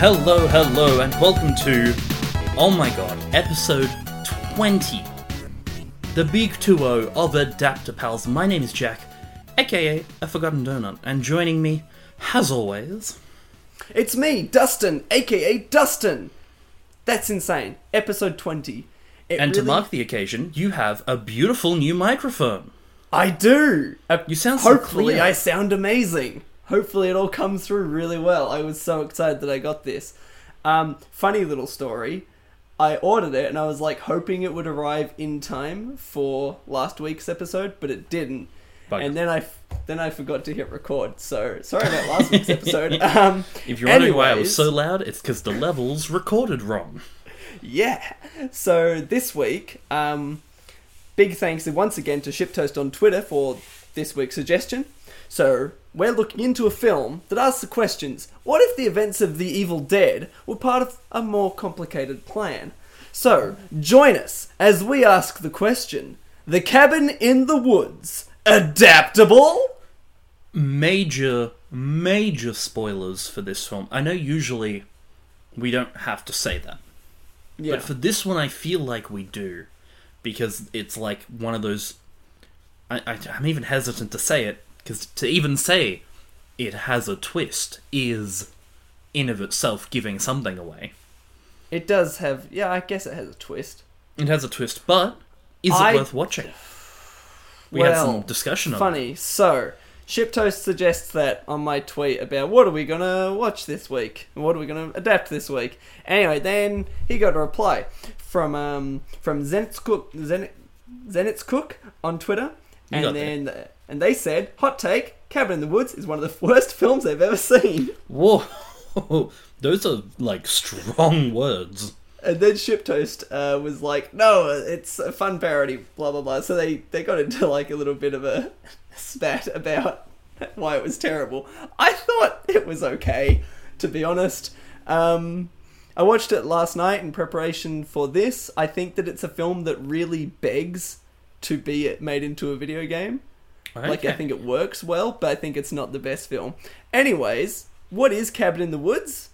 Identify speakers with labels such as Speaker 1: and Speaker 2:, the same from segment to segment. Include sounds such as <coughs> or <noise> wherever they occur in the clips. Speaker 1: Hello, hello, and welcome to, oh my god, episode 20. The big 2-0 of Adapter Pals. My name is Jack, aka A Forgotten Donut, and joining me, as always,
Speaker 2: It's me, Dustin, aka Dustin. That's insane. Episode 20. It
Speaker 1: and to
Speaker 2: really-
Speaker 1: mark the occasion, you have a beautiful new microphone.
Speaker 2: I do. Uh,
Speaker 1: You sound so
Speaker 2: Hopefully,
Speaker 1: clear.
Speaker 2: I sound amazing. Hopefully, it all comes through really well. I was so excited that I got this. Um, funny little story. I ordered it and I was like hoping it would arrive in time for last week's episode, but it didn't.
Speaker 1: Bugger.
Speaker 2: And then I f- then I forgot to hit record. So sorry about last
Speaker 1: <laughs>
Speaker 2: week's episode. Um,
Speaker 1: If you're wondering why I was
Speaker 2: anyways.
Speaker 1: so loud, it's because the levels recorded wrong.
Speaker 2: Yeah. So this week, um, big thanks once again to Shiptoast on Twitter for this week's suggestion. So we're looking into a film that asks the questions: What if the events of The Evil Dead were part of a more complicated plan? So join us as we ask the question: The cabin in the woods, adaptable?
Speaker 1: major, major spoilers for this film. I know usually we don't have to say that.
Speaker 2: Yeah.
Speaker 1: But for this one, I feel like we do. Because it's like one of those. I, I, I'm even hesitant to say it, because to even say it has a twist is, in of itself, giving something away.
Speaker 2: It does have. Yeah, I guess it has a twist.
Speaker 1: It has a twist, but is
Speaker 2: I-
Speaker 1: it worth watching? We had some
Speaker 2: Well,
Speaker 1: discussion on it.
Speaker 2: Funny. So, Shiptoast suggests that on my tweet about what are we gonna watch this week, and what are we gonna adapt this week. Anyway, then he got a reply from um from Zenitz Cook Zen, Zenitz Cook on Twitter,
Speaker 1: You got
Speaker 2: and then and they said, "Hot take: Cabin in the Woods is one of the <laughs> worst films I've ever seen."
Speaker 1: Whoa! <laughs> Those are like strong words.
Speaker 2: And then Shiptoast uh, was like, "No, it's a fun parody." Blah blah blah. So they they got into like a little bit of a spat about <laughs> why it was terrible. I thought it was okay, to be honest. Um, I watched it last night in preparation for this. I think that it's a film that really begs to be made into a video game. Like I
Speaker 1: Okay.
Speaker 2: think it works well, but I think it's not the best film. Anyways, what is Cabin in the Woods?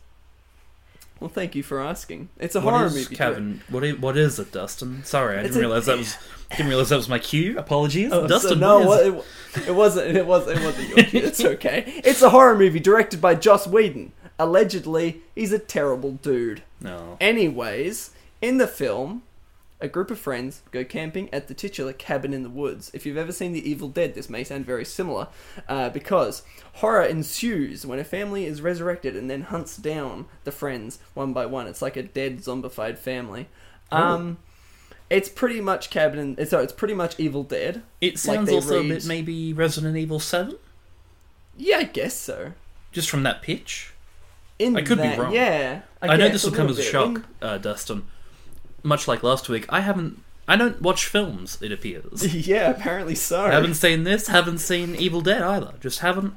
Speaker 2: Well, thank you for asking. It's a
Speaker 1: What
Speaker 2: horror
Speaker 1: is
Speaker 2: movie.
Speaker 1: Cabin? What is, what is it, Dustin? Sorry, I
Speaker 2: It's
Speaker 1: didn't
Speaker 2: a-
Speaker 1: realize that
Speaker 2: <laughs>
Speaker 1: was didn't realize that was my cue. Apologies,
Speaker 2: Oh, <laughs> so
Speaker 1: Dustin.
Speaker 2: no,
Speaker 1: what is
Speaker 2: it, wa- it wasn't. It was. It wasn't your kid. It's okay. It's a horror movie directed by Joss Whedon. Allegedly, he's a terrible dude.
Speaker 1: no.
Speaker 2: Anyways, in the film, a group of friends go camping at the titular cabin in the woods. If you've ever seen The Evil Dead, this may sound very similar, uh, because horror ensues when a family is resurrected and then hunts down the friends one by one. It's like a dead zombified family.
Speaker 1: Oh.
Speaker 2: Um, it's pretty much cabin. In, so it's pretty much Evil Dead.
Speaker 1: It
Speaker 2: Like
Speaker 1: sounds
Speaker 2: they
Speaker 1: also
Speaker 2: read-
Speaker 1: a bit maybe Resident Evil Seven,
Speaker 2: Yeah, I guess so.
Speaker 1: just from that pitch.
Speaker 2: In
Speaker 1: I could be
Speaker 2: that-
Speaker 1: wrong.
Speaker 2: Yeah,
Speaker 1: I, know
Speaker 2: guess
Speaker 1: this
Speaker 2: a
Speaker 1: will come as
Speaker 2: little
Speaker 1: a
Speaker 2: bit.
Speaker 1: shock,
Speaker 2: In- <laughs>
Speaker 1: uh, Dustin. Much like last week, I haven't. I don't watch films. It
Speaker 2: <laughs>
Speaker 1: appears.
Speaker 2: yeah, apparently so.
Speaker 1: I haven't seen this. Haven't seen Evil Dead either. Just haven't.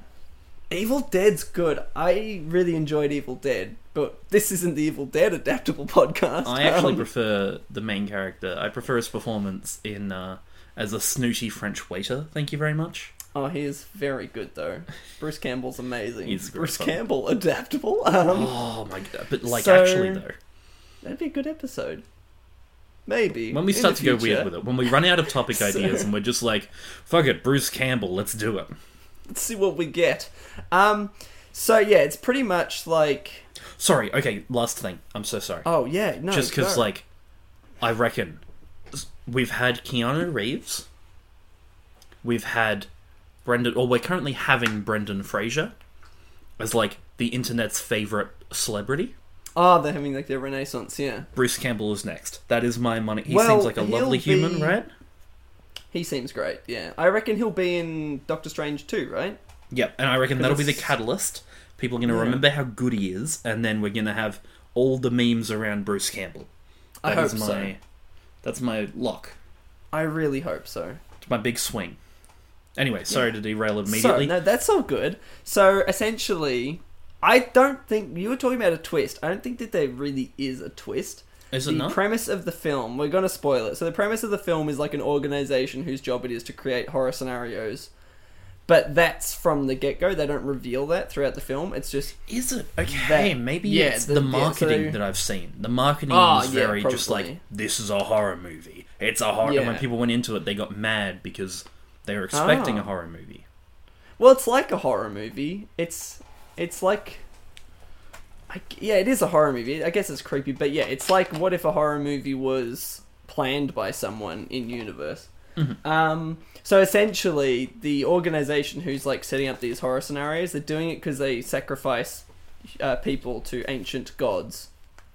Speaker 2: Evil Dead's good. I really enjoyed Evil Dead, but this isn't the Evil Dead adaptable <laughs> podcast.
Speaker 1: I actually
Speaker 2: Um,
Speaker 1: prefer the main character. I prefer his performance in uh, as a snooty French waiter. Thank you very much.
Speaker 2: oh, he is very good though. Bruce Campbell's amazing.
Speaker 1: He's a great
Speaker 2: Bruce
Speaker 1: fun.
Speaker 2: Campbell adaptable. <laughs> Um,
Speaker 1: Oh <gasps> my god! But like,
Speaker 2: So-
Speaker 1: actually though.
Speaker 2: that'd be a good episode. Maybe
Speaker 1: When we
Speaker 2: in
Speaker 1: start
Speaker 2: the
Speaker 1: to go
Speaker 2: future.
Speaker 1: weird with it, when we run out of topic
Speaker 2: <laughs> So-
Speaker 1: ideas and we're just like, fuck it, Bruce Campbell, let's do it.
Speaker 2: Let's see what we get. Um, so yeah, it's pretty much like
Speaker 1: Sorry, okay, last thing. I'm so sorry.
Speaker 2: oh yeah, no,
Speaker 1: just because,
Speaker 2: go.
Speaker 1: like, I reckon s- we've had Keanu Reeves, we've had Brendan, or we're currently having Brendan Fraser as, like, the internet's favorite celebrity.
Speaker 2: oh they're having like their renaissance. Yeah,
Speaker 1: Bruce Campbell is next. That is my money. He
Speaker 2: Well,
Speaker 1: seems like a lovely
Speaker 2: he'll
Speaker 1: human,
Speaker 2: be-
Speaker 1: right?
Speaker 2: he seems great. Yeah, I reckon he'll be in Doctor Strange too, right?
Speaker 1: Yep, and I reckon that'll be the
Speaker 2: it's-
Speaker 1: catalyst. People are going to
Speaker 2: Yeah.
Speaker 1: remember how good he is, and then we're going to have all the memes around Bruce Campbell.
Speaker 2: I
Speaker 1: That is
Speaker 2: hope so.
Speaker 1: my, That's my lock.
Speaker 2: I really hope so.
Speaker 1: It's my big swing. Anyway, sorry to derail immediately.
Speaker 2: So, no, that's all good. So essentially, I don't think you were talking about a twist. I don't think that there really is a twist.
Speaker 1: Is it
Speaker 2: the
Speaker 1: not?
Speaker 2: premise of the film, we're going to spoil it. So the premise of the film is like an organization whose job it is to create horror scenarios But that's from the get go. They don't reveal that throughout the film. It's just
Speaker 1: Is it okay?
Speaker 2: That-
Speaker 1: maybe
Speaker 2: yeah,
Speaker 1: it's
Speaker 2: the-
Speaker 1: the,
Speaker 2: yeah,
Speaker 1: marketing
Speaker 2: so-
Speaker 1: that I've seen. The marketing
Speaker 2: Ah,
Speaker 1: was
Speaker 2: yeah,
Speaker 1: very just like
Speaker 2: probably.
Speaker 1: this is a horror movie. It's a horror. And when
Speaker 2: Yeah.
Speaker 1: people went into it, they got mad because they were expecting
Speaker 2: Ah.
Speaker 1: a horror movie.
Speaker 2: well, it's like a horror movie. It's it's like I, yeah, it is a horror movie. I guess it's creepy, but yeah, it's like what if a horror movie was planned by someone in universe. Um, so essentially, the organization who's like setting up these horror scenarios, they're doing it because they sacrifice uh, people to ancient gods,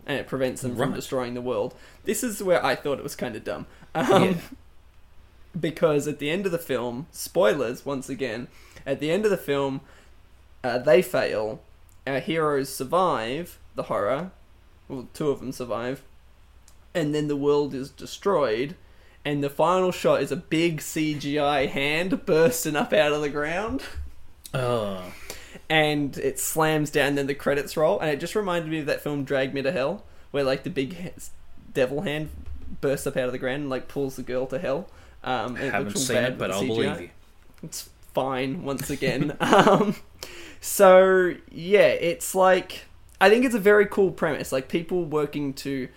Speaker 2: and it prevents them from
Speaker 1: Right.
Speaker 2: destroying the world. This is where I thought it was kind of dumb, um,
Speaker 1: Yeah.
Speaker 2: <laughs> because at the end of the film, spoilers once again. At the end of the film, uh, they fail. Our heroes survive the horror. Well, two of them survive. And then the world is destroyed. And the final shot is a big CGI hand bursting up out of the ground.
Speaker 1: Oh,
Speaker 2: And it slams down, then the credits roll. And it just reminded me of that film Drag Me to Hell, where like the big ha- devil hand bursts up out of the ground and like pulls the girl to hell. Um, and it
Speaker 1: haven't
Speaker 2: looks all
Speaker 1: seen
Speaker 2: bad
Speaker 1: it, but
Speaker 2: with
Speaker 1: I'll
Speaker 2: the CGI
Speaker 1: believe you.
Speaker 2: it's fine once again. <laughs> um, so yeah, it's like I think it's a very cool premise. Like people working to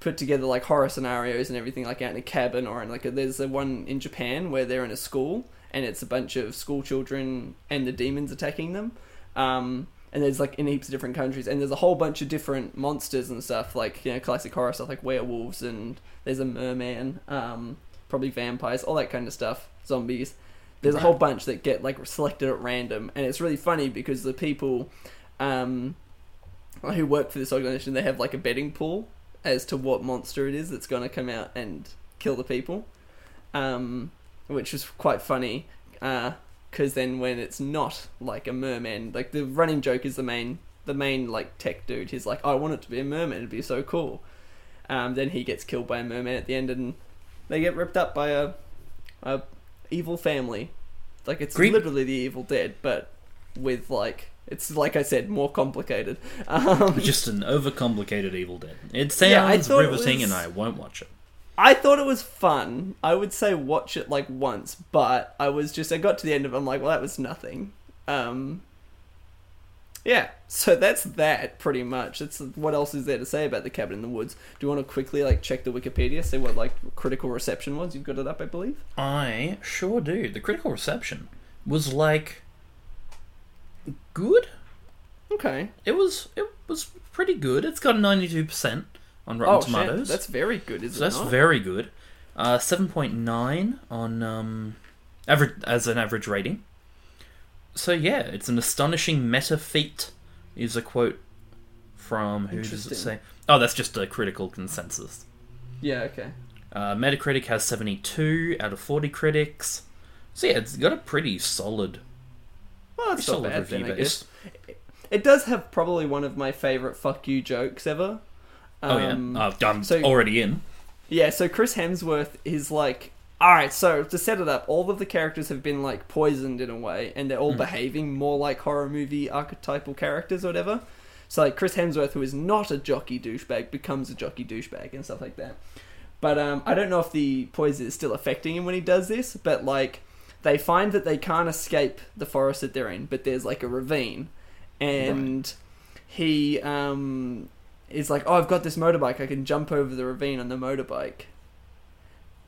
Speaker 2: put together like horror scenarios and everything, like out in a cabin or in like a, there's the one in Japan where they're in a school and it's a bunch of school children and the demons attacking them. Um, and there's like in heaps of different countries, and there's a whole bunch of different monsters and stuff, like you know classic horror stuff, like werewolves, and there's a merman, um, probably vampires, all that kind of stuff, zombies. There's a whole bunch that get like selected at random, and it's really funny because the people um, who work for this organization they have like a betting pool as to what monster it is that's going to come out and kill the people, um, which is quite funny. Because then when it's not like a merman, like the running joke is the main the main like tech dude. He's like, I want it to be a merman. It'd be so cool. Um, then he gets killed by a merman at the end, and they get ripped up by a, a evil family. Like it's
Speaker 1: Green-
Speaker 2: literally the Evil Dead, but with like it's like I said, more complicated. Um, <laughs>
Speaker 1: Just an overcomplicated Evil Dead. It sounds
Speaker 2: Yeah, I thought it
Speaker 1: riveting,
Speaker 2: was-
Speaker 1: and I won't watch it.
Speaker 2: I thought it was fun. I would say watch it like once, but I was just I got to the end of it, I'm like, well that was nothing. Um Yeah. So that's that pretty much. That's what else is there to say about the cabin in the woods. Do you want to quickly like check the Wikipedia, see what like critical reception was? You've got it up, I believe.
Speaker 1: I sure do. The critical reception was like good.
Speaker 2: Okay.
Speaker 1: It was it was pretty good. It's got ninety two percent on Rotten
Speaker 2: oh
Speaker 1: Tomatoes.
Speaker 2: shit. That's very good, isn't
Speaker 1: So that's
Speaker 2: it? not?
Speaker 1: very good. Uh, seven point nine on um, average as an average rating. So yeah, it's an astonishing meta feat. Is a quote from who does it say?
Speaker 2: Interesting.
Speaker 1: Oh, that's just a critical consensus.
Speaker 2: Yeah, okay.
Speaker 1: Uh, Metacritic has seventy two out of forty critics. So yeah, it's got a pretty solid,
Speaker 2: Well, it's not
Speaker 1: solid
Speaker 2: bad then,
Speaker 1: review
Speaker 2: I
Speaker 1: base.
Speaker 2: guess. It does have probably one of my favorite fuck you jokes ever.
Speaker 1: oh yeah,
Speaker 2: Um,
Speaker 1: uh, I'm
Speaker 2: so-
Speaker 1: already in.
Speaker 2: Yeah, so Chris Hemsworth is like, all right, so to set it up, all of the characters have been like poisoned in a way, and they're all
Speaker 1: Hmm.
Speaker 2: behaving more like horror movie archetypal characters or whatever. So like Chris Hemsworth, who is not a jockey douchebag, becomes a jockey douchebag and stuff like that. But um, I don't know if the poison is still affecting him when he does this, but like they find that they can't escape the forest that they're in, but there's like a ravine. And he um, is like, Oh, I've got this motorbike. I can jump over the ravine on the motorbike.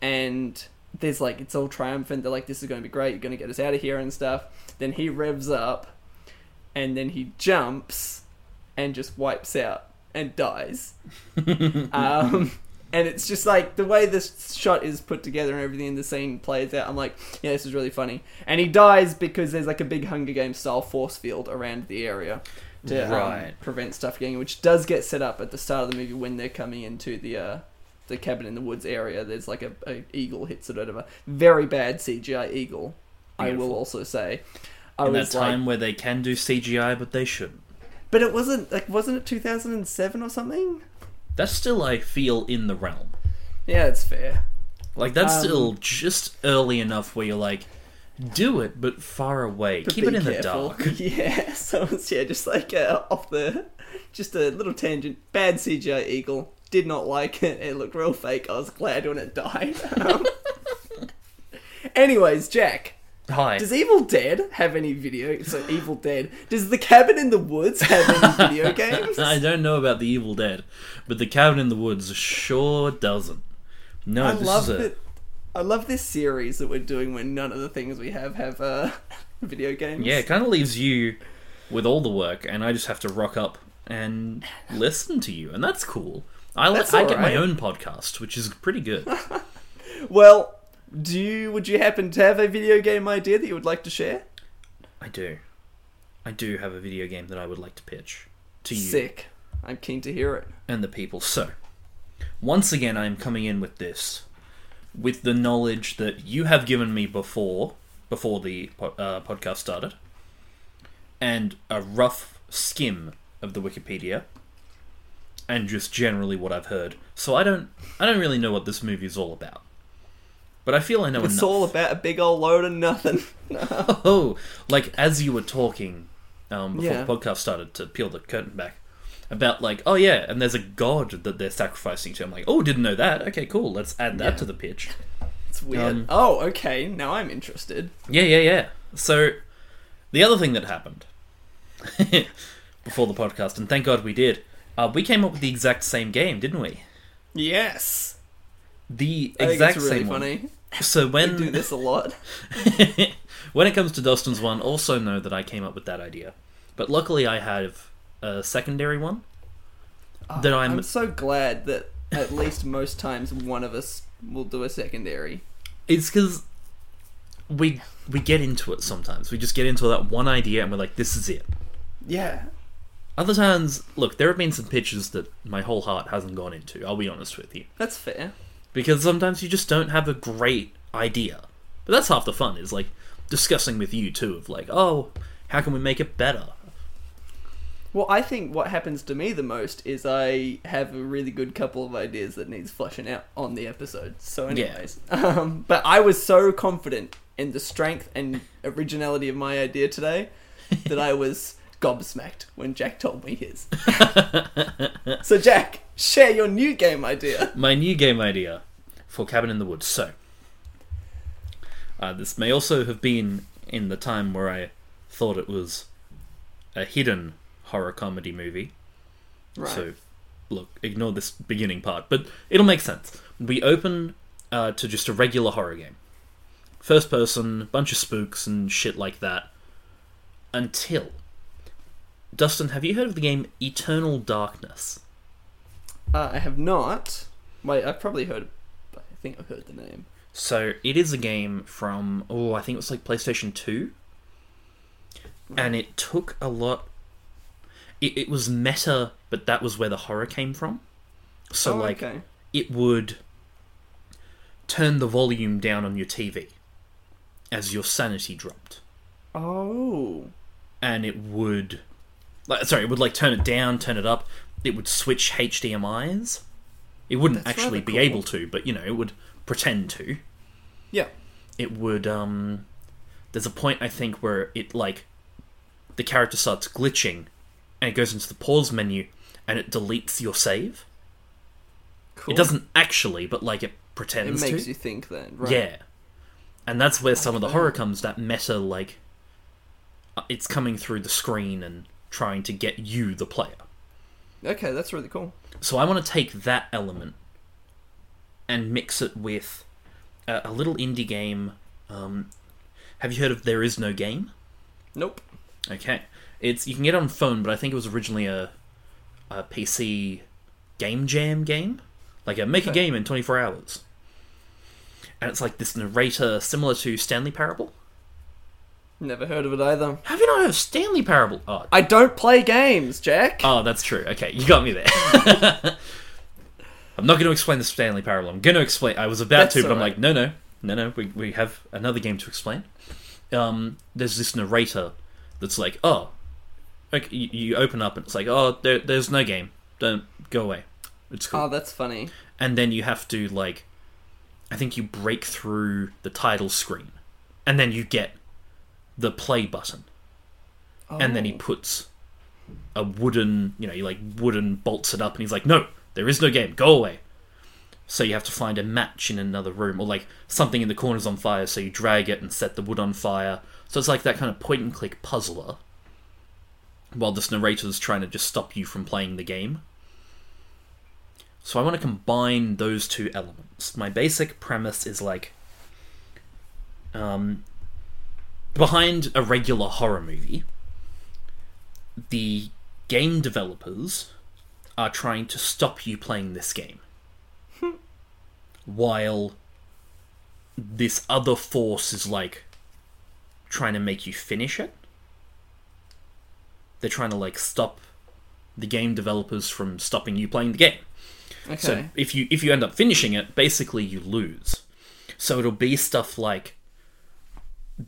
Speaker 2: And there's like, it's all triumphant. They're like, This is going to be great. You're going to get us out of here and stuff. Then he revs up and then he jumps and just wipes out and
Speaker 1: <laughs>
Speaker 2: dies. um, and it's just like the way this shot is put together and everything in the scene plays out. I'm like, yeah, this is really funny. And he dies because there's like a big Hunger Games style force field around the area to um,
Speaker 1: Right.
Speaker 2: prevent stuff getting, which does get set up at the start of the movie when they're coming into the. Uh, the cabin in the woods area. There's like a, a eagle hits it or whatever. Very bad CGI eagle. I will
Speaker 1: Beautiful.
Speaker 2: also say. I
Speaker 1: in that
Speaker 2: was like,
Speaker 1: time where they can do CGI but they shouldn't.
Speaker 2: but it wasn't like wasn't it 2007 or something?
Speaker 1: That's still I feel in the realm.
Speaker 2: Yeah, it's fair.
Speaker 1: Like that's
Speaker 2: Um,
Speaker 1: still just early enough where you're like, do it but far away.
Speaker 2: But
Speaker 1: Keep it
Speaker 2: be
Speaker 1: in
Speaker 2: careful. <laughs>
Speaker 1: the dark. <laughs>
Speaker 2: Yeah, so it's yeah, just like uh, off the, just a little tangent. Bad CGI eagle. Did not like it. It looked <laughs> real fake. I was glad when it died. Um, anyways, Jack,
Speaker 1: Hi.
Speaker 2: Does Evil Dead have any video? So Evil Dead. Does the Cabin in the Woods have any
Speaker 1: <laughs>
Speaker 2: video
Speaker 1: <laughs>
Speaker 2: games?
Speaker 1: I don't know about the Evil Dead, but the Cabin in the Woods sure doesn't. No,
Speaker 2: I
Speaker 1: this
Speaker 2: love
Speaker 1: is a
Speaker 2: that. I love this series that we're doing where none of the things we have have uh, <laughs> video
Speaker 1: <laughs>
Speaker 2: games.
Speaker 1: yeah. It kind of leaves you with all the work, and I just have to rock up and listen to you, and that's cool. I li-
Speaker 2: That's
Speaker 1: I get my
Speaker 2: alright.
Speaker 1: own podcast, which is pretty good.
Speaker 2: Well, do you, would you happen to have a video game idea that you would like to share?
Speaker 1: I do, I do have a video game that I would like to pitch to you.
Speaker 2: Sick. I'm keen to hear it.
Speaker 1: and the people. So, once again, I am coming in with this, with the knowledge that you have given me before, before the po- uh, podcast started, and a rough skim of the Wikipedia, and just generally what I've heard. So I don't, I don't really know what this movie is all about, but I feel I know
Speaker 2: It's
Speaker 1: enough.
Speaker 2: all about a big old load of nothing. <laughs>
Speaker 1: Oh, like as you were talking um, before
Speaker 2: Yeah.
Speaker 1: the podcast started to peel the curtain back about like, oh yeah, and there's a god that they're sacrificing to. I'm like, oh, didn't know that. Okay, cool. Let's add that
Speaker 2: Yeah.
Speaker 1: to the pitch.
Speaker 2: It's weird.
Speaker 1: Um,
Speaker 2: oh, okay. Now I'm interested.
Speaker 1: Yeah, yeah, yeah. So the other thing that happened <laughs> before the podcast, and thank God we did, uh, we came up with the exact same game, didn't we?
Speaker 2: Yes.
Speaker 1: The
Speaker 2: I
Speaker 1: exact
Speaker 2: think it's really
Speaker 1: same one.
Speaker 2: funny.
Speaker 1: So when
Speaker 2: We do this a lot.
Speaker 1: when it comes to Dustin's one, also know that I came up with that idea. But luckily, I have a secondary one <laughs> that I'm.
Speaker 2: Oh, I'm so glad that at least most times one of us will do a secondary.
Speaker 1: It's because we we get into it sometimes. We just get into that one idea and we're like, "This is it."
Speaker 2: Yeah.
Speaker 1: Other times, look, there have been some pitches that my whole heart hasn't gone into. I'll be honest with you,
Speaker 2: That's fair.
Speaker 1: because sometimes you just don't have a great idea. But that's half the fun is like discussing with you too of like, "Oh, how can we make it better?"
Speaker 2: Well, I think what happens to me the most is I have a really good couple of ideas that needs fleshing out on the episode. So,
Speaker 1: Yeah.
Speaker 2: anyways, um, but I was so confident in the strength and originality of my idea today
Speaker 1: <laughs>
Speaker 2: that I was gobsmacked when Jack told
Speaker 1: <laughs>
Speaker 2: me his. so, Jack, share your new game idea.
Speaker 1: my new game idea for Cabin in the Woods. So, uh, this may also have been in the time where I thought it was a hidden horror comedy movie.
Speaker 2: Right.
Speaker 1: So, look, ignore this beginning part, but it'll make sense. We open uh, to just a regular horror game. First person, bunch of spooks and shit like that. Until. Dustin, have you heard of the game Eternal Darkness?
Speaker 2: Uh, I have not. Wait, I've probably heard. I think I've heard the name.
Speaker 1: So it is a game from oh, I think it was like PlayStation Two, and it took a lot. It, it was meta, but that was where the horror came from. So
Speaker 2: Oh,
Speaker 1: like
Speaker 2: okay.
Speaker 1: it would turn the volume down on your TV as your sanity dropped,
Speaker 2: Oh.
Speaker 1: and it would like sorry, it would like turn it down, turn it up. It would switch HDMI's. It wouldn't
Speaker 2: That's
Speaker 1: actually
Speaker 2: rather
Speaker 1: be
Speaker 2: cool.
Speaker 1: able to, but you know, it would pretend to.
Speaker 2: Yeah.
Speaker 1: it would um there's a point I think where it like the character starts glitching and it goes into the pause menu and it deletes your save.
Speaker 2: Cool.
Speaker 1: It doesn't actually, but like it
Speaker 2: It
Speaker 1: pretends
Speaker 2: makes
Speaker 1: to.
Speaker 2: you think then, right?
Speaker 1: Yeah. And that's where some of the horror comes that meta like uh, it's coming through the screen and trying to get you the player.
Speaker 2: Okay, that's really cool.
Speaker 1: So I want to take that element and mix it with a, a little indie game um have you heard of There Is No Game?
Speaker 2: Nope.
Speaker 1: Okay, it's you can get it on phone, but I think it was originally a, a PC game jam game, like a make a
Speaker 2: Okay.
Speaker 1: game in twenty four hours. And it's like this narrator similar to Stanley Parable.
Speaker 2: Never heard of it either.
Speaker 1: Have you not heard of Stanley Parable? Oh,
Speaker 2: I don't play games, Jack.
Speaker 1: oh that's true. Okay, you got me there. I'm not going to explain the Stanley Parable. I'm going to explain. I was about
Speaker 2: That's
Speaker 1: to, but I'm
Speaker 2: alright.
Speaker 1: like, no, no, no, no. We we have another game to explain. Um, there's this narrator that's like, oh, like you, you open up and it's like, oh, there, there's no game. Don't go away. It's cool.
Speaker 2: oh, that's funny.
Speaker 1: and then you have to like, I think you break through the title screen, and then you get the play button, and then he
Speaker 2: Oh.
Speaker 1: puts a wooden, you know, he like wooden bolts it up, and he's like, no, there is no game. Go away. so you have to find a match in another room, or like something in the corner's on fire, so you drag it and set the wood on fire. So it's like that kind of point and click puzzler, while this narrator's trying to just stop you from playing the game. So I want to combine those two elements. My basic premise is like um, behind a regular horror movie, the game developers are trying to stop you playing this game. while this other force is like trying to make you finish it. They're trying to like stop the game developers from stopping you playing the game.
Speaker 2: Okay.
Speaker 1: So if you if you end up finishing it, basically you lose. So it'll be stuff like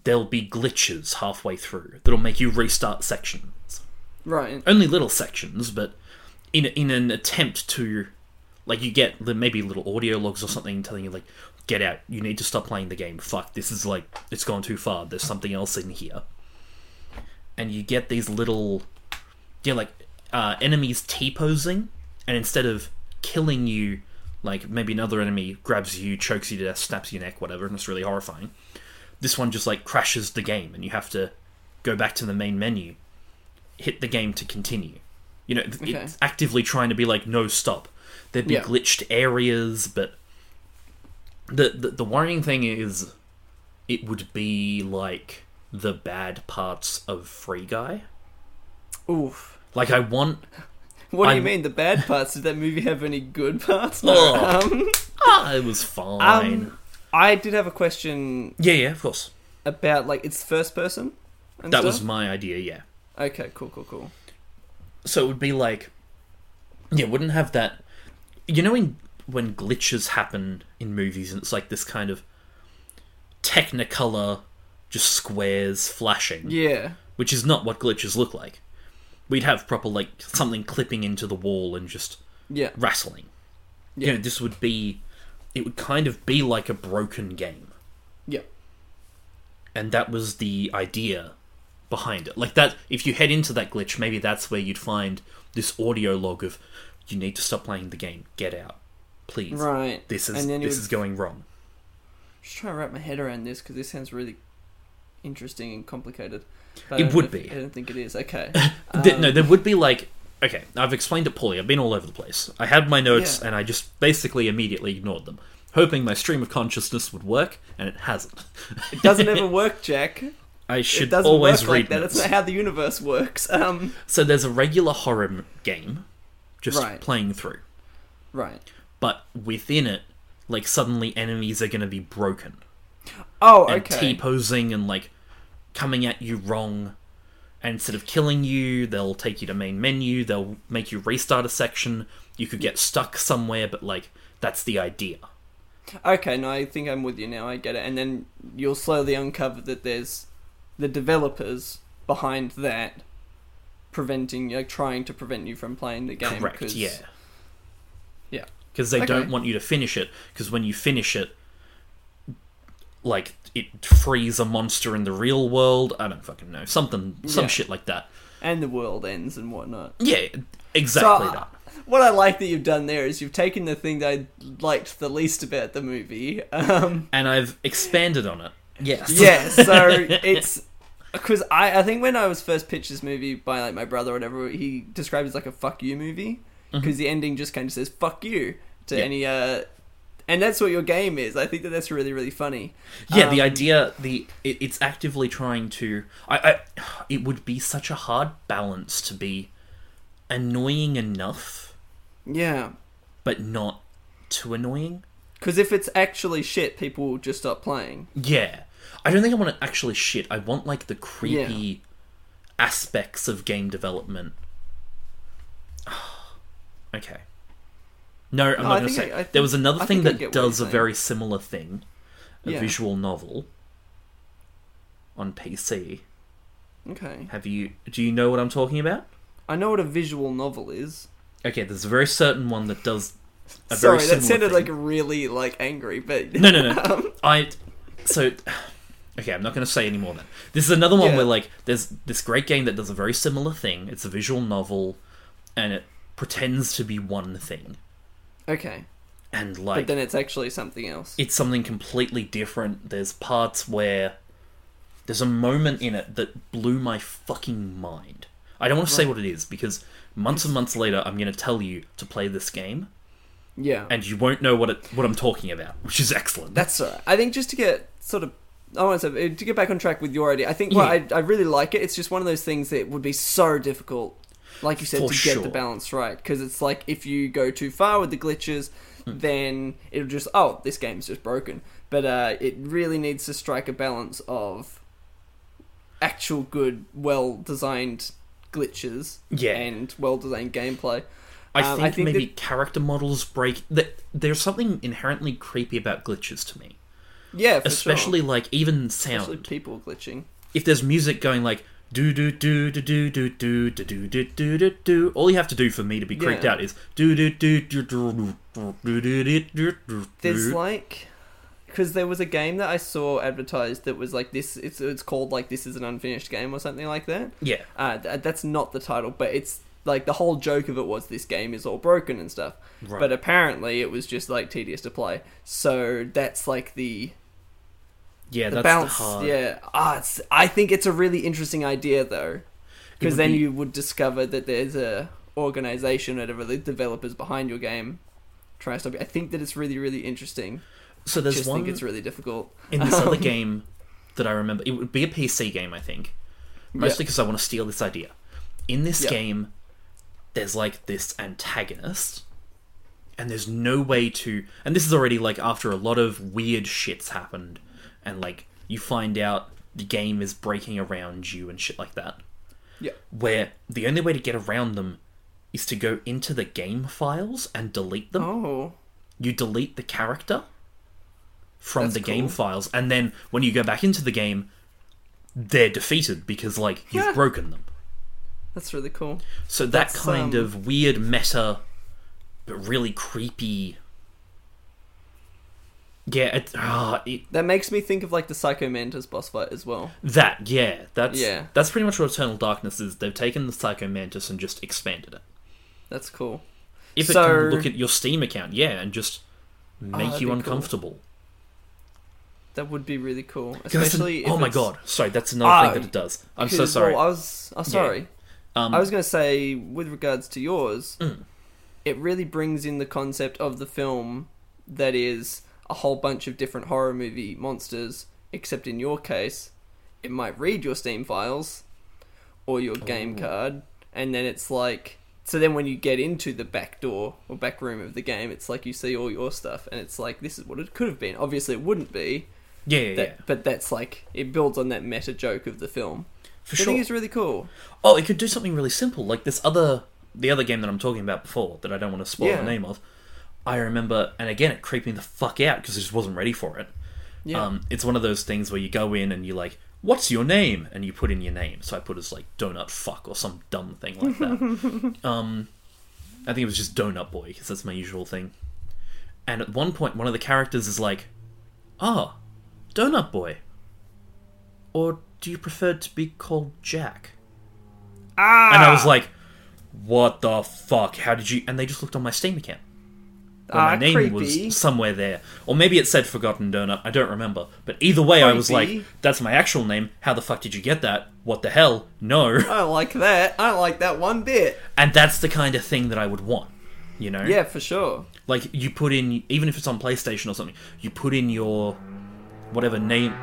Speaker 1: there'll be glitches halfway through that'll make you restart sections.
Speaker 2: right.
Speaker 1: Only little sections, but in in an attempt to like you get li- maybe little audio logs or something telling you like get out, you need to stop playing the game. Fuck, this is like it's gone too far. There's something else in here. And you get these little yeah, like uh, enemies T posing, and instead of killing you, like maybe another enemy grabs you, chokes you to death, snaps your neck, whatever, and it's really horrifying. This one just like crashes the game, and you have to go back to the main menu, hit the game to continue. You know, th-
Speaker 2: Okay.
Speaker 1: it's actively trying to be like, no, stop. There'd be
Speaker 2: Yeah.
Speaker 1: glitched areas, but the, the the worrying thing is, it would be like the bad parts of Free Guy.
Speaker 2: Oof.
Speaker 1: Like I want
Speaker 2: What do
Speaker 1: uh,
Speaker 2: you
Speaker 1: I'm-
Speaker 2: mean the bad parts? Did that movie have any good parts?
Speaker 1: Oh.
Speaker 2: Um,
Speaker 1: Ah, it was fine.
Speaker 2: um, I did have a question
Speaker 1: yeah, yeah, of course.
Speaker 2: about like it's first person. And
Speaker 1: That
Speaker 2: stuff?
Speaker 1: was my idea, yeah.
Speaker 2: okay. Cool. Cool. Cool.
Speaker 1: So it would be like, yeah, wouldn't have that. You know when when glitches happen in movies, and it's like this kind of Technicolor, just squares flashing,
Speaker 2: Yeah.
Speaker 1: which is not what glitches look like. We'd have proper like something clipping into the wall and just
Speaker 2: Yeah.
Speaker 1: rattling.
Speaker 2: Yeah.
Speaker 1: You know, this would be, it would kind of be like a broken game.
Speaker 2: Yeah.
Speaker 1: and that was the idea behind it. Like that, if you head into that glitch, maybe that's where you'd find this audio log of you need to stop playing the game, get out, please.
Speaker 2: Right.
Speaker 1: This is
Speaker 2: And then it
Speaker 1: this
Speaker 2: would-
Speaker 1: is going wrong.
Speaker 2: Just trying to wrap my head around this because this sounds really interesting and complicated. But I
Speaker 1: It
Speaker 2: don't
Speaker 1: would
Speaker 2: know if-
Speaker 1: be.
Speaker 2: I don't think it is. Okay.
Speaker 1: Th-
Speaker 2: Um,
Speaker 1: no, there would be like okay, I've explained it poorly. I've been all over the place. I had my notes
Speaker 2: Yeah.
Speaker 1: and I just basically immediately ignored them, hoping my stream of consciousness would work, and it hasn't.
Speaker 2: It doesn't ever work, Jack.
Speaker 1: <laughs> I
Speaker 2: It
Speaker 1: should
Speaker 2: doesn't
Speaker 1: always
Speaker 2: work
Speaker 1: read
Speaker 2: like that. That's
Speaker 1: notes.
Speaker 2: not how the universe works. Um.
Speaker 1: So there's a regular horror m- game, just
Speaker 2: Right.
Speaker 1: playing through.
Speaker 2: Right.
Speaker 1: but within it, like suddenly enemies are going to be broken
Speaker 2: Oh.
Speaker 1: and
Speaker 2: Okay.
Speaker 1: t posing and like coming at you wrong. And instead of killing you, they'll take you to main menu. They'll make you restart a section. You could get stuck somewhere, but like that's the idea.
Speaker 2: Okay, no, I think I'm with you now. I get it. And then you'll slowly uncover that there's the developers behind that preventing like trying to prevent you from playing the game.
Speaker 1: Correct.
Speaker 2: 'cause-
Speaker 1: Yeah.
Speaker 2: Yeah.
Speaker 1: Because they
Speaker 2: Okay.
Speaker 1: don't want you to finish it. Because when you finish it, like it frees a monster in the real world. I don't fucking know. Something, some
Speaker 2: Yeah.
Speaker 1: shit like that.
Speaker 2: And the world ends and whatnot.
Speaker 1: Yeah, exactly
Speaker 2: So, uh,
Speaker 1: that.
Speaker 2: What I like that you've done there is you've taken the thing that I liked the least about the movie. Um,
Speaker 1: and I've expanded on it. Yes. <laughs>
Speaker 2: yeah, so it's because I, I think when I was first pitched this movie by like my brother or whatever, he described it as like a fuck you movie because the ending just kind of says fuck you to
Speaker 1: Mm-hmm. Yeah.
Speaker 2: any uh, and that's what your game is. I think that that's really really funny.
Speaker 1: yeah. The
Speaker 2: Um,
Speaker 1: idea, the it, it's actively trying to. I, <sighs> I, it would be such a hard balance to be annoying enough,
Speaker 2: yeah,
Speaker 1: but not too annoying.
Speaker 2: because if it's actually shit, people will just stop playing.
Speaker 1: Yeah, I don't think I want to actually shit. I want like the creepy aspects of game development. <sighs> okay. No, I'm
Speaker 2: No,
Speaker 1: not
Speaker 2: I
Speaker 1: going to say.
Speaker 2: think I- I
Speaker 1: there
Speaker 2: think-
Speaker 1: was another
Speaker 2: I
Speaker 1: thing
Speaker 2: think I
Speaker 1: that
Speaker 2: get what
Speaker 1: does a
Speaker 2: you're saying.
Speaker 1: very similar thing, a
Speaker 2: Yeah.
Speaker 1: visual novel on PC.
Speaker 2: Okay,
Speaker 1: Have you? Do you know what I'm talking about?
Speaker 2: I know what a visual novel is.
Speaker 1: Okay, there's a very certain one that does a
Speaker 2: Sorry,
Speaker 1: very similar
Speaker 2: that sounded
Speaker 1: thing.
Speaker 2: like Um, really like angry, but
Speaker 1: No, no,
Speaker 2: <laughs>
Speaker 1: no. I so okay. I'm not going to say any more. Then this is another one
Speaker 2: Yeah.
Speaker 1: where like there's this great game that does a very similar thing. It's a visual novel, and it pretends to be one thing,
Speaker 2: okay,
Speaker 1: and
Speaker 2: but
Speaker 1: like
Speaker 2: then it's actually something else.
Speaker 1: it's something completely different. There's parts where there's a moment in it that blew my fucking mind. I don't want to say what it is because months and months later, I'm going to tell you to play this game,
Speaker 2: Yeah.
Speaker 1: and you won't know what it, what I'm talking about, which is excellent.
Speaker 2: That's all right. I think just to get sort of, I want to say, to get back on track with your idea, I think well,
Speaker 1: Yeah.
Speaker 2: I, I really like it. It's just one of those things that would be so difficult, like you said,
Speaker 1: For
Speaker 2: to get
Speaker 1: sure.
Speaker 2: the balance right. Because it's like if you go too far with the glitches,
Speaker 1: Hmm.
Speaker 2: then it'll just, oh, this game's just broken. But uh, it really needs to strike a balance of actual good, well designed glitches
Speaker 1: Yeah.
Speaker 2: and well designed gameplay.
Speaker 1: I
Speaker 2: Um,
Speaker 1: think,
Speaker 2: I think
Speaker 1: maybe character models break. That there's something inherently creepy about glitches to me,
Speaker 2: Yeah, for
Speaker 1: especially like even
Speaker 2: sure.
Speaker 1: sound.
Speaker 2: especially people glitching.
Speaker 1: if there's music going like do do do do do do do do do do do do do all you have to do for me to be creeped
Speaker 2: Yeah.
Speaker 1: out is do do do do do do do do do do do
Speaker 2: There's
Speaker 1: do.
Speaker 2: like because there was a game that I saw advertised that was like this. It's it's called like this is an unfinished game or something like that.
Speaker 1: yeah
Speaker 2: Uh, th- that's not the title, but it's like the whole joke of it was this game is all broken and stuff.
Speaker 1: Right.
Speaker 2: But apparently it was just like tedious to play. So that's like the
Speaker 1: yeah
Speaker 2: the
Speaker 1: that's
Speaker 2: balance.
Speaker 1: the hard
Speaker 2: yeah, ah, it's, I think it's a really interesting idea though,
Speaker 1: It would
Speaker 2: because then
Speaker 1: be-
Speaker 2: you would discover that there's a organization or whatever the developers behind your game trying to stop you. I think that it's really really interesting
Speaker 1: so there's
Speaker 2: just
Speaker 1: one
Speaker 2: think it's really difficult.
Speaker 1: in this other game that I remember. It would be a PC game, I think. Mostly because I want to steal this idea. In this
Speaker 2: Yeah.
Speaker 1: game, there's like this antagonist, and there's no way to. And this is already like after a lot of weird shit's happened, and like you find out the game is breaking around you and shit like that.
Speaker 2: Yeah.
Speaker 1: Where the only way to get around them is to go into the game files and delete them
Speaker 2: Oh.
Speaker 1: you delete the character from
Speaker 2: That's
Speaker 1: the game
Speaker 2: cool.
Speaker 1: files and then when you go back into the game they're defeated because like you've
Speaker 2: Yeah.
Speaker 1: broken them
Speaker 2: That's really cool.
Speaker 1: so that
Speaker 2: That's,
Speaker 1: kind
Speaker 2: um,
Speaker 1: of weird meta but really creepy yeah it, ah, it,
Speaker 2: That makes me think of like the Psycho Mantis boss fight as well.
Speaker 1: that yeah that's
Speaker 2: Yeah.
Speaker 1: that's pretty much what eternal darkness is they've taken the psycho mantis and just expanded it
Speaker 2: That's cool.
Speaker 1: if it
Speaker 2: So- Ah,
Speaker 1: can look at your steam account yeah and just make
Speaker 2: that'd be
Speaker 1: you
Speaker 2: cool.
Speaker 1: uncomfortable
Speaker 2: That would be really cool,
Speaker 1: That's an-
Speaker 2: especially. if
Speaker 1: oh my
Speaker 2: it's-
Speaker 1: god sorry that's another
Speaker 2: Ah,
Speaker 1: thing that it does i'm so
Speaker 2: because-
Speaker 1: sorry
Speaker 2: Well, I was. I'm sorry.
Speaker 1: um, mm.
Speaker 2: I was going to say, with regards to yours, it really brings in the concept of the film that is a whole bunch of different horror movie monsters. Except in your case, it might read your Steam files or your game card, and then it's like. So then, when you get into the back door or back room of the game, it's like you see all your stuff, and it's like this is what it could have been. Obviously, it wouldn't be,
Speaker 1: yeah yeah,
Speaker 2: that,
Speaker 1: yeah.
Speaker 2: but that's like it builds on that meta joke of the film.
Speaker 1: For
Speaker 2: I
Speaker 1: sure.
Speaker 2: think it's really cool.
Speaker 1: Oh, it could do something really simple, like this other the other game that I'm talking about before that I don't want to spoil
Speaker 2: Yeah.
Speaker 1: the name of. I remember, and again, it creeped me the fuck out because I just wasn't ready for it.
Speaker 2: Yeah.
Speaker 1: Um, it's one of those things where you go in and you like, "What's your name?" and you put in your name. So I put as like donut fuck or some dumb thing like that. um,
Speaker 2: <laughs>
Speaker 1: I think it was just donut boy because that's my usual thing. And at one point, one of the characters is like, "Oh, donut boy," or do you prefer to be called Jack?
Speaker 2: Ah,
Speaker 1: And I was like, what the fuck? How did you. And they just looked on my Steam account. Where
Speaker 2: Ah,
Speaker 1: my name
Speaker 2: creepy.
Speaker 1: was somewhere there. Or maybe it said Forgotten Donut. I don't remember. But either way, I was like,
Speaker 2: Creepy.
Speaker 1: that's my actual name. How the fuck did you get that? What the hell? No.
Speaker 2: <laughs> I don't like that. I don't like that one bit.
Speaker 1: And that's the kind of thing that I would want. You know?
Speaker 2: Yeah, for sure.
Speaker 1: Like, you put in. Even if it's on PlayStation or something, you put in your. Whatever name.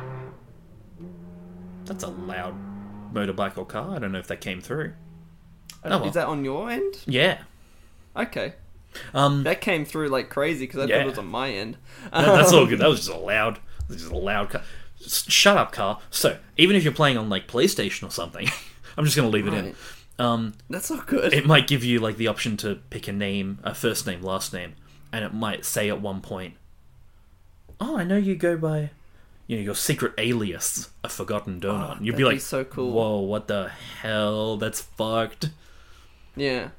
Speaker 1: That's a loud motorbike or car. I don't know if that came through. Oh, well.
Speaker 2: Uh, Is that on your end?
Speaker 1: Yeah.
Speaker 2: Okay,
Speaker 1: Um,
Speaker 2: that came through like crazy because I thought
Speaker 1: Yeah.
Speaker 2: it was on my end. Uh,
Speaker 1: No, that's
Speaker 2: <laughs>
Speaker 1: all good. That was just a loud, just a loud car. S- Shut up, car. So even if you're playing on like PlayStation or something, <laughs> I'm just gonna leave it
Speaker 2: Right.
Speaker 1: in. Um,
Speaker 2: That's not good.
Speaker 1: it might give you like the option to pick a name, a first name, last name, and it might say at one point, "Oh, I know you go by, you know, your secret alias, a forgotten donut." and You'd be
Speaker 2: Oh, that'd be
Speaker 1: like,
Speaker 2: so cool.
Speaker 1: Whoa, what the hell? That's fucked.
Speaker 2: yeah.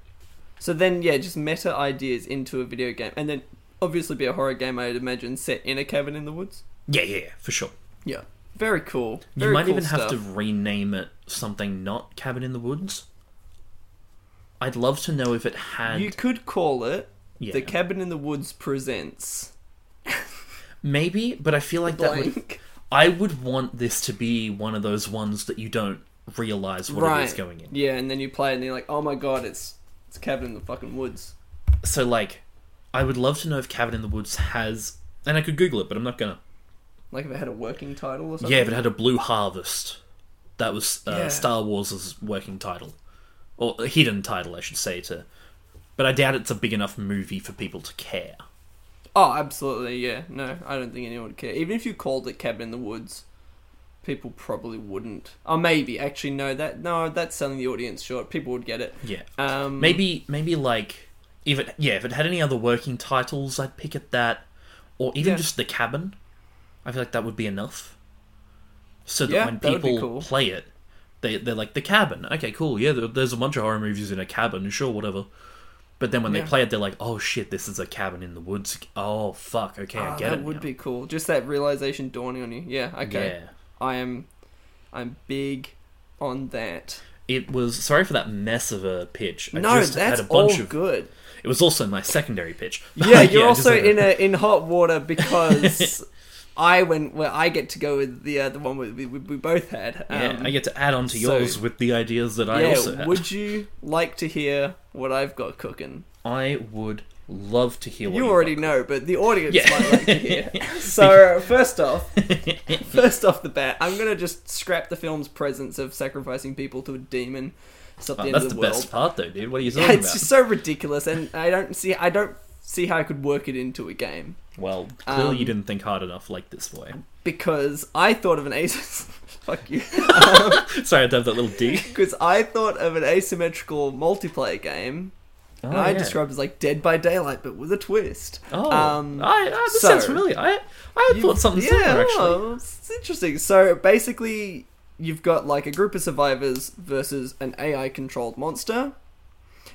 Speaker 2: So then, yeah, just meta ideas into a video game, and then obviously be a horror game. I'd imagine set in a cabin in the woods.
Speaker 1: Yeah, yeah, yeah, for sure.
Speaker 2: Yeah, very cool.
Speaker 1: You
Speaker 2: Very
Speaker 1: might
Speaker 2: cool
Speaker 1: even have to
Speaker 2: stuff.
Speaker 1: rename it something not Cabin in the Woods. I'd love to know if it had.
Speaker 2: You could call it
Speaker 1: Yeah.
Speaker 2: The Cabin in the Woods presents
Speaker 1: Maybe, but I feel like that would.
Speaker 2: blank.
Speaker 1: I would want this to be one of those ones that you don't realize what it is going in.
Speaker 2: Yeah, and then you play it and you're like, oh my god, it's it's Cabin in the fucking woods.
Speaker 1: So, like, I would love to know if Cabin in the Woods has. And I could Google it, but I'm not gonna.
Speaker 2: Like if it had a working title or something.
Speaker 1: Yeah, if it had a Blue Harvest, that was uh,
Speaker 2: Yeah.
Speaker 1: Star Wars' working title. Or a hidden title, I should say, to. But I doubt it's a big enough movie for people to care.
Speaker 2: Oh, absolutely, yeah. No, I don't think anyone would care. Even if you called it Cabin in the Woods, people probably wouldn't. Oh, maybe. Actually, no, that no, that's selling the audience short. People would get it.
Speaker 1: Yeah. Mm.
Speaker 2: Um,
Speaker 1: Maybe maybe like if it yeah, if it had any other working titles, I'd pick at that. Or even
Speaker 2: Yeah.
Speaker 1: just the cabin. I feel like that would be enough. So that
Speaker 2: Yeah,
Speaker 1: when
Speaker 2: that would be
Speaker 1: people
Speaker 2: cool.
Speaker 1: play it, they they're like the cabin. Okay, cool. Yeah, there, there's a bunch of horror movies in a cabin. Sure, whatever. But then when
Speaker 2: Yeah.
Speaker 1: they play it, they're like, "Oh shit, this is a cabin in the woods." Oh fuck. Okay,
Speaker 2: Ah,
Speaker 1: I get
Speaker 2: that
Speaker 1: it.
Speaker 2: would
Speaker 1: now.
Speaker 2: be cool. Just that realization dawning on you. Yeah. Okay.
Speaker 1: Yeah.
Speaker 2: I am. I'm big on that.
Speaker 1: It was sorry for that mess of a pitch. I
Speaker 2: no,
Speaker 1: just
Speaker 2: that's
Speaker 1: had a bunch
Speaker 2: all
Speaker 1: of.
Speaker 2: good.
Speaker 1: It was also my secondary pitch. <laughs>
Speaker 2: Yeah, you're
Speaker 1: I just
Speaker 2: also
Speaker 1: had
Speaker 2: in a in hot
Speaker 1: <laughs>
Speaker 2: water because I went where I get to go with the uh, the one we, we, we both had. Um,
Speaker 1: Yeah, I get to add on to
Speaker 2: so-
Speaker 1: yours with the ideas that I
Speaker 2: yeah,
Speaker 1: also had.
Speaker 2: would you like to hear what I've got cooking?
Speaker 1: I would love to hear what
Speaker 2: You
Speaker 1: you've
Speaker 2: already know, but the audience
Speaker 1: Yeah.
Speaker 2: might like to
Speaker 1: <laughs>
Speaker 2: hear. So first off, first off the bat, I'm gonna just scrap the film's presence of sacrificing people to a demon. It's not
Speaker 1: got.
Speaker 2: the
Speaker 1: Oh,
Speaker 2: end
Speaker 1: that's
Speaker 2: of
Speaker 1: the
Speaker 2: the, world.
Speaker 1: best part, though, dude. What are you
Speaker 2: <laughs> Yeah,
Speaker 1: talking
Speaker 2: it's
Speaker 1: about?
Speaker 2: just so ridiculous, and I don't see I don't see how I could work it into a game
Speaker 1: Well, clearly
Speaker 2: Um,
Speaker 1: you didn't think hard enough like this boy. <laughs>
Speaker 2: because I thought of an aces. <laughs> Fuck you.
Speaker 1: Sorry, I had to have that little
Speaker 2: <laughs>
Speaker 1: dig.
Speaker 2: Because I thought of an asymmetrical multiplayer game, and
Speaker 1: Oh,
Speaker 2: I
Speaker 1: yeah.
Speaker 2: described it as like Dead by Daylight, but with a twist.
Speaker 1: Oh,
Speaker 2: Um,
Speaker 1: I, I, this
Speaker 2: so-
Speaker 1: sounds familiar. I, I
Speaker 2: You-
Speaker 1: thought something similar, actually.
Speaker 2: oh, it's interesting. So basically, you've got like a group of survivors versus an AI controlled monster,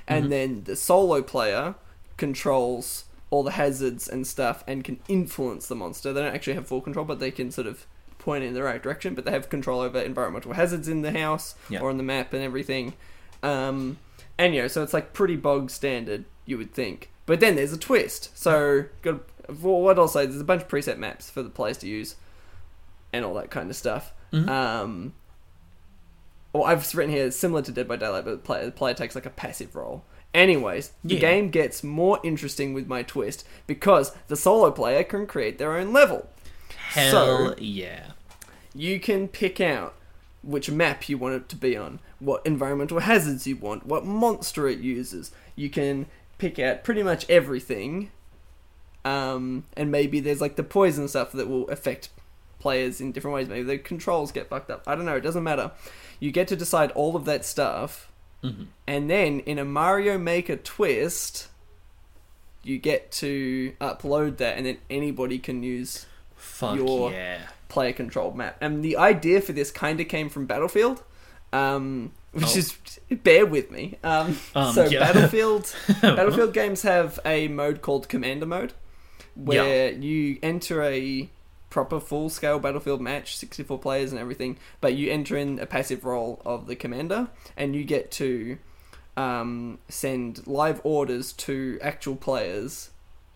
Speaker 2: and then the solo player controls all the hazards and stuff and can influence the monster. They don't actually have full control, but they can sort of point in the right direction. But they have control over environmental hazards in the house
Speaker 1: Yeah.
Speaker 2: or on the map and everything. Um, and you know, so it's like pretty bog standard, you would think. But then there's a twist. So, got well, what I'll say, there's a bunch of preset maps for the players to use, and all that kind of stuff.
Speaker 1: Mhm.
Speaker 2: Um, or I've just written here similar to Dead by Daylight, but the player, the player takes like a passive role. Anyways, the
Speaker 1: Yeah.
Speaker 2: game gets more interesting with my twist because the solo player can create their own level.
Speaker 1: Hell yeah.
Speaker 2: You can pick out which map you want it to be on, what environmental hazards you want, what monster it uses. You can pick out pretty much everything. Um, and maybe there's like the poison stuff that will affect players in different ways. Maybe the controls get fucked up. I don't know. It doesn't matter. You get to decide all of that stuff. And then in a Mario Maker twist, you get to upload that, and then anybody can use
Speaker 1: Fuck
Speaker 2: Your-
Speaker 1: yeah. <laughs>
Speaker 2: player controlled map. And the idea for this kind of came from Battlefield, um, which
Speaker 1: Oh.
Speaker 2: is bear with me. Um,
Speaker 1: Um,
Speaker 2: so
Speaker 1: yeah. <laughs>
Speaker 2: Battlefield Battlefield games have a mode called Commander Mode, where you enter a proper full scale Battlefield match, 64 players and everything, but you enter in a passive role of the commander, and you get to um, send live orders to actual players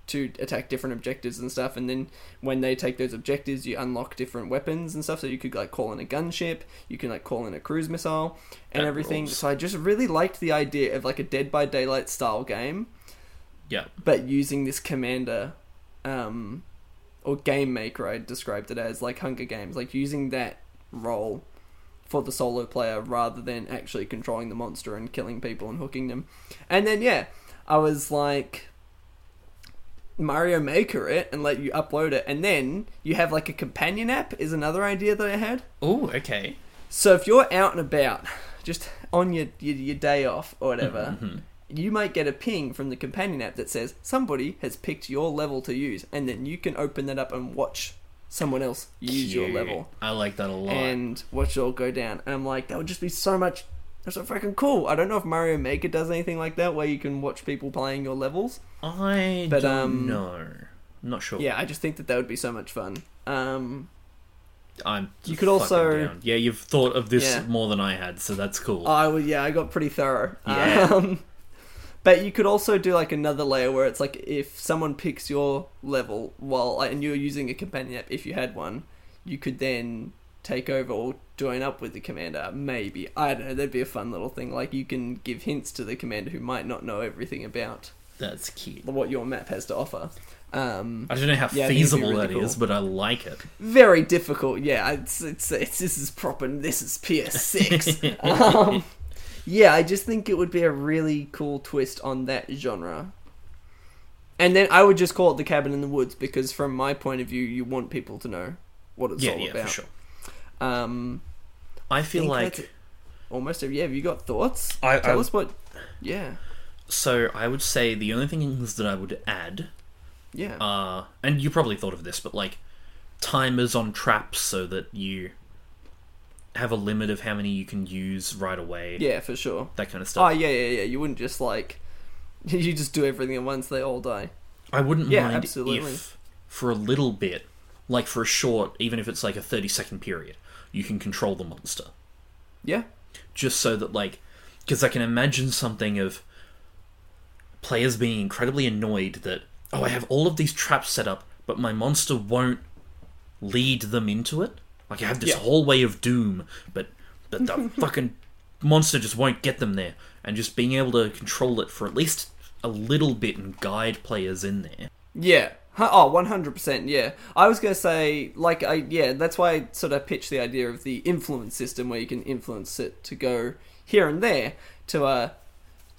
Speaker 2: to attack different objectives and stuff and then when they take those objectives you unlock different weapons and stuff so you could like call in a gunship you can like call in a cruise missile and
Speaker 1: That
Speaker 2: everything
Speaker 1: rules.
Speaker 2: so i just really liked the idea of like a dead by daylight style game
Speaker 1: Yeah.
Speaker 2: but using this commander um, or game maker i described it as like hunger games like using that role for the solo player rather than actually controlling the monster and killing people and hooking them and then yeah i was like mario maker it and let you upload it and then you have like a companion app is another idea that i had
Speaker 1: Oh, okay.
Speaker 2: so if you're out and about, just on your your, your day off or whatever, you might get a ping from the companion app that says somebody has picked your level to use, and then you can open that up and watch someone else use your
Speaker 1: Cute.
Speaker 2: level
Speaker 1: I like that a lot.
Speaker 2: and watch it all go down. And I'm like, that would just be so much. That's so fucking cool. I don't know if Mario Maker does anything like that where you can watch people playing your levels.
Speaker 1: I
Speaker 2: but,
Speaker 1: don't
Speaker 2: um,
Speaker 1: know. Not sure.
Speaker 2: Yeah, I just think that that would be so much fun. Um,
Speaker 1: I'm.
Speaker 2: You
Speaker 1: fucking
Speaker 2: could also-
Speaker 1: down. Yeah, you've thought of this
Speaker 2: Yeah. Uh,
Speaker 1: more than I had, so that's cool.
Speaker 2: I was yeah, I got pretty thorough.
Speaker 1: Yeah.
Speaker 2: Um, But you could also do like another layer where it's like if someone picks your level while and you're using a companion app, if you had one, you could then take over or join up with the commander. Maybe I don't know. That'd be a fun little thing. Like you can give hints to the commander who might not know everything about
Speaker 1: That's cute.
Speaker 2: what your map has to offer. Um,
Speaker 1: I don't know how
Speaker 2: Yeah, I think it'd be
Speaker 1: feasible
Speaker 2: really
Speaker 1: that is,
Speaker 2: cool.
Speaker 1: but I like it.
Speaker 2: very difficult. Yeah, it's it's, it's this is proper. This is
Speaker 1: <laughs>
Speaker 2: PS six. um, yeah, I just think it would be a really cool twist on that genre. And then I would just call it the cabin in the woods because, from my point of view, you want people to know what it's
Speaker 1: yeah,
Speaker 2: all
Speaker 1: yeah,
Speaker 2: about.
Speaker 1: for sure.
Speaker 2: Um,
Speaker 1: I feel
Speaker 2: think
Speaker 1: like
Speaker 2: that's it. almost every. Yeah, have you got thoughts?
Speaker 1: I-
Speaker 2: Tell
Speaker 1: I-
Speaker 2: us what. Yeah,
Speaker 1: so. I would say the only things that I would add
Speaker 2: yeah,
Speaker 1: uh, and you probably thought of this, but like timers on traps so that you have a limit of how many you can use right away.
Speaker 2: yeah, for sure.
Speaker 1: That kind of
Speaker 2: Oh
Speaker 1: stuff.
Speaker 2: yeah, yeah, yeah. You wouldn't just like <laughs> you just do everything at once; they all die.
Speaker 1: I wouldn't
Speaker 2: yeah,
Speaker 1: mind
Speaker 2: absolutely.
Speaker 1: if for a little bit, like for a short, even if it's like a 30 second period, you can control the monster.
Speaker 2: Yeah,
Speaker 1: Just so that, like, because I can imagine something of players being incredibly annoyed that, oh, I have all of these traps set up, but my monster won't lead them into it. Like I have this
Speaker 2: Yeah.
Speaker 1: whole way of doom, but but the fucking monster just won't get them there. And just being able to control it for at least a little bit and guide players in there.
Speaker 2: Yeah. Huh, Oh, 100%, yeah. I was going to say, like, I yeah, that's why I sort of pitched the idea of the influence system where you can influence it to go here and there to, uh,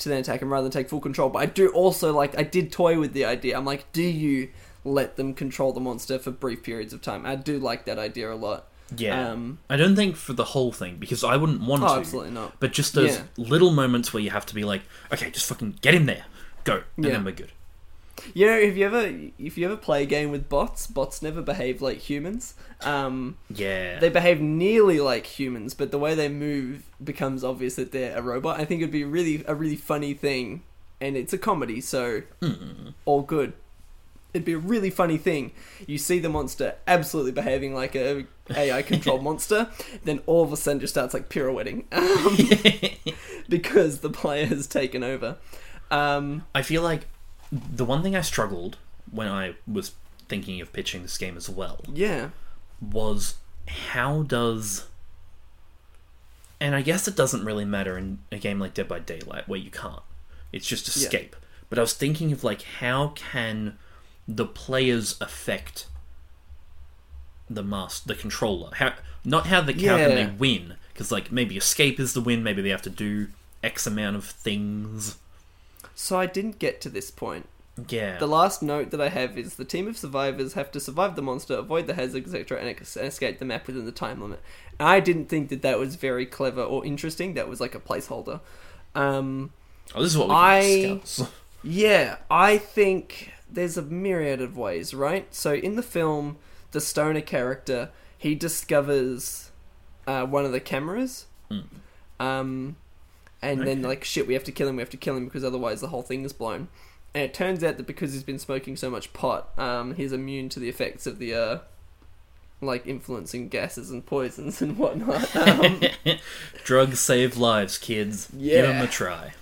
Speaker 2: to then attack them rather than take full control. But I do also, like, I did toy with the idea. I'm like, do you let them control the monster for brief periods of time? I do like that idea a lot.
Speaker 1: Yeah.
Speaker 2: Um,
Speaker 1: I don't think for the whole thing because I wouldn't want to.
Speaker 2: Oh, absolutely not.
Speaker 1: But just those
Speaker 2: Yeah.
Speaker 1: little moments where you have to be like, okay, just fucking get in there, go, and
Speaker 2: Yeah.
Speaker 1: then we're good.
Speaker 2: You know, if you ever if you ever play a game with bots, bots never behave like humans. Um,
Speaker 1: Yeah.
Speaker 2: they behave nearly like humans, but the way they move becomes obvious that they're a robot. I think it'd be really a really funny thing, and it's a comedy, so all good. It'd be a really funny thing. You see the monster absolutely behaving like a AI controlled monster, then all of a sudden just starts like pirouetting <laughs> um, because the player has taken over. Um,
Speaker 1: I feel like the one thing I struggled when I was thinking of pitching this game as well
Speaker 2: yeah,
Speaker 1: was how does and I guess it doesn't really matter in a game like Dead by Daylight where you can't. It's just escape. But I was thinking of like how can the players affect the master, the controller? How not how the how can
Speaker 2: Yeah.
Speaker 1: they win? Because like maybe escape is the win. Maybe they have to do X amount of things.
Speaker 2: so I didn't get to this point.
Speaker 1: Yeah.
Speaker 2: The last note that I have is the team of survivors have to survive the monster, avoid the hazards, etc., and ex- escape the map within the time limit. And I didn't think that that was very clever or interesting. That was like a placeholder. Um,
Speaker 1: oh, this is what we can
Speaker 2: I-
Speaker 1: <laughs> discuss.
Speaker 2: yeah, I think there's a myriad of ways, right? So in the film, the stoner character he discovers uh, one of the cameras, um, and then like shit, we have to kill him. We have to kill him because otherwise the whole thing is blown. And it turns out that because he's been smoking so much pot, um, he's immune to the effects of the uh, like influencing gases and poisons and whatnot. Um,
Speaker 1: Drugs save lives, kids. Give them
Speaker 2: Yeah.
Speaker 1: a try.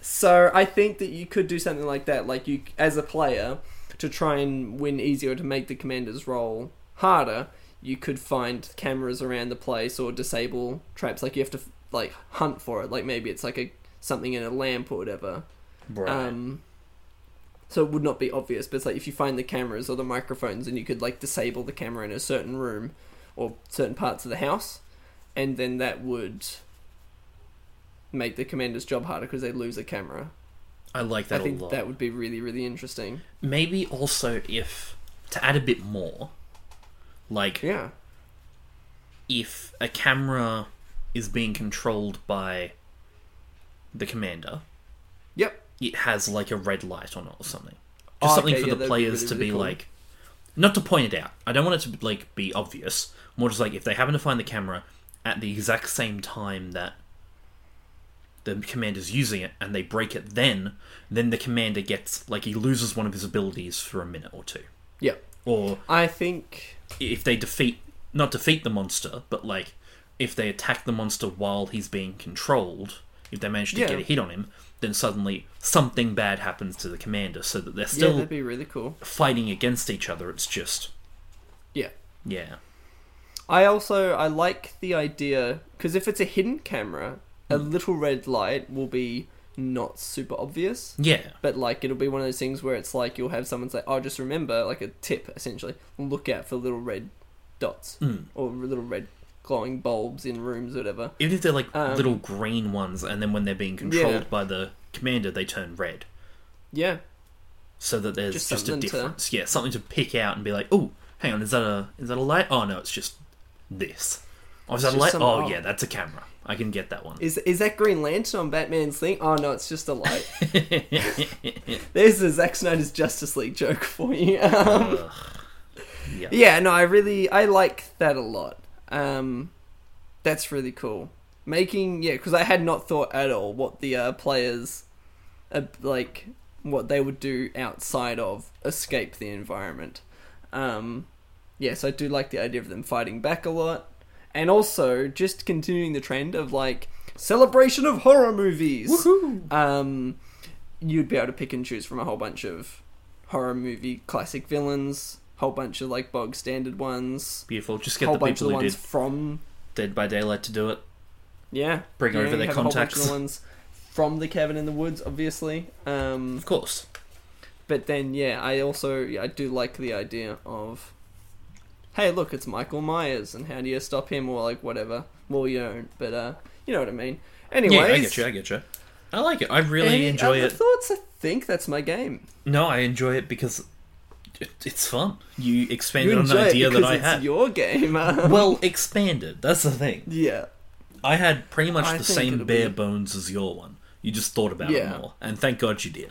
Speaker 2: So I think that you could do something like that, like you as a player, to try and win easier to make the commander's role harder. You could find cameras around the place or disable traps. Like you have to like hunt for it. Like maybe it's like a something in a lamp or whatever.
Speaker 1: Right.
Speaker 2: Um, so it would not be obvious, but it's like if you find the cameras or the microphones and you could like disable the camera in a certain room or certain parts of the house, and then that would make the commander's job harder because they lose a camera.
Speaker 1: I like that
Speaker 2: I
Speaker 1: a
Speaker 2: think
Speaker 1: lot.
Speaker 2: that would be really, really interesting.
Speaker 1: Maybe also if to add a bit more, like
Speaker 2: Yeah.
Speaker 1: if a camera is being controlled by the commander,
Speaker 2: Yep.
Speaker 1: it has like a red light on it or something. Just
Speaker 2: Oh,
Speaker 1: something
Speaker 2: okay,
Speaker 1: for
Speaker 2: yeah, that'd
Speaker 1: the
Speaker 2: be
Speaker 1: players
Speaker 2: really,
Speaker 1: to
Speaker 2: really
Speaker 1: be
Speaker 2: cool.
Speaker 1: like not to point it out. I don't want it to like be obvious. More just like if they happen to find the camera at the exact same time that the commander's using it and they break it then, then the commander gets like he loses one of his abilities for a minute or two.
Speaker 2: Yep.
Speaker 1: Or
Speaker 2: I think.
Speaker 1: if they defeat not defeat the monster, but like if they attack the monster while he's being controlled, if they manage to
Speaker 2: Yeah.
Speaker 1: get a hit on him, then suddenly something bad happens to the commander, so that they're
Speaker 2: yeah,
Speaker 1: still
Speaker 2: that'd be really cool.
Speaker 1: fighting against each other. It's just
Speaker 2: Yeah.
Speaker 1: yeah,
Speaker 2: I also I like the idea because if it's a hidden camera, a
Speaker 1: Hmm.
Speaker 2: little red light will be not super obvious.
Speaker 1: yeah,
Speaker 2: But like it'll be one of those things where it's like you'll have someone say, "Oh, just remember," like a tip essentially. Look out for little red dots
Speaker 1: Mm.
Speaker 2: or little red glowing bulbs in rooms, or whatever.
Speaker 1: even if they're like
Speaker 2: Um,
Speaker 1: little green ones, and then when they're being controlled
Speaker 2: Yeah.
Speaker 1: by the commander, they turn red,
Speaker 2: Yeah,
Speaker 1: so that there's
Speaker 2: Just
Speaker 1: just, a
Speaker 2: something to-
Speaker 1: difference. Yeah, something to pick out and be like, oh, hang on, is that a is that a light? Oh no, it's just this. Oh, is that a
Speaker 2: It's just
Speaker 1: light?
Speaker 2: some-
Speaker 1: Oh,
Speaker 2: oh.
Speaker 1: yeah, that's a camera. I can get that one.
Speaker 2: is is that Green Lantern on Batman's thing? Oh no, it's just a light. There's the Zack Snyder's Justice League joke for you. <laughs> Um,
Speaker 1: Ugh. yeah.
Speaker 2: Yeah, no, I really I like that a lot. Um, that's really cool. Making yeah, because I had not thought at all what the uh, players, uh, like what they would do outside of escape the environment. Um, yes, I do like the idea of them fighting back a lot, and also just continuing the trend of like celebration of horror movies
Speaker 1: Woohoo!
Speaker 2: um, you'd be able to pick and choose from a whole bunch of horror movie classic villains, whole bunch of like bog standard ones,
Speaker 1: Beautiful. Just get
Speaker 2: whole
Speaker 1: the
Speaker 2: bunch of
Speaker 1: people
Speaker 2: the
Speaker 1: who
Speaker 2: ones
Speaker 1: did
Speaker 2: from
Speaker 1: Dead by Daylight to do it.
Speaker 2: yeah,
Speaker 1: Bring
Speaker 2: You know,
Speaker 1: over
Speaker 2: you
Speaker 1: their
Speaker 2: have a whole bunch of
Speaker 1: contacts.
Speaker 2: the ones from the cabin in the woods, obviously. Um,
Speaker 1: Of course.
Speaker 2: but then yeah, I also yeah, I do like the idea of. Hey, look, it's Michael Myers, and how do you stop him, or like whatever? Well, you don't, but uh, you know what I mean. Anyways,
Speaker 1: Yeah, I get you. I get you. I like it. I really
Speaker 2: any
Speaker 1: enjoy
Speaker 2: other
Speaker 1: it.
Speaker 2: Thoughts? I think that's my game.
Speaker 1: No, I enjoy it because it, it's fun. You expanded
Speaker 2: You
Speaker 1: on an
Speaker 2: enjoy it
Speaker 1: idea that
Speaker 2: because
Speaker 1: I
Speaker 2: it's
Speaker 1: had.
Speaker 2: Your game.
Speaker 1: Well, expanded. That's the thing.
Speaker 2: yeah,
Speaker 1: I had pretty much
Speaker 2: I
Speaker 1: the
Speaker 2: think
Speaker 1: same
Speaker 2: it'll
Speaker 1: bare
Speaker 2: be-
Speaker 1: bones as your one. You just thought about
Speaker 2: Yeah.
Speaker 1: it more, and thank God you did.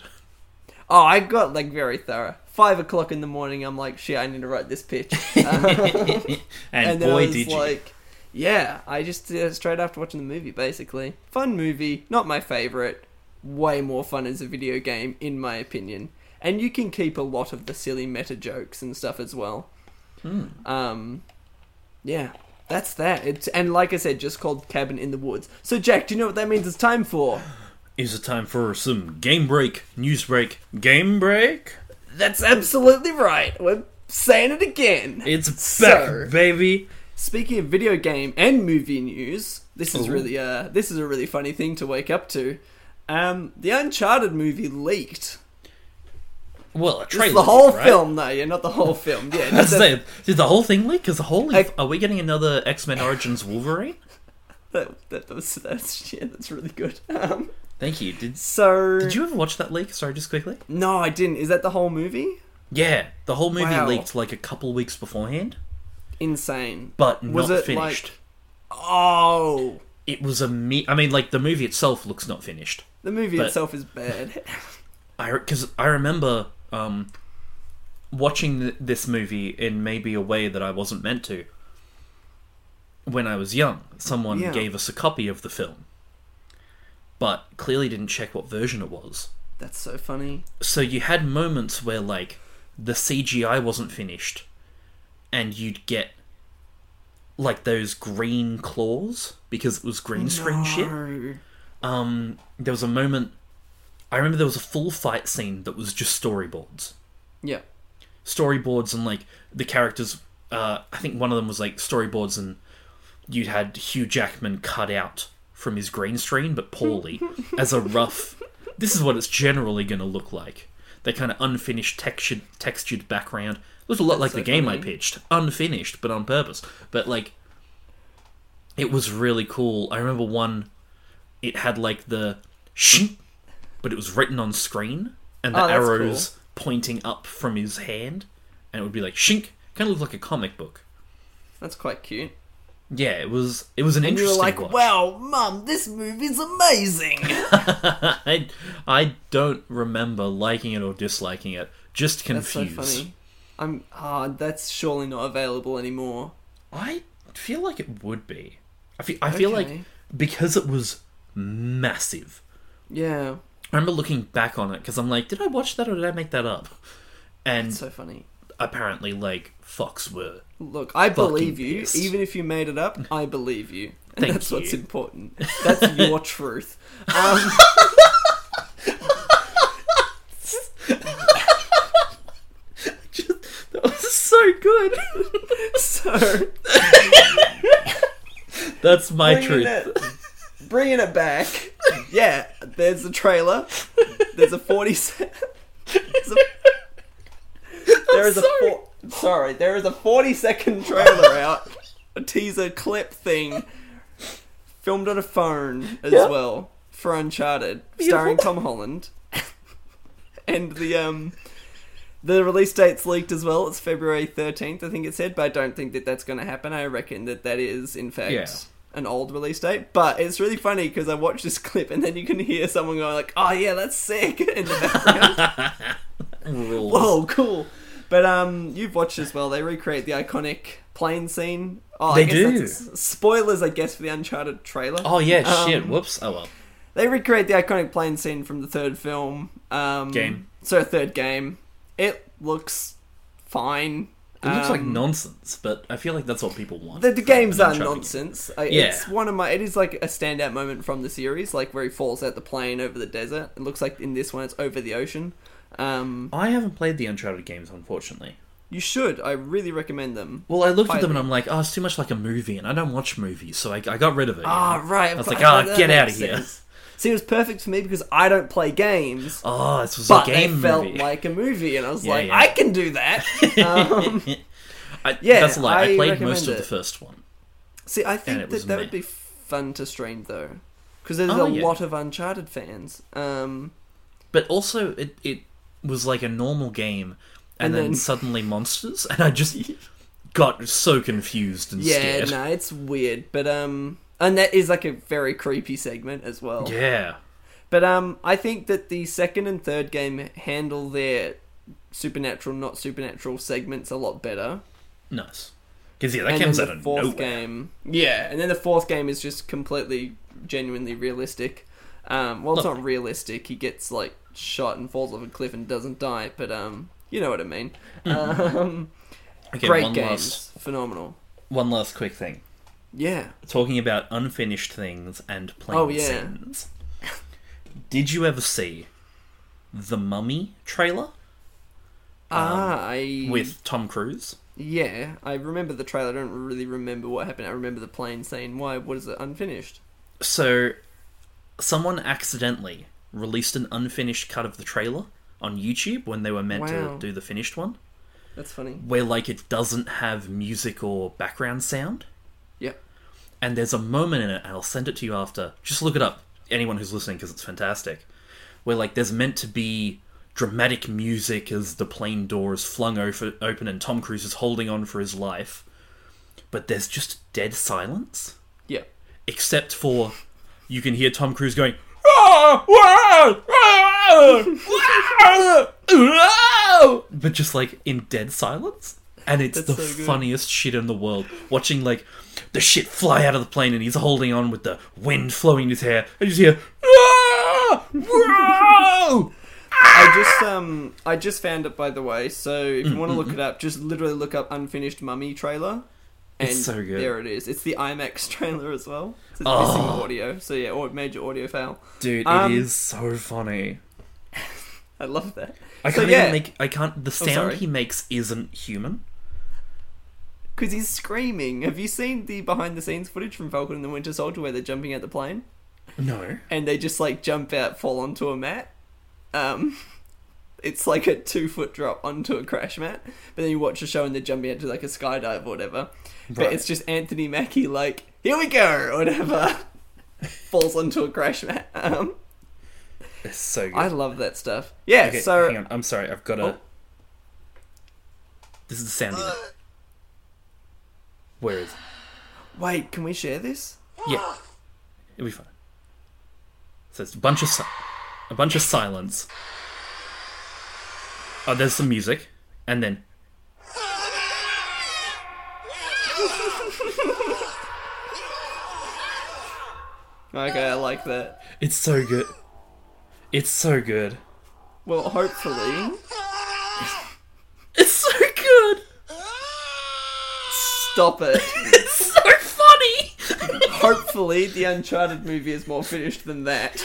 Speaker 2: Oh, I got like very thorough. Five o'clock in the morning, I'm like, shit, I need to write this pitch.
Speaker 1: <laughs>
Speaker 2: and,
Speaker 1: and, boy, did you!
Speaker 2: like, yeah, I just did it straight after watching the movie, basically. Fun movie, not my favorite. Way more fun as a video game, in my opinion. And you can keep a lot of the silly meta jokes and stuff as well.
Speaker 1: Hmm.
Speaker 2: Um, yeah, that's that. It's and like I said, just called Cabin in the Woods. So Jack, do you know what that means? It's time for.
Speaker 1: Is it time for some game break, news break, game break?
Speaker 2: That's absolutely right. We're saying it again.
Speaker 1: It's back,
Speaker 2: So-
Speaker 1: baby.
Speaker 2: Speaking of video game and movie news, this is
Speaker 1: Ooh.
Speaker 2: really uh this is a really funny thing to wake up to. Um, the Uncharted movie leaked.
Speaker 1: Well, a trailer.
Speaker 2: Just the whole
Speaker 1: right?
Speaker 2: film, though. Yeah, not
Speaker 1: <laughs>
Speaker 2: the whole film. Yeah,
Speaker 1: I was
Speaker 2: just the-
Speaker 1: saying, did the whole thing leak? Because holy,
Speaker 2: I-
Speaker 1: f- are we getting another X Men Origins Wolverine?
Speaker 2: that, that, that was, <laughs> that's yeah, that's really good. Um,
Speaker 1: Thank you. Did
Speaker 2: so
Speaker 1: did you ever watch that leak? Sorry, just quickly.
Speaker 2: No, I didn't. Is that the whole movie?
Speaker 1: Yeah, the whole movie
Speaker 2: Wow.
Speaker 1: leaked like a couple weeks beforehand,
Speaker 2: Insane.
Speaker 1: but
Speaker 2: Was
Speaker 1: not
Speaker 2: it,
Speaker 1: finished.
Speaker 2: like? Oh,
Speaker 1: It was a me. I mean, like the movie itself looks not finished.
Speaker 2: the movie
Speaker 1: But-
Speaker 2: itself is bad. <laughs>
Speaker 1: I because I remember um, watching th- this movie in maybe a way that I wasn't meant to. When I was young, someone
Speaker 2: Yeah.
Speaker 1: gave us a copy of the film, but clearly didn't check what version it was.
Speaker 2: that's so funny.
Speaker 1: So you had moments where like the CGI wasn't finished, and you'd get like those green claws because it was green screen shit
Speaker 2: No.
Speaker 1: um, there was a moment. I remember there was a full fight scene that was just storyboards,
Speaker 2: Yeah.
Speaker 1: storyboards, and like the characters. Uh, I think one of them was like storyboards, and you had Hugh Jackman cut out from his green screen, but
Speaker 2: <laughs>
Speaker 1: poorly, as a rough. This is what it's generally going to look like. That kind of unfinished textured textured background looked a lot like
Speaker 2: so
Speaker 1: the game I
Speaker 2: funny.
Speaker 1: pitched, unfinished but on purpose. But like, it was really cool. I remember one. It had like the sh, but it was written on screen, and the
Speaker 2: Oh, that's
Speaker 1: arrows pointing up from his hand, and it would be like shink. Kind of looked like a comic book.
Speaker 2: That's quite cute.
Speaker 1: Yeah, it was. It was an
Speaker 2: And you were
Speaker 1: interesting
Speaker 2: like,
Speaker 1: watch.
Speaker 2: wow, mum, this movie's amazing.
Speaker 1: I I don't remember liking it or disliking it. Just
Speaker 2: <laughs> that's so
Speaker 1: confused.
Speaker 2: funny. I'm ah, that's surely not available anymore.
Speaker 1: I feel like it would be. I feel. I feel like
Speaker 2: Okay.
Speaker 1: because it was massive.
Speaker 2: Yeah.
Speaker 1: I remember looking back on it because I'm like, did I watch that or did I make that up? And
Speaker 2: So funny.
Speaker 1: apparently, like Fox were
Speaker 2: <laughs> Look, I believe you.
Speaker 1: pissed.
Speaker 2: Even if you made it up, I believe you.
Speaker 1: Thank
Speaker 2: That's
Speaker 1: you.
Speaker 2: what's important. <laughs> That's your truth. Um, <laughs>
Speaker 1: that was so good. <laughs>
Speaker 2: so
Speaker 1: That's my
Speaker 2: bringing
Speaker 1: truth.
Speaker 2: it, bringing it back. Yeah, there's the trailer. There's a forty-seven. There's a, there is a
Speaker 1: sorry.
Speaker 2: four, sorry. There is a
Speaker 1: <laughs>
Speaker 2: forty-second trailer out, a teaser clip thing, filmed on a phone as
Speaker 1: Yeah.
Speaker 2: well for Uncharted,
Speaker 1: Beautiful.
Speaker 2: starring Tom Holland. and the um, the release date's leaked as well. It's February thirteenth, I think it said, but I don't think that that's going to happen. I reckon that that is in fact
Speaker 1: Yeah.
Speaker 2: an old release date. But it's really funny because I watched this <laughs> clip and then you can hear someone going like, "Oh yeah, that's sick," <laughs> in the background.
Speaker 1: Rules.
Speaker 2: Whoa, Oh, cool. But um, you've watched as well. They recreate the iconic plane scene. Oh, I
Speaker 1: They
Speaker 2: guess
Speaker 1: do.
Speaker 2: That's, spoilers, I guess, for the Uncharted trailer.
Speaker 1: Oh yeah,
Speaker 2: Um,
Speaker 1: shit. Whoops. Oh well.
Speaker 2: They recreate the iconic plane scene from the third film. Um,
Speaker 1: Game.
Speaker 2: So third game. It looks fine.
Speaker 1: It looks like
Speaker 2: Um,
Speaker 1: nonsense, but I feel like that's what people want.
Speaker 2: The, the
Speaker 1: from
Speaker 2: games
Speaker 1: an
Speaker 2: are
Speaker 1: Uncharted game.
Speaker 2: nonsense. I,
Speaker 1: Yeah.
Speaker 2: It's one of my. It is like a standout moment from the series, like where he falls out the plane over the desert. It looks like in this one it's over the ocean. Um,
Speaker 1: I haven't played the Uncharted games, unfortunately.
Speaker 2: you should. I really recommend them.
Speaker 1: Well, I looked at them and I'm like, oh, it's too much like a movie, and I don't watch movies, so I, I got rid of it. you
Speaker 2: Ah,
Speaker 1: know?
Speaker 2: right.
Speaker 1: I
Speaker 2: of
Speaker 1: was
Speaker 2: course,
Speaker 1: like, ah,
Speaker 2: that
Speaker 1: get out of
Speaker 2: makes
Speaker 1: here.
Speaker 2: sense. See, it was perfect for me because I don't play games,
Speaker 1: Oh, this was
Speaker 2: but
Speaker 1: a game
Speaker 2: they felt
Speaker 1: movie.
Speaker 2: like a movie, and I was
Speaker 1: Yeah,
Speaker 2: like,
Speaker 1: yeah.
Speaker 2: I can do
Speaker 1: <laughs>
Speaker 2: that. um,
Speaker 1: I,
Speaker 2: yeah,
Speaker 1: that's a lie. I,
Speaker 2: I
Speaker 1: played most
Speaker 2: recommend
Speaker 1: of the
Speaker 2: it.
Speaker 1: first one.
Speaker 2: See, I
Speaker 1: it
Speaker 2: think
Speaker 1: was
Speaker 2: that that would
Speaker 1: meh.
Speaker 2: be fun to stream though, because there's
Speaker 1: Oh,
Speaker 2: a
Speaker 1: yeah.
Speaker 2: lot of Uncharted fans. Um,
Speaker 1: but also it it was like a normal game and,
Speaker 2: And
Speaker 1: then,
Speaker 2: then-
Speaker 1: suddenly monsters and i just <laughs> got so confused and
Speaker 2: Yeah,
Speaker 1: scared
Speaker 2: no, it's weird, but um, and that is like a very creepy segment as well.
Speaker 1: yeah
Speaker 2: But um, I think that the second and third game handle their supernatural, not supernatural segments a lot better.
Speaker 1: nice because yeah that
Speaker 2: and
Speaker 1: comes
Speaker 2: then
Speaker 1: out
Speaker 2: the
Speaker 1: of
Speaker 2: fourth
Speaker 1: nowhere
Speaker 2: game, yeah, and then the fourth game is just completely, genuinely realistic. Um, well, it's not
Speaker 1: Lovely.
Speaker 2: realistic. He gets like shot and falls off a cliff and doesn't die, but um, you know what I mean. Um,
Speaker 1: okay
Speaker 2: great
Speaker 1: one
Speaker 2: games,
Speaker 1: last
Speaker 2: phenomenal.
Speaker 1: one last quick thing
Speaker 2: Yeah.
Speaker 1: talking about unfinished things and plain
Speaker 2: Oh, yeah.
Speaker 1: scenes did you ever see the mummy trailer
Speaker 2: ah, I
Speaker 1: Um, with tom cruise
Speaker 2: Yeah, I remember the trailer. I don't really remember what happened. I remember the plane scene. Why was it unfinished?
Speaker 1: So, someone accidentally released an unfinished cut of the trailer on YouTube when they were meant
Speaker 2: Wow.
Speaker 1: to do the finished one,
Speaker 2: That's funny.
Speaker 1: where like it doesn't have music or background sound.
Speaker 2: Yep.
Speaker 1: And there's a moment in it, and I'll send it to you after. Just look it up, anyone who's listening, because it's fantastic. Where like there's meant to be dramatic music as the plane door is flung over, open and Tom Cruise is holding on for his life, but there's just dead silence
Speaker 2: Yep.
Speaker 1: except for you can hear Tom Cruise
Speaker 2: <laughs>
Speaker 1: going. "Ah, ah, ah, ah, ah," But just like in dead silence, and it's
Speaker 2: That's
Speaker 1: the
Speaker 2: so good.
Speaker 1: funniest shit in the world. Watching like the shit fly out of the plane, and he's holding on with the wind flowing in his hair, and you just hear. <laughs> "Ah, wow."
Speaker 2: I just um I just found it by the way. So if
Speaker 1: Mm,
Speaker 2: you want to look it up, just literally look up unfinished mummy trailer. And
Speaker 1: It's so good.
Speaker 2: There it is. It's the IMAX <laughs> trailer as well. So it's
Speaker 1: Oh.
Speaker 2: missing audio. So yeah, or major audio fail.
Speaker 1: Dude, it
Speaker 2: Um,
Speaker 1: is so funny.
Speaker 2: I love that.
Speaker 1: I
Speaker 2: so
Speaker 1: can't
Speaker 2: yeah, Oh,
Speaker 1: even make. I can't. The sound
Speaker 2: sorry.
Speaker 1: he makes isn't human.
Speaker 2: because he's screaming. Have you seen the behind the scenes footage from Falcon and the Winter Soldier where they're jumping out the plane?
Speaker 1: No.
Speaker 2: and they just like jump out, fall onto a mat. Um, <laughs> it's like a two foot drop onto a crash mat. But then you watch a show and they're jumping out to like a skydive or whatever. But
Speaker 1: Right.
Speaker 2: it's just Anthony Mackie like, here we go, or whatever. <laughs> Falls onto a crash mat. Um,
Speaker 1: It's so good.
Speaker 2: I love that stuff. Yeah,
Speaker 1: Okay,
Speaker 2: so
Speaker 1: hang on. I'm sorry. I've got a.
Speaker 2: Oh.
Speaker 1: This is the sound. of it. Where is? It?
Speaker 2: wait, can we share this?
Speaker 1: Yeah, it'll be fine. So it's a bunch of si- a bunch of silence. Oh, there's some music, and then
Speaker 2: Okay, I like that.
Speaker 1: it's so good. It's so good.
Speaker 2: Well, hopefully,
Speaker 1: It's so good.
Speaker 2: stop it. <laughs>
Speaker 1: <laughs> It's so funny.
Speaker 2: Hopefully, the Uncharted movie is more finished
Speaker 1: <laughs>
Speaker 2: than that.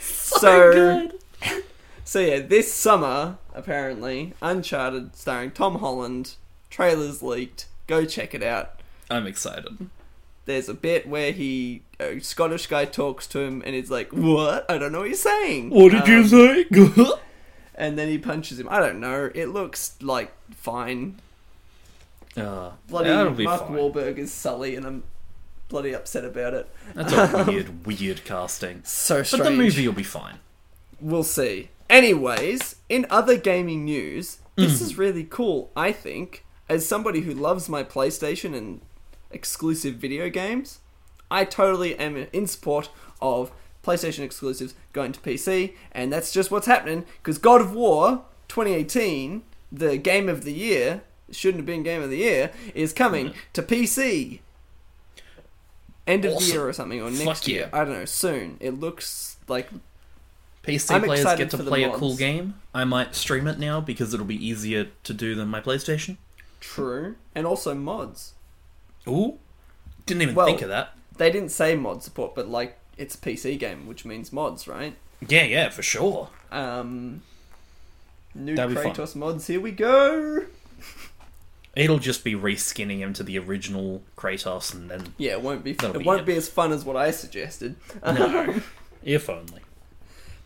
Speaker 2: so,
Speaker 1: good.
Speaker 2: so yeah, this summer apparently, Uncharted starring Tom Holland. Trailers leaked. Go check it out.
Speaker 1: I'm excited.
Speaker 2: There's a bit where he a Scottish guy talks to him and he's like, "What? I don't know what you're saying." Um,
Speaker 1: say? <laughs>
Speaker 2: And then he punches him. I don't know. It looks like fine.
Speaker 1: uh,
Speaker 2: Bloody
Speaker 1: that'll be
Speaker 2: Mark
Speaker 1: fine.
Speaker 2: Wahlberg is Sully, and I'm bloody upset about it.
Speaker 1: That's
Speaker 2: <laughs>
Speaker 1: a weird, weird casting.
Speaker 2: So
Speaker 1: But
Speaker 2: strange.
Speaker 1: the movie will be fine.
Speaker 2: We'll see. Anyways, in other gaming news,
Speaker 1: Hmm.
Speaker 2: this is really cool, I think. As somebody who loves my PlayStation and exclusive video games, I totally am in support of PlayStation exclusives going to PC, and that's just what's happening because God of War 2018, the game of the year, shouldn't have been game of the year, is
Speaker 1: Mm-hmm.
Speaker 2: coming to PC. End of
Speaker 1: Awesome.
Speaker 2: the year or something, or next
Speaker 1: Fuck
Speaker 2: year.
Speaker 1: yeah.
Speaker 2: I don't know, soon. It looks like
Speaker 1: PC
Speaker 2: I'm
Speaker 1: players
Speaker 2: excited
Speaker 1: get to
Speaker 2: for the
Speaker 1: play a
Speaker 2: mods.
Speaker 1: cool game. I might stream it now because it'll be easier to do than my PlayStation.
Speaker 2: True. And also mods.
Speaker 1: Ooh, didn't even
Speaker 2: Well-
Speaker 1: think of that.
Speaker 2: They didn't say mod support, but like it's a PC game, which means mods, right?
Speaker 1: Yeah, yeah, for sure.
Speaker 2: Um New
Speaker 1: That'd be fun.
Speaker 2: Kratos mods, here we go.
Speaker 1: It'll just be reskinning him to the original Kratos, and then
Speaker 2: Yeah, it won't be
Speaker 1: That'll
Speaker 2: it
Speaker 1: be
Speaker 2: won't
Speaker 1: it.
Speaker 2: be as fun as what I suggested.
Speaker 1: no, if only.
Speaker 2: <laughs>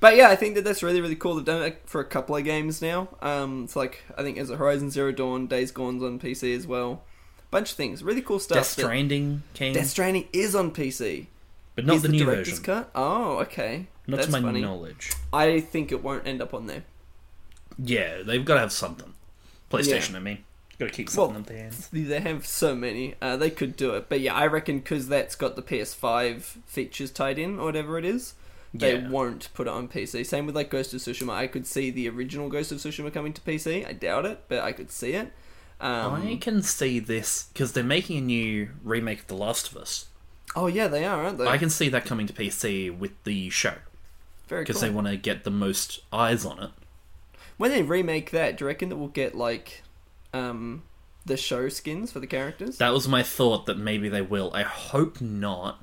Speaker 2: But yeah, I think that that's really really cool. They've done it for a couple of games now. Um it's like I think as a Horizon Zero Dawn, Days Gone's on PC as well. Bunch of things. Really cool stuff.
Speaker 1: Death
Speaker 2: that-
Speaker 1: Stranding came,
Speaker 2: Death Stranding is on PC.
Speaker 1: but not
Speaker 2: is
Speaker 1: the, new
Speaker 2: director's
Speaker 1: version.
Speaker 2: cut. Oh, okay.
Speaker 1: Not
Speaker 2: That's
Speaker 1: to my
Speaker 2: funny.
Speaker 1: knowledge.
Speaker 2: I think it won't end up on there.
Speaker 1: Yeah, they've got to have something. PlayStation, I mean, got to keep something
Speaker 2: Well,
Speaker 1: up their hands.
Speaker 2: They have so many. Uh, they could do it, but yeah, I reckon because that's got the PS5 features tied in or whatever it is, they
Speaker 1: Yeah.
Speaker 2: won't put it on PC. Same with like Ghost of Tsushima. I could see the original Ghost of Tsushima coming to PC. I doubt it, but I could see it. Um,
Speaker 1: I can see this because they're making a new remake of The Last of Us.
Speaker 2: Oh yeah, they are, aren't they?
Speaker 1: I can see that coming to PC with the show
Speaker 2: Very cool.
Speaker 1: because they want to get the most eyes on it.
Speaker 2: When they remake that, do you reckon that we'll get like um, the show skins for the characters?
Speaker 1: That was my thought that maybe they will. I hope not.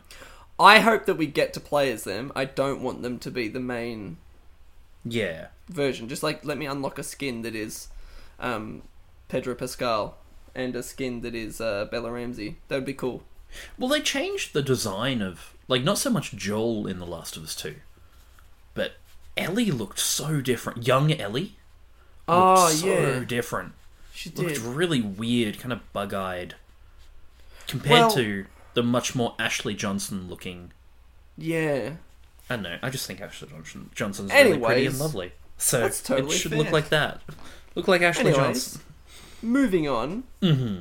Speaker 2: I hope that we get to play as them. I don't want them to be the main
Speaker 1: Yeah.
Speaker 2: version. Just like let me unlock a skin that is um, Pedro Pascal and a skin that is uh, Bella Ramsey. That would be cool.
Speaker 1: Well, they changed the design of like not so much Joel in The Last of Us Two, but Ellie looked so different. Young Ellie looked
Speaker 2: Oh
Speaker 1: so
Speaker 2: yeah,
Speaker 1: different.
Speaker 2: she
Speaker 1: Looked
Speaker 2: did.
Speaker 1: really weird, kind of bug-eyed, compared
Speaker 2: Well-
Speaker 1: to the much more Ashley Johnson looking.
Speaker 2: Yeah,
Speaker 1: I don't know. I just think Ashley Johnson Johnson's really pretty and
Speaker 2: Anyways,
Speaker 1: lovely. So
Speaker 2: that's totally
Speaker 1: it should
Speaker 2: fair.
Speaker 1: look like that. Look like Ashley
Speaker 2: Anyways.
Speaker 1: Johnson.
Speaker 2: moving on.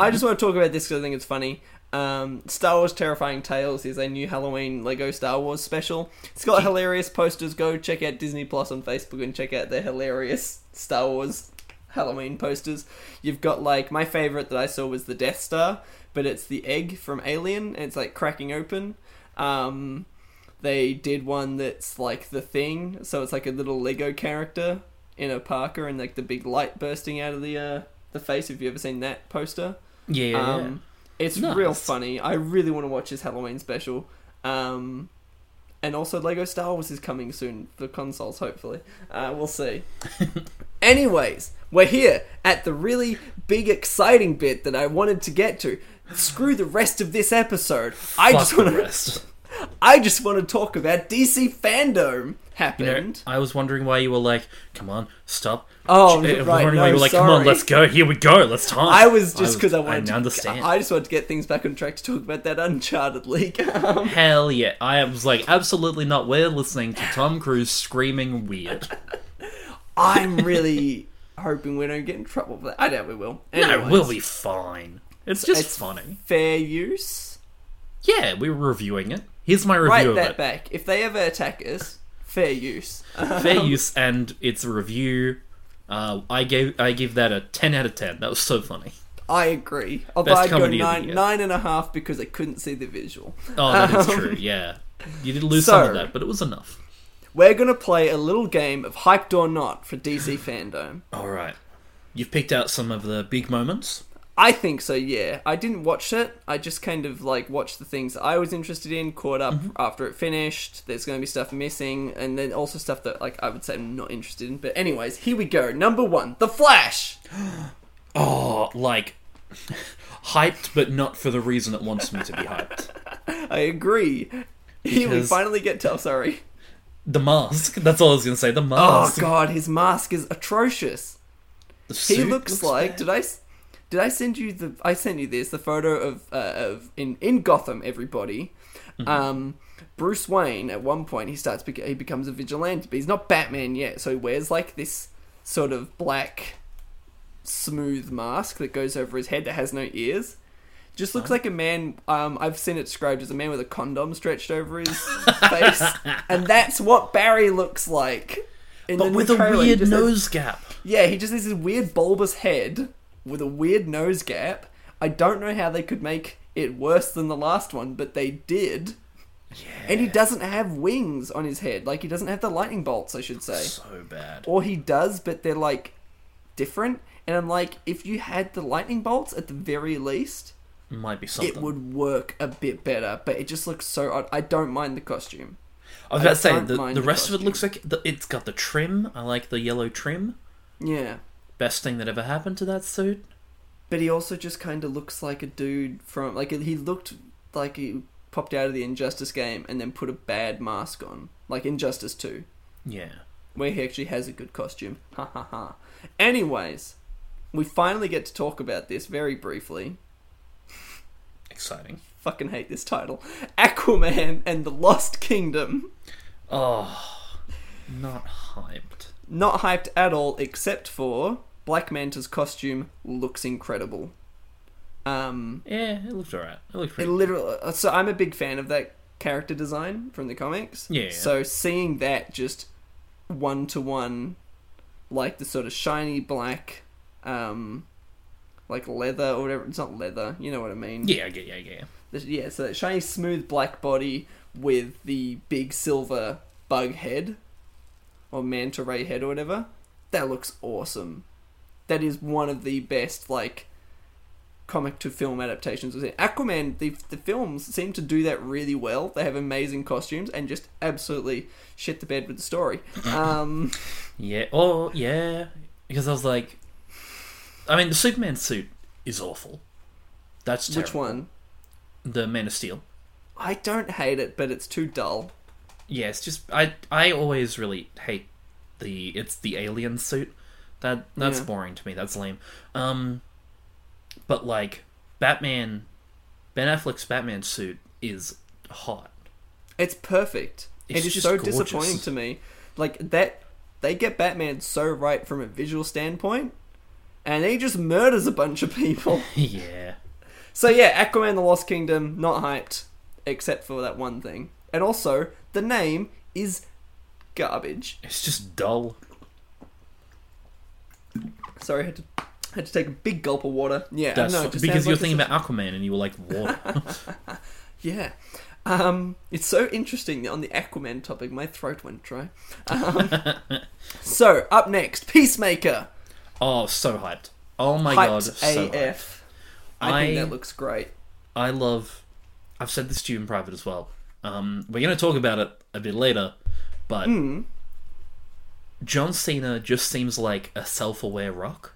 Speaker 2: I just want to talk about this because I think it's funny. Um, Star Wars Terrifying Tales is a new Halloween Lego Star Wars special. It's got hilarious posters. Go check out Disney Plus on Facebook and check out their hilarious Star Wars Halloween posters. You've got like my favorite that I saw was the Death Star, but it's the egg from Alien and it's like cracking open. Um, they did one that's like the thing, so it's like a little Lego character in a Parker and like the big light bursting out of the uh, the face. If you ever seen that poster,
Speaker 1: Yeah, yeah, yeah.
Speaker 2: um, it's
Speaker 1: Nice.
Speaker 2: real funny. I really want to watch his Halloween special. Um, and also, Lego Star Wars is coming soon for consoles, hopefully. Uh,
Speaker 1: <laughs>
Speaker 2: we'll see. Anyways, we're here at the really big, exciting bit that I wanted to get to. Screw the rest of this episode. I
Speaker 1: Fuck
Speaker 2: just
Speaker 1: the
Speaker 2: want to. <laughs>
Speaker 1: rest.
Speaker 2: I just want to talk about DC fandom happened.
Speaker 1: You know, I was wondering why you were like, "Come on, stop."
Speaker 2: Oh,
Speaker 1: I was
Speaker 2: right,
Speaker 1: wondering
Speaker 2: no,
Speaker 1: why you were like, "Come on,
Speaker 2: sorry."
Speaker 1: let's go. Here we go. Let's time."
Speaker 2: I was just because I, wanted
Speaker 1: I
Speaker 2: to
Speaker 1: understand.
Speaker 2: I just wanted to get things back on track to talk about that
Speaker 1: <laughs>
Speaker 2: Uncharted leak. Um,
Speaker 1: Hell yeah! I was like, absolutely not. We're listening to Tom Cruise screaming weird.
Speaker 2: <laughs> I'm really hoping we don't get in trouble for that. I doubt we will.
Speaker 1: No,
Speaker 2: Anyways,
Speaker 1: we'll be fine. It's just
Speaker 2: It's-
Speaker 1: funny.
Speaker 2: Fair use.
Speaker 1: Yeah, we were reviewing it. Here's my review
Speaker 2: Write
Speaker 1: of
Speaker 2: that
Speaker 1: it.
Speaker 2: back. If they ever attack us, fair use. <laughs>
Speaker 1: Fair use, and it's a review. Uh, I gave I give that a ten out of ten. That was so funny.
Speaker 2: I agree. Although
Speaker 1: Best
Speaker 2: I'd go
Speaker 1: comedy of the
Speaker 2: nine,
Speaker 1: year.
Speaker 2: nine and a half because I couldn't see the visual.
Speaker 1: Oh, that is
Speaker 2: Um,
Speaker 1: true. Yeah, you did lose some of
Speaker 2: so-
Speaker 1: that, but it was enough.
Speaker 2: We're gonna play a little game of
Speaker 1: <gasps>
Speaker 2: hyped or not for DC fandom.
Speaker 1: All right, you've picked out some of the big moments.
Speaker 2: I think so, yeah. I didn't watch it. I just kind of like watched the things that I was interested in, caught up after it finished. There's going to be stuff missing, and then also stuff that like I would say I'm not interested in. But anyways, here we go. Number one, The Flash.
Speaker 1: Oh, like hyped, but not for the reason it wants me to be hyped.
Speaker 2: I agree. Here we
Speaker 1: Because-
Speaker 2: finally get to. oh, sorry.
Speaker 1: The mask. That's all I was gonna say. The
Speaker 2: Oh
Speaker 1: mask.
Speaker 2: god, his mask is atrocious.
Speaker 1: The
Speaker 2: He
Speaker 1: suit
Speaker 2: looks like.
Speaker 1: bad.
Speaker 2: Did I? s- Did I send you the? I sent you this. The photo of uh, of in in Gotham. Everybody.
Speaker 1: Mm-hmm.
Speaker 2: Um, Bruce Wayne. At one point, he starts. bec- He becomes a vigilante, but he's not Batman yet. So he wears like this sort of black, smooth mask that goes over his head that has no ears. Just looks like a man. Um, I've seen it described as a man with a condom stretched
Speaker 1: <laughs>
Speaker 2: over his face, and that's what Barry looks like. In
Speaker 1: but
Speaker 2: the
Speaker 1: with a
Speaker 2: trailer, he
Speaker 1: weird
Speaker 2: just has-
Speaker 1: nose gap.
Speaker 2: yeah, he just has this weird bulbous head with a weird nose gap. I don't know how they could make it worse than the last one, but they did. And he doesn't have wings on his head. Like, he doesn't have the lightning bolts, I should say.
Speaker 1: So bad.
Speaker 2: Or he does, but they're, like, different. And I'm like, if you had the lightning bolts at the very least,
Speaker 1: Might be something.
Speaker 2: it would work a bit better. But it just looks so odd. I don't mind the costume.
Speaker 1: I was about to say
Speaker 2: don't
Speaker 1: the,
Speaker 2: mind
Speaker 1: the
Speaker 2: the
Speaker 1: rest of it
Speaker 2: costume.
Speaker 1: looks like the, it's got the trim. I like the yellow trim.
Speaker 2: Yeah.
Speaker 1: Best thing that ever happened to that suit.
Speaker 2: But he also just kind of looks like a dude from like he looked like he popped out of the Injustice game and then put a bad mask on, like Injustice Two,
Speaker 1: Yeah.
Speaker 2: where he actually has a good costume. <laughs> Ha ha ha. Anyways, we finally get to talk about this very briefly.
Speaker 1: Exciting.
Speaker 2: Fucking hate this title, <laughs> Aquaman and the Lost Kingdom.
Speaker 1: Oh, not hyped.
Speaker 2: Not hyped at all, except for Black Manta's costume looks incredible. Um,
Speaker 1: Yeah, it looked alright. It looked
Speaker 2: It
Speaker 1: pretty.
Speaker 2: literally. uh, So I'm a big fan of that character design from the comics.
Speaker 1: Yeah.
Speaker 2: So seeing that just one to one, like the sort of shiny black, um, like leather or whatever. It's not leather. You know what I mean?
Speaker 1: yeah, I get. Yeah, yeah, yeah.
Speaker 2: The- Yeah. So that shiny, smooth black body with the big silver bug head, or manta ray head or whatever. That looks awesome. That is one of the best like comic to film adaptations. I've seen. Aquaman, the the films seem to do that really well. They have amazing costumes and just absolutely shit the bed with the story. Um,
Speaker 1: Yeah. Oh, yeah. Because I was like, I mean, the Superman suit is awful. That's terrible.
Speaker 2: which one?
Speaker 1: The Man of Steel.
Speaker 2: I don't hate it, but it's too dull.
Speaker 1: Yeah, it's just I. I always really hate the it's the alien suit. That that's
Speaker 2: Yeah.
Speaker 1: boring to me. That's lame. Um, but like Batman, Ben Affleck's Batman suit is hot. <laughs>
Speaker 2: It's perfect.
Speaker 1: It's
Speaker 2: It's it is
Speaker 1: just
Speaker 2: so
Speaker 1: gorgeous.
Speaker 2: disappointing to me. Like that, they get Batman so right from a visual standpoint, and he just murders a bunch of
Speaker 1: <laughs>
Speaker 2: people.
Speaker 1: yeah.
Speaker 2: So yeah, Aquaman the Lost Kingdom, not hyped, except for that one thing. And also, the name is garbage.
Speaker 1: It's just dull.
Speaker 2: Sorry, I had to had to take a big gulp of water. Yeah, I
Speaker 1: That's
Speaker 2: know, it just
Speaker 1: because
Speaker 2: sounds
Speaker 1: you're
Speaker 2: like it's
Speaker 1: thinking about Aquaman and you were like, "What?"
Speaker 2: <laughs> Yeah. Um, it's so interesting that on the Aquaman topic, my throat went dry. Um,
Speaker 1: <laughs>
Speaker 2: so, up next, Peacemaker.
Speaker 1: oh, so hyped. Oh my god,
Speaker 2: Hyped
Speaker 1: so hyped.
Speaker 2: AF. I, think
Speaker 1: I-
Speaker 2: that looks great.
Speaker 1: I love. I've said this to you in private as well. Um, we're going to talk about it a bit later, but
Speaker 2: Hmm.
Speaker 1: John Cena just seems like a self-aware rock.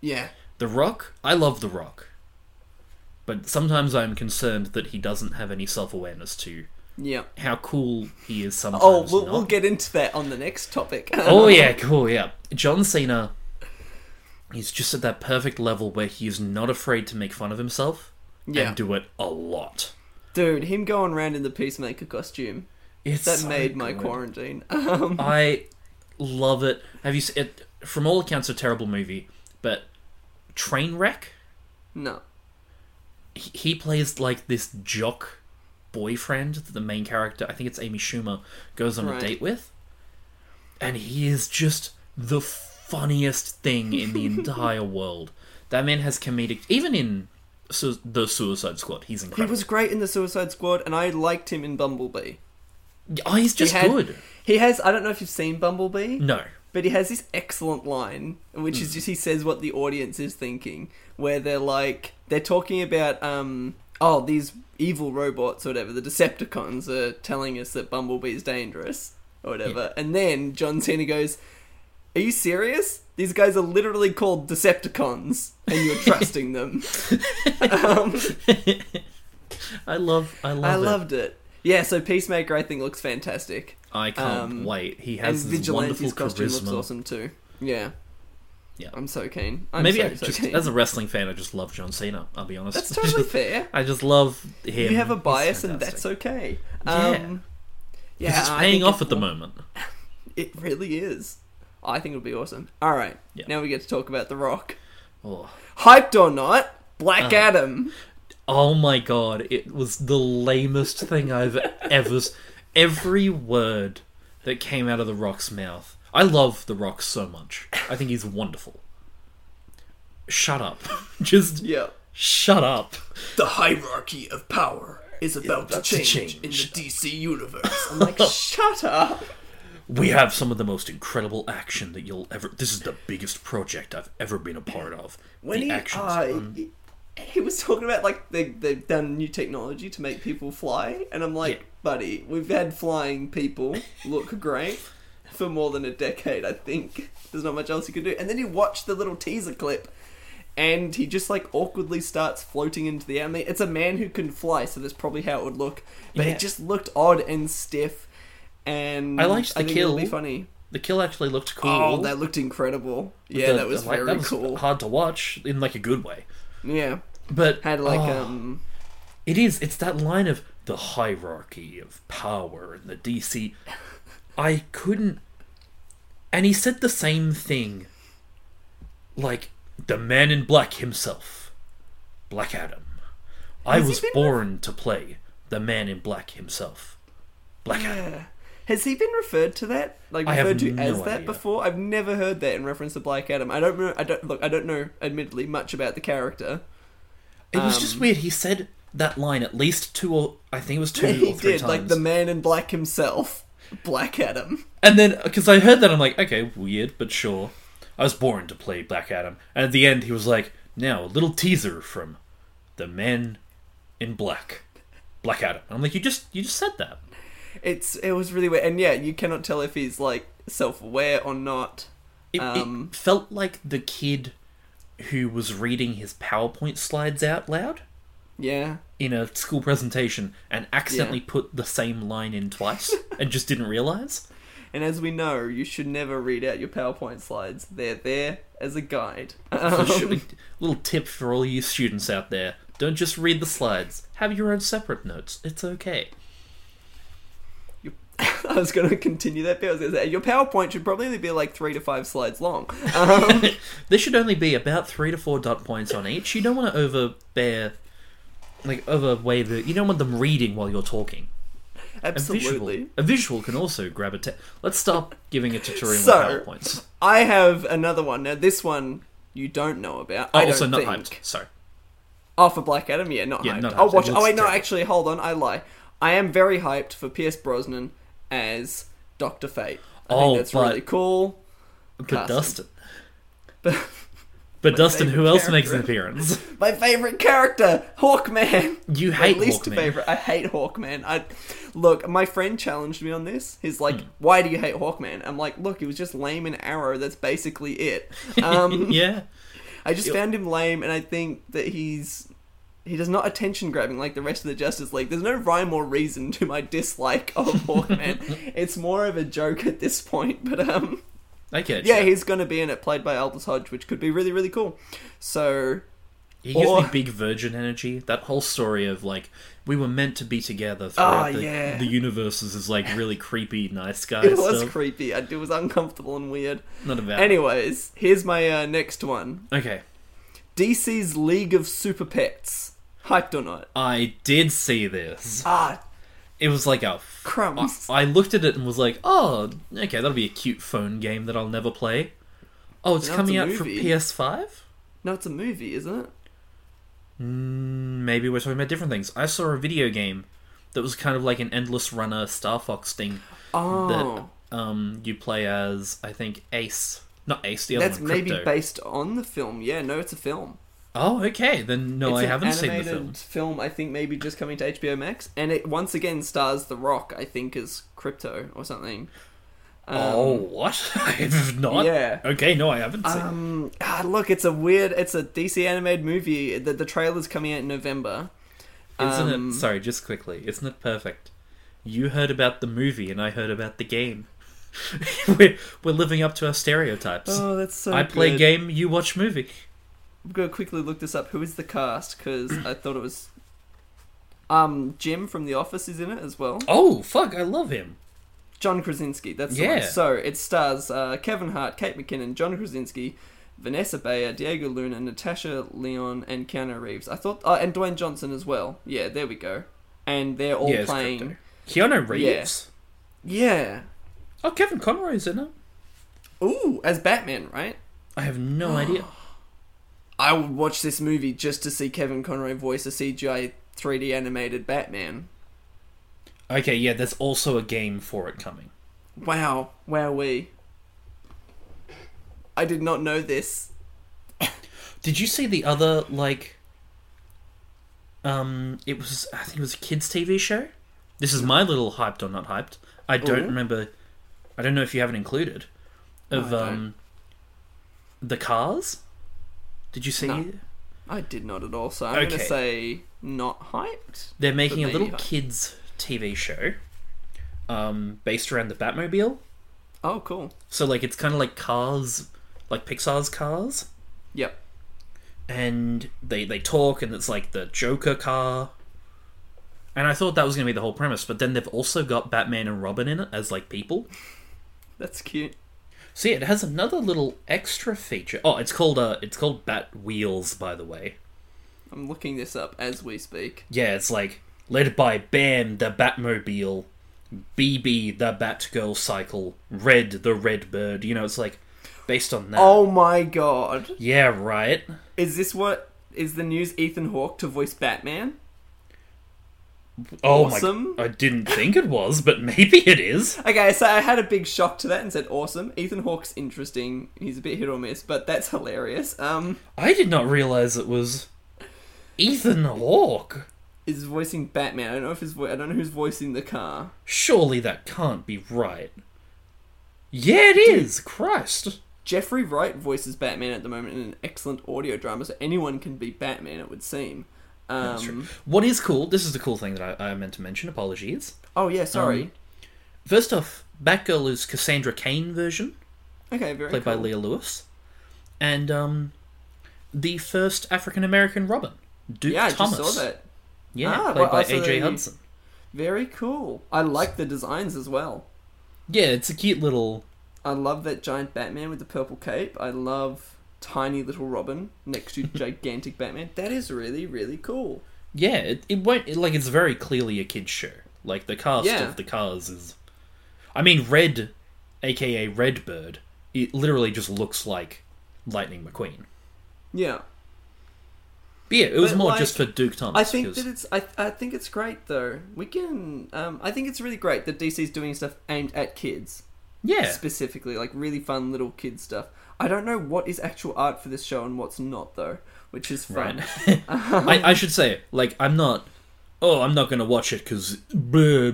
Speaker 2: Yeah.
Speaker 1: The Rock, I love The Rock, but sometimes I'm concerned that he doesn't have any self-awareness to
Speaker 2: Yeah.
Speaker 1: how cool he is. Sometimes.
Speaker 2: Oh, we'll,
Speaker 1: not.
Speaker 2: we'll get into that on the next topic.
Speaker 1: <laughs> Oh yeah, cool. Yeah, John Cena. He's just at that perfect level where he is not afraid to make fun of himself
Speaker 2: Yeah.
Speaker 1: and do it a lot.
Speaker 2: <laughs> Dude, him going around in the Peacemaker costume.
Speaker 1: It's
Speaker 2: That
Speaker 1: so
Speaker 2: made my
Speaker 1: good.
Speaker 2: quarantine. <laughs> Um,
Speaker 1: I love it. Have you s- it? From all accounts, a terrible movie, but Trainwreck.
Speaker 2: no.
Speaker 1: He, he plays like this jock boyfriend that the main character, I think it's Amy Schumer, goes on
Speaker 2: Right.
Speaker 1: a date with, and he is just the funniest thing in
Speaker 2: <laughs>
Speaker 1: the entire world. That man has comedic, even in su- the Suicide Squad, he's
Speaker 2: He
Speaker 1: incredible.
Speaker 2: was great in the Suicide Squad, and I liked him in Bumblebee.
Speaker 1: oh, he's just
Speaker 2: he had-
Speaker 1: good.
Speaker 2: He has. I don't know if you've seen Bumblebee.
Speaker 1: No,
Speaker 2: But he has this excellent line, which is just he says what the audience is thinking, where they're like they're talking about um oh these evil robots or whatever the Decepticons are telling us that Bumblebee's dangerous or whatever, and then John Cena goes, "Are you serious? These guys are literally called Decepticons, and you're trusting them." um,
Speaker 1: I love, I love,
Speaker 2: I
Speaker 1: it.
Speaker 2: loved it. Yeah, so Peacemaker I think looks fantastic.
Speaker 1: I can't
Speaker 2: um,
Speaker 1: wait. He
Speaker 2: And
Speaker 1: has this wonderful
Speaker 2: Vigilante's costume looks
Speaker 1: charisma.
Speaker 2: awesome too. Yeah.
Speaker 1: Yeah.
Speaker 2: I'm so keen. I'm
Speaker 1: Maybe
Speaker 2: so,
Speaker 1: I
Speaker 2: so
Speaker 1: just,
Speaker 2: keen.
Speaker 1: as a wrestling fan, I just love John Cena. I'll be honest.
Speaker 2: That's
Speaker 1: <laughs>
Speaker 2: totally fair.
Speaker 1: I just love him.
Speaker 2: You have a
Speaker 1: He's
Speaker 2: bias and
Speaker 1: fantastic.
Speaker 2: that's okay.
Speaker 1: Yeah.
Speaker 2: Um, yeah.
Speaker 1: It's
Speaker 2: I
Speaker 1: paying
Speaker 2: think
Speaker 1: off
Speaker 2: it-
Speaker 1: at the moment.
Speaker 2: It really is. I think it would be awesome. All right.
Speaker 1: Yeah.
Speaker 2: Now we get to talk about The Rock.
Speaker 1: Oh.
Speaker 2: Hyped or not, Black
Speaker 1: Uh-huh.
Speaker 2: Adam.
Speaker 1: Oh my god, it was the lamest thing I've ever. s- Every word that came out of The Rock's mouth. I love The Rock so much. I think he's wonderful. Shut up. <laughs> Just
Speaker 2: Yeah.
Speaker 1: shut up.
Speaker 2: The hierarchy of power is about,
Speaker 1: about to change in the change.
Speaker 2: DC universe. <laughs> I'm like, shut up.
Speaker 1: We have some of the most incredible action that you'll ever. This is the biggest project I've ever been a part of.
Speaker 2: when
Speaker 1: the
Speaker 2: he,
Speaker 1: actions. um,
Speaker 2: uh, he, he was talking about like they, they've done new technology to make people fly and i'm like
Speaker 1: Yeah.
Speaker 2: buddy we've had flying people look great for more than a decade i think there's not much else you can do and then you watch the little teaser clip and he just like awkwardly starts floating into the air. I mean, it's a man who can fly, so that's probably how it would look. But
Speaker 1: Yeah.
Speaker 2: it just looked odd and stiff. And
Speaker 1: I liked the
Speaker 2: think it'll Be
Speaker 1: kill.
Speaker 2: funny.
Speaker 1: the kill actually looked cool.
Speaker 2: Oh, that looked incredible. Yeah,
Speaker 1: The-
Speaker 2: that was
Speaker 1: like,
Speaker 2: very
Speaker 1: that was <laughs>
Speaker 2: cool.
Speaker 1: Hard to watch in like a good way,
Speaker 2: Yeah,
Speaker 1: but
Speaker 2: had like
Speaker 1: oh,
Speaker 2: um.
Speaker 1: it is. It's that line of the hierarchy of power and the DC. I couldn't, and he said the same thing. Like the Man in Black himself, Black Adam. I
Speaker 2: he
Speaker 1: was
Speaker 2: been-
Speaker 1: born to play the Man in Black himself, Black Adam.
Speaker 2: Has he been referred to that? Like
Speaker 1: I have
Speaker 2: referred to
Speaker 1: no
Speaker 2: as that
Speaker 1: idea.
Speaker 2: before? I've never heard that in reference to Black Adam. I don't. Know, I don't look. I don't know, admittedly, much about the character.
Speaker 1: It was
Speaker 2: um,
Speaker 1: just weird. He said that line at least two or I think it was two
Speaker 2: <laughs> He
Speaker 1: or three
Speaker 2: did,
Speaker 1: times.
Speaker 2: like the Man in Black himself, <laughs> Black Adam.
Speaker 1: And then, because I heard that, I'm like, okay, weird, but sure. I was born to play Black Adam. And at the end, he was like, now, a little teaser from the man in black. Black Adam. I'm like, you just you just said that.
Speaker 2: It's it was really weird, and yeah, you cannot tell if he's like self-aware or not.
Speaker 1: It,
Speaker 2: Um.
Speaker 1: it felt like the kid who was reading his PowerPoint slides out loud
Speaker 2: Yeah,
Speaker 1: in a school presentation and accidentally put the same line in twice and just didn't realize.
Speaker 2: and as we know, you should never read out your PowerPoint slides. They're there as
Speaker 1: <laughs>
Speaker 2: a guide. Um,
Speaker 1: So should we- Um, little tip for all you students out there: don't just read the slides. Have your own separate notes. It's okay.
Speaker 2: <laughs>
Speaker 1: <laughs>
Speaker 2: I was going to continue that bit. I was going to say your PowerPoint should probably be like three to five
Speaker 1: <laughs>
Speaker 2: slides long. Um,
Speaker 1: there should only be about three to four dot points on each. You don't want to overbear, like overweigh the. You don't want them reading while you're talking. A
Speaker 2: absolutely.
Speaker 1: visual, a visual can also grab a. Te- Let's stop giving a tutorial
Speaker 2: So-
Speaker 1: on powerpoints.
Speaker 2: I have another one. Now, this one you don't know about. I
Speaker 1: Oh,
Speaker 2: don't
Speaker 1: also not
Speaker 2: think.
Speaker 1: hyped. Sorry.
Speaker 2: Oh, for Black Adam? Yeah, not
Speaker 1: Yeah,
Speaker 2: hyped.
Speaker 1: not hyped. It
Speaker 2: I'll watch Oh,
Speaker 1: looks
Speaker 2: wait, no,
Speaker 1: terrible.
Speaker 2: actually, hold on. I lie. I am very hyped for Pierce Brosnan as Dr. Fate. I
Speaker 1: Oh,
Speaker 2: think that's
Speaker 1: but-
Speaker 2: really cool. <laughs>
Speaker 1: But
Speaker 2: Cast him.
Speaker 1: Dustin.
Speaker 2: But
Speaker 1: But Dustin, who
Speaker 2: favourite
Speaker 1: else makes an
Speaker 2: character. <laughs>
Speaker 1: appearance?
Speaker 2: my favorite character, Hawkman.
Speaker 1: <laughs> You
Speaker 2: My
Speaker 1: hate
Speaker 2: least
Speaker 1: Hawkman.
Speaker 2: favorite. I hate Hawkman. I look. My friend challenged me on this. He's like,
Speaker 1: Hmm.
Speaker 2: "Why do you hate Hawkman?" I'm like, "Look, he was just lame and arrow. That's
Speaker 1: <laughs>
Speaker 2: basically it."
Speaker 1: <laughs>
Speaker 2: Um,
Speaker 1: yeah.
Speaker 2: I just found him lame, and I think that he's he does not attention grabbing like the rest of the Justice League. There's no rhyme or reason to my dislike
Speaker 1: <laughs>
Speaker 2: of Hawkman. it's more of a joke at this point, but um,
Speaker 1: Okay.
Speaker 2: yeah,
Speaker 1: sure.
Speaker 2: he's going to be in it, played by Aldous Hodge, which could be really really cool. So
Speaker 1: He gives
Speaker 2: Or-
Speaker 1: me big virgin energy. That whole story of like we were meant to be together
Speaker 2: Ah,
Speaker 1: throughout the,
Speaker 2: yeah.
Speaker 1: the universes is like really creepy, nice guy
Speaker 2: <laughs> it was
Speaker 1: stuff.
Speaker 2: creepy. I- It was uncomfortable and weird.
Speaker 1: Not a bad.
Speaker 2: Anyways, here's my uh, next one:
Speaker 1: Okay,
Speaker 2: DC's League of Super Pets. Hyped or not?
Speaker 1: I did see this.
Speaker 2: Ah,
Speaker 1: It was like a.
Speaker 2: crumbs.
Speaker 1: I looked at it and was like, oh, okay, that'll be a cute phone game that I'll never play. Oh, it's
Speaker 2: Now it's
Speaker 1: coming
Speaker 2: a
Speaker 1: out for
Speaker 2: movie.
Speaker 1: PS5.
Speaker 2: No, it's a movie, isn't it?
Speaker 1: Mm, Maybe we're talking about different things. I saw a video game that was kind of like an endless runner Star Fox thing
Speaker 2: Oh,
Speaker 1: that um, you play as I think Ace, not Ace, the other
Speaker 2: That's
Speaker 1: one,
Speaker 2: maybe
Speaker 1: Crypto.
Speaker 2: based on the film. Yeah, no, it's a film.
Speaker 1: oh, okay. Then no,
Speaker 2: it's
Speaker 1: I
Speaker 2: an
Speaker 1: haven't seen the
Speaker 2: animated
Speaker 1: film.
Speaker 2: film. I think maybe just coming to HBO Max, and it once again stars The Rock. I think as Crypto or something. Um,
Speaker 1: oh, what? <laughs> I've not.
Speaker 2: Yeah.
Speaker 1: Okay, no, I haven't seen.
Speaker 2: Um, ah, look, it's a weird. It's a DC animated movie. The, the trailer's coming out in November.
Speaker 1: Isn't
Speaker 2: um,
Speaker 1: it? Sorry, just quickly. Isn't it perfect? You heard about the movie, and I heard about the game. <laughs> we're, we're living up to our stereotypes.
Speaker 2: Oh, that's so.
Speaker 1: I play
Speaker 2: good.
Speaker 1: game, you watch movie.
Speaker 2: I'm gonna quickly look this up. Who is the cast? Because I thought it was. Um, Jim from The Office is in it as well.
Speaker 1: Oh fuck, I love him.
Speaker 2: John Krasinski. That's the
Speaker 1: Yeah.
Speaker 2: one. So it stars uh, Kevin Hart, Kate McKinnon, John Krasinski, Vanessa Bayer, Diego Luna, Natasha Leon, and Keanu Reeves. I thought, oh, and Dwayne Johnson as well. Yeah, there we go. And they're all
Speaker 1: Yeah, it's
Speaker 2: playing.
Speaker 1: crypto. Keanu Reeves.
Speaker 2: Yeah.
Speaker 1: Oh, Kevin Conroy's in it.
Speaker 2: Ooh, as Batman, right?
Speaker 1: I have
Speaker 2: <gasps>
Speaker 1: no idea.
Speaker 2: I would watch this movie just to see Kevin Conroy voice a CGI 3D animated Batman.
Speaker 1: Okay, yeah, there's also a game for it coming.
Speaker 2: Wow, wowee. I did not know this.
Speaker 1: Did you see the other like? Um, it was I think it was a kids' TV show. This is my little hyped or not hyped. I don't
Speaker 2: Ooh.
Speaker 1: remember. I don't know if you haven't included of
Speaker 2: I don't.
Speaker 1: um the cars. Did you see?
Speaker 2: No. I did not at all, so I'm gonna
Speaker 1: Okay.
Speaker 2: say not hyped.
Speaker 1: They're making a
Speaker 2: maybe
Speaker 1: little
Speaker 2: not.
Speaker 1: kids' TV show, um, based around the Batmobile.
Speaker 2: Oh, cool.
Speaker 1: So like it's kind of like Cars, like Pixar's Cars,
Speaker 2: Yep.
Speaker 1: and they they talk, and it's like the Joker car. And I thought that was going to be the whole premise, but then they've also got Batman and Robin in it as like people.
Speaker 2: That's cute.
Speaker 1: See, it has another little extra feature. Oh, it's called uh, it's called Bat Wheels, by the way.
Speaker 2: I'm looking this up as we speak.
Speaker 1: Yeah, it's like led by Bam the Batmobile, BB the Batgirl cycle, Red the Red Bird. You know, it's like based on that.
Speaker 2: Oh my god.
Speaker 1: Yeah, right.
Speaker 2: Is this what is the news Ethan Hawke to voice Batman?
Speaker 1: Oh
Speaker 2: Awesome.
Speaker 1: my! I didn't think it was, but <laughs> maybe it is.
Speaker 2: Okay, so I had a big shock to that and said awesome. Ethan Hawke's interesting. He's a bit hit or miss, but that's hilarious. Um
Speaker 1: I did not realize it was Ethan Hawke.
Speaker 2: is voicing Batman. I don't know if his vo- I don't know who's voicing the car.
Speaker 1: Surely that can't be right. Yeah, it is. Christ.
Speaker 2: Jeffrey Wright voices Batman at the moment in an excellent audio drama, so anyone can be Batman, it would seem.
Speaker 1: That's true.
Speaker 2: Um,
Speaker 1: What is cool? This is the cool thing that I, I meant to mention. Apologies.
Speaker 2: oh yeah, sorry.
Speaker 1: Um, First off, Batgirl is Cassandra Kane version,
Speaker 2: okay, very
Speaker 1: played by
Speaker 2: cool.
Speaker 1: Leah Lewis, and um, the first African American Robin, Duke
Speaker 2: Yeah, I
Speaker 1: Thomas.
Speaker 2: just saw that.
Speaker 1: Yeah,
Speaker 2: Ah,
Speaker 1: played
Speaker 2: well,
Speaker 1: by
Speaker 2: also
Speaker 1: AJ
Speaker 2: they-
Speaker 1: Hudson.
Speaker 2: Very cool. I like the designs as well.
Speaker 1: Yeah, it's a cute little
Speaker 2: I love that giant Batman with the purple cape. I love tiny little Robin
Speaker 1: <laughs>
Speaker 2: next to gigantic Batman. That is really really cool.
Speaker 1: Yeah, it, it won't it, like it's very clearly a kids show. Like the cast
Speaker 2: Yeah.
Speaker 1: of the cars is, I mean, Red, aka Redbird, it literally just looks like Lightning McQueen.
Speaker 2: Yeah.
Speaker 1: But yeah, it was
Speaker 2: But,
Speaker 1: more
Speaker 2: like,
Speaker 1: just for Duke Thomas.
Speaker 2: I think
Speaker 1: 'cause-
Speaker 2: that it's I, I think it's great though. We can um, I think it's really great that DC's doing stuff aimed at kids.
Speaker 1: yeah,
Speaker 2: specifically, like really fun little kid stuff. I don't know what is actual art for this show and what's not though, which is fun.
Speaker 1: right. <laughs> I, I should say, like, I'm not. Oh, I'm not gonna watch it because.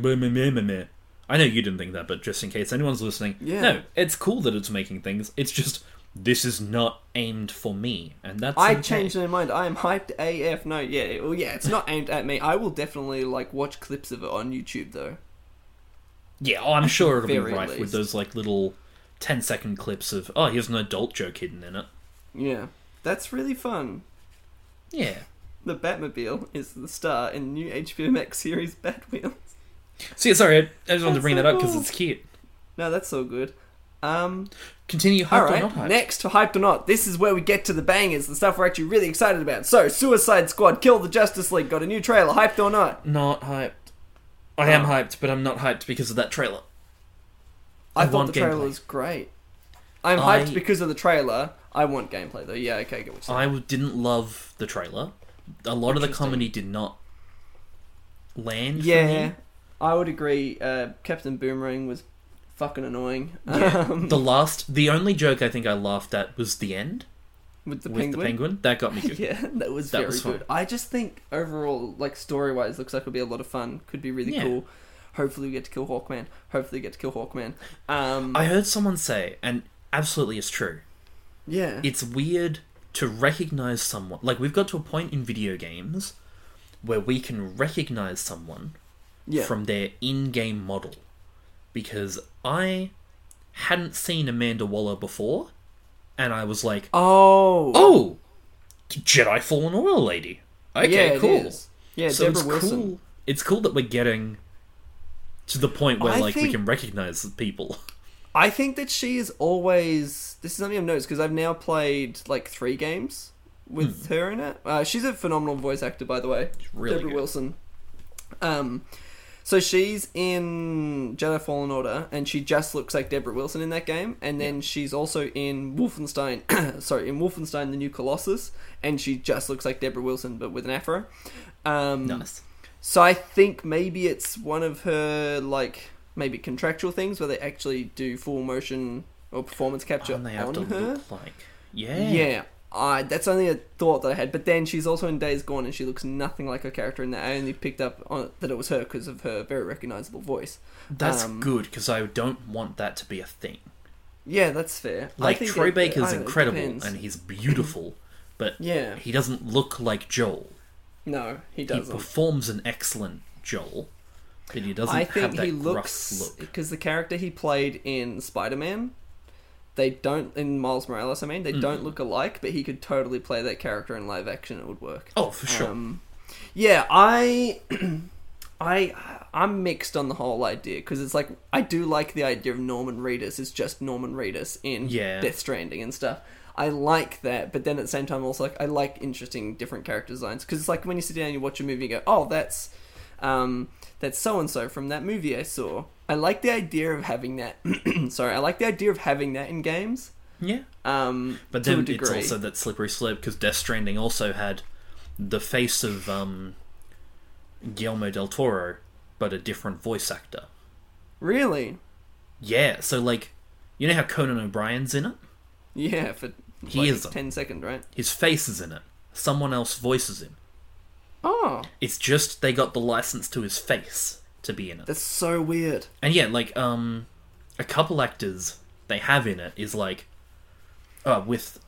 Speaker 1: I know you didn't think that, but just in case anyone's listening,
Speaker 2: Yeah.
Speaker 1: no, it's cool that it's making things. It's just this is not aimed for me, and that's
Speaker 2: I
Speaker 1: okay.
Speaker 2: changed my mind. I am hyped AF. No, yeah, well, yeah, it's not aimed at me. I will definitely like watch clips of it on YouTube though.
Speaker 1: Yeah, oh, I'm sure it'll be
Speaker 2: very
Speaker 1: rife with
Speaker 2: least.
Speaker 1: those like little 10 second clips of oh, here's an adult joke hidden in it.
Speaker 2: Yeah, that's really fun.
Speaker 1: Yeah.
Speaker 2: The Batmobile is the star in new HBO Max series Batwheels.
Speaker 1: See, sorry, I- I just wanted to
Speaker 2: That's
Speaker 1: bring
Speaker 2: so
Speaker 1: that up because
Speaker 2: cool.
Speaker 1: it's cute.
Speaker 2: No, that's so good. Um,
Speaker 1: Continue hyped
Speaker 2: All
Speaker 1: or not
Speaker 2: right,
Speaker 1: hyped.
Speaker 2: next to hyped or not, this is where we get to the bangers, the stuff we're actually really excited about. So, Suicide Squad, Kill the Justice League, got a new trailer, hyped or not?
Speaker 1: Not hyped. I am
Speaker 2: Oh.
Speaker 1: hyped, but I'm not hyped because of that trailer. I
Speaker 2: I, thought
Speaker 1: want
Speaker 2: the trailer
Speaker 1: gameplay.
Speaker 2: was great. I'm
Speaker 1: I-
Speaker 2: hyped because of the trailer. I want gameplay though. Yeah, okay, get what you're saying.
Speaker 1: I w- didn't love the trailer. A lot of the
Speaker 2: Interesting.
Speaker 1: comedy did not land. for
Speaker 2: Yeah,
Speaker 1: me.
Speaker 2: I would agree. Uh, Captain Boomerang was fucking annoying. <laughs> Um,
Speaker 1: the last, the only joke I think I laughed at was the end
Speaker 2: with the
Speaker 1: with
Speaker 2: penguin.
Speaker 1: the penguin. That got me good.
Speaker 2: <laughs> Yeah, that was
Speaker 1: That
Speaker 2: very
Speaker 1: was fun.
Speaker 2: good. I just think overall, like story wise, looks like it'll be a lot of fun. Could be really
Speaker 1: Yeah.
Speaker 2: cool. Hopefully we get to kill Hawkman. Hopefully we get to kill Hawkman. Um,
Speaker 1: I heard someone say, and absolutely it's true,
Speaker 2: yeah,
Speaker 1: it's weird to recognize someone. Like, we've got to a point in video games where we can recognize someone
Speaker 2: yeah,
Speaker 1: from their in game model. Because I hadn't seen Amanda Waller before, and I was like,
Speaker 2: oh,
Speaker 1: oh, Jedi Fallen Order Lady. Okay,
Speaker 2: yeah, it
Speaker 1: cool.
Speaker 2: is. Yeah,
Speaker 1: so
Speaker 2: Deborah
Speaker 1: it's
Speaker 2: Wilson.
Speaker 1: cool. It's cool that we're getting to the point where
Speaker 2: I
Speaker 1: like we
Speaker 2: think-
Speaker 1: can recognize people.
Speaker 2: I think that she is always. This is something I've noticed because I've now played like three games with her in it. Uh, she's a phenomenal voice actor, by the way.
Speaker 1: Hmm. really
Speaker 2: Deborah
Speaker 1: good.
Speaker 2: Wilson. Um, so she's in Jedi Fallen Order, and she just looks like Deborah Wilson in that game. And then she's also in Wolfenstein. <coughs> sorry, in Wolfenstein: The New Colossus, and she just looks like Deborah Wilson, but with an afro. Um,
Speaker 1: Nice.
Speaker 2: so I think maybe it's one of her like maybe contractual things where they actually do full motion or performance capture
Speaker 1: And Oh, they have
Speaker 2: on
Speaker 1: to
Speaker 2: her.
Speaker 1: look like yeah.
Speaker 2: Yeah. I that's only a thought that I had, but then she's also in Days Gone, and she looks nothing like her character. And I only picked up on, that it was her because of her very recognizable voice.
Speaker 1: That's
Speaker 2: Um,
Speaker 1: good because I don't want that to be a thing.
Speaker 2: Yeah, that's fair. I
Speaker 1: Like
Speaker 2: think
Speaker 1: Troy
Speaker 2: it- I
Speaker 1: Baker's
Speaker 2: don't know, it
Speaker 1: incredible
Speaker 2: depends.
Speaker 1: and he's beautiful, but
Speaker 2: Yeah.
Speaker 1: he doesn't look like Joel.
Speaker 2: no, he
Speaker 1: He
Speaker 2: doesn't.
Speaker 1: performs an excellent Joel, but he doesn't
Speaker 2: I
Speaker 1: have
Speaker 2: think
Speaker 1: that
Speaker 2: he looks
Speaker 1: gruff look.
Speaker 2: because the character he played in Spider Man, they don't in Miles Morales. I mean,
Speaker 1: Hmm.
Speaker 2: they don't look alike, but he could totally play that character in live action. It would work.
Speaker 1: Oh, for sure.
Speaker 2: Um, yeah, I, <clears throat> I, I'm mixed on the whole idea because it's like I do like the idea of Norman Reedus. It's just Norman Reedus in
Speaker 1: Yeah.
Speaker 2: Death Stranding and stuff. I like that, but then at the same time, also like I like interesting different character designs because it's like when you sit down and you watch a movie, you go, "Oh, that's, um, that's so and so from that movie I saw." I like the idea of having that. <clears throat> sorry, I like the idea of having that in games.
Speaker 1: yeah.
Speaker 2: Um,
Speaker 1: But
Speaker 2: to a
Speaker 1: then it's
Speaker 2: degree.
Speaker 1: also that slippery slope because Death Stranding also had the face of um, Guillermo del Toro, but a different voice actor.
Speaker 2: really,
Speaker 1: Yeah, so like, you know how Conan O'Brien's in it?
Speaker 2: yeah, for
Speaker 1: He
Speaker 2: like,
Speaker 1: is a-
Speaker 2: 10 second, right?
Speaker 1: His face is in it. Someone else voices him.
Speaker 2: Oh,
Speaker 1: It's just they got the license to his face to be in it.
Speaker 2: That's so weird.
Speaker 1: And yeah, like um, a couple actors they have in it is like, uh, with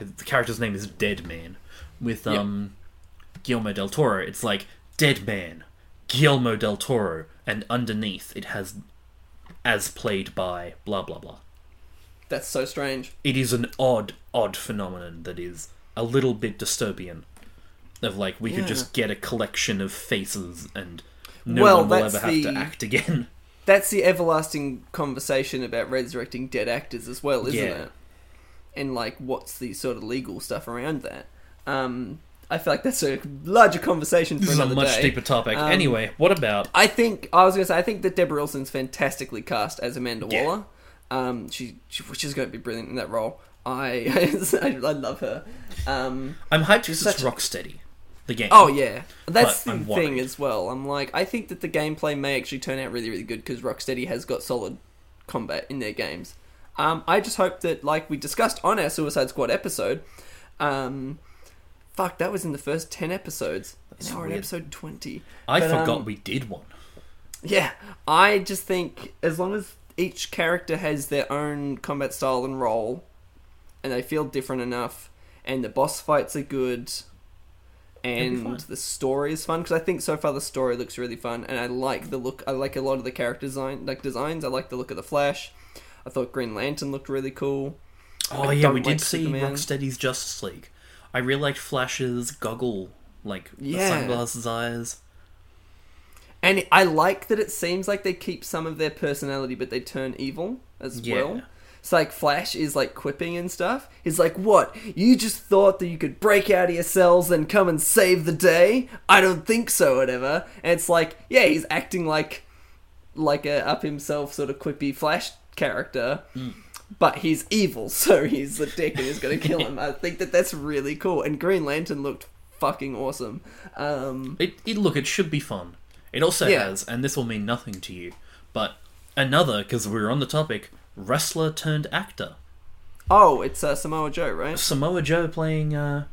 Speaker 1: the character's name is Dead Man, with um, Guillermo del Toro. It's like Dead Man, Guillermo del Toro, and underneath it has, as played by blah blah blah.
Speaker 2: That's so strange.
Speaker 1: It is an odd, odd phenomenon that is a little bit dystopian, of like we could
Speaker 2: Yeah.
Speaker 1: just get a collection of faces and no
Speaker 2: Well,
Speaker 1: one will
Speaker 2: that's
Speaker 1: ever have to
Speaker 2: the-
Speaker 1: act again. <laughs>
Speaker 2: That's the everlasting conversation about resurrecting dead actors as well, isn't
Speaker 1: Yeah.
Speaker 2: it? And like, what's the sort of legal stuff around that? Um, I feel like that's a larger conversation for
Speaker 1: This is a
Speaker 2: another
Speaker 1: much
Speaker 2: day.
Speaker 1: deeper topic.
Speaker 2: Um,
Speaker 1: anyway, what about
Speaker 2: I think I was gonna say I think that Deborah Wilson's fantastically cast as Amanda
Speaker 1: Yeah.
Speaker 2: Waller. Um, she, she she's going to be brilliant in that role. I <laughs> I, love her. Um,
Speaker 1: I'm hyped because
Speaker 2: such
Speaker 1: it's
Speaker 2: a-
Speaker 1: Rocksteady, the game.
Speaker 2: Oh yeah, that's
Speaker 1: But I'm
Speaker 2: the
Speaker 1: worried.
Speaker 2: thing as well. I'm like, I think that the gameplay may actually turn out really, really good because Rocksteady has got solid combat in their games. Um, I just hope that, like we discussed on our Suicide Squad episode, um, fuck, that was in the first ten episodes. now we're in
Speaker 1: weird.
Speaker 2: episode twenty.
Speaker 1: I
Speaker 2: But, um,
Speaker 1: forgot we did one.
Speaker 2: Yeah, I just think as long as each character has their own combat style and role, and they feel different enough, and the boss fights are good,
Speaker 1: fine.
Speaker 2: and the story is fun because I think so far the story looks really fun, and I like the look. I like a lot of the character design, like designs. I like the look of the Flash. I thought Green Lantern looked really cool.
Speaker 1: Oh
Speaker 2: I
Speaker 1: yeah,
Speaker 2: don't
Speaker 1: we
Speaker 2: like
Speaker 1: did see
Speaker 2: Superman.
Speaker 1: Rocksteady's Justice League. I really liked Flash's goggle, like the
Speaker 2: Yeah.
Speaker 1: sunglasses eyes.
Speaker 2: And I like that it seems like they keep some of their personality, but they turn evil as
Speaker 1: Yeah.
Speaker 2: well. So like Flash is like quipping and stuff. He's like, "What? You just thought that you could break out of your cells and come and save the day? I don't think so, whatever." And it's like, yeah, he's acting like like a up himself sort of quippy Flash character, but he's evil, <laughs> so he's a dick and he's gonna kill him. I think that that's really cool. And Green Lantern looked fucking awesome. Um,
Speaker 1: It, it look, it should be fun. It also
Speaker 2: Yeah.
Speaker 1: has, and this will mean nothing to you, but Another, because we were on the topic, wrestler turned actor.
Speaker 2: Oh, it's uh, Samoa Joe, right?
Speaker 1: Samoa Joe playing uh,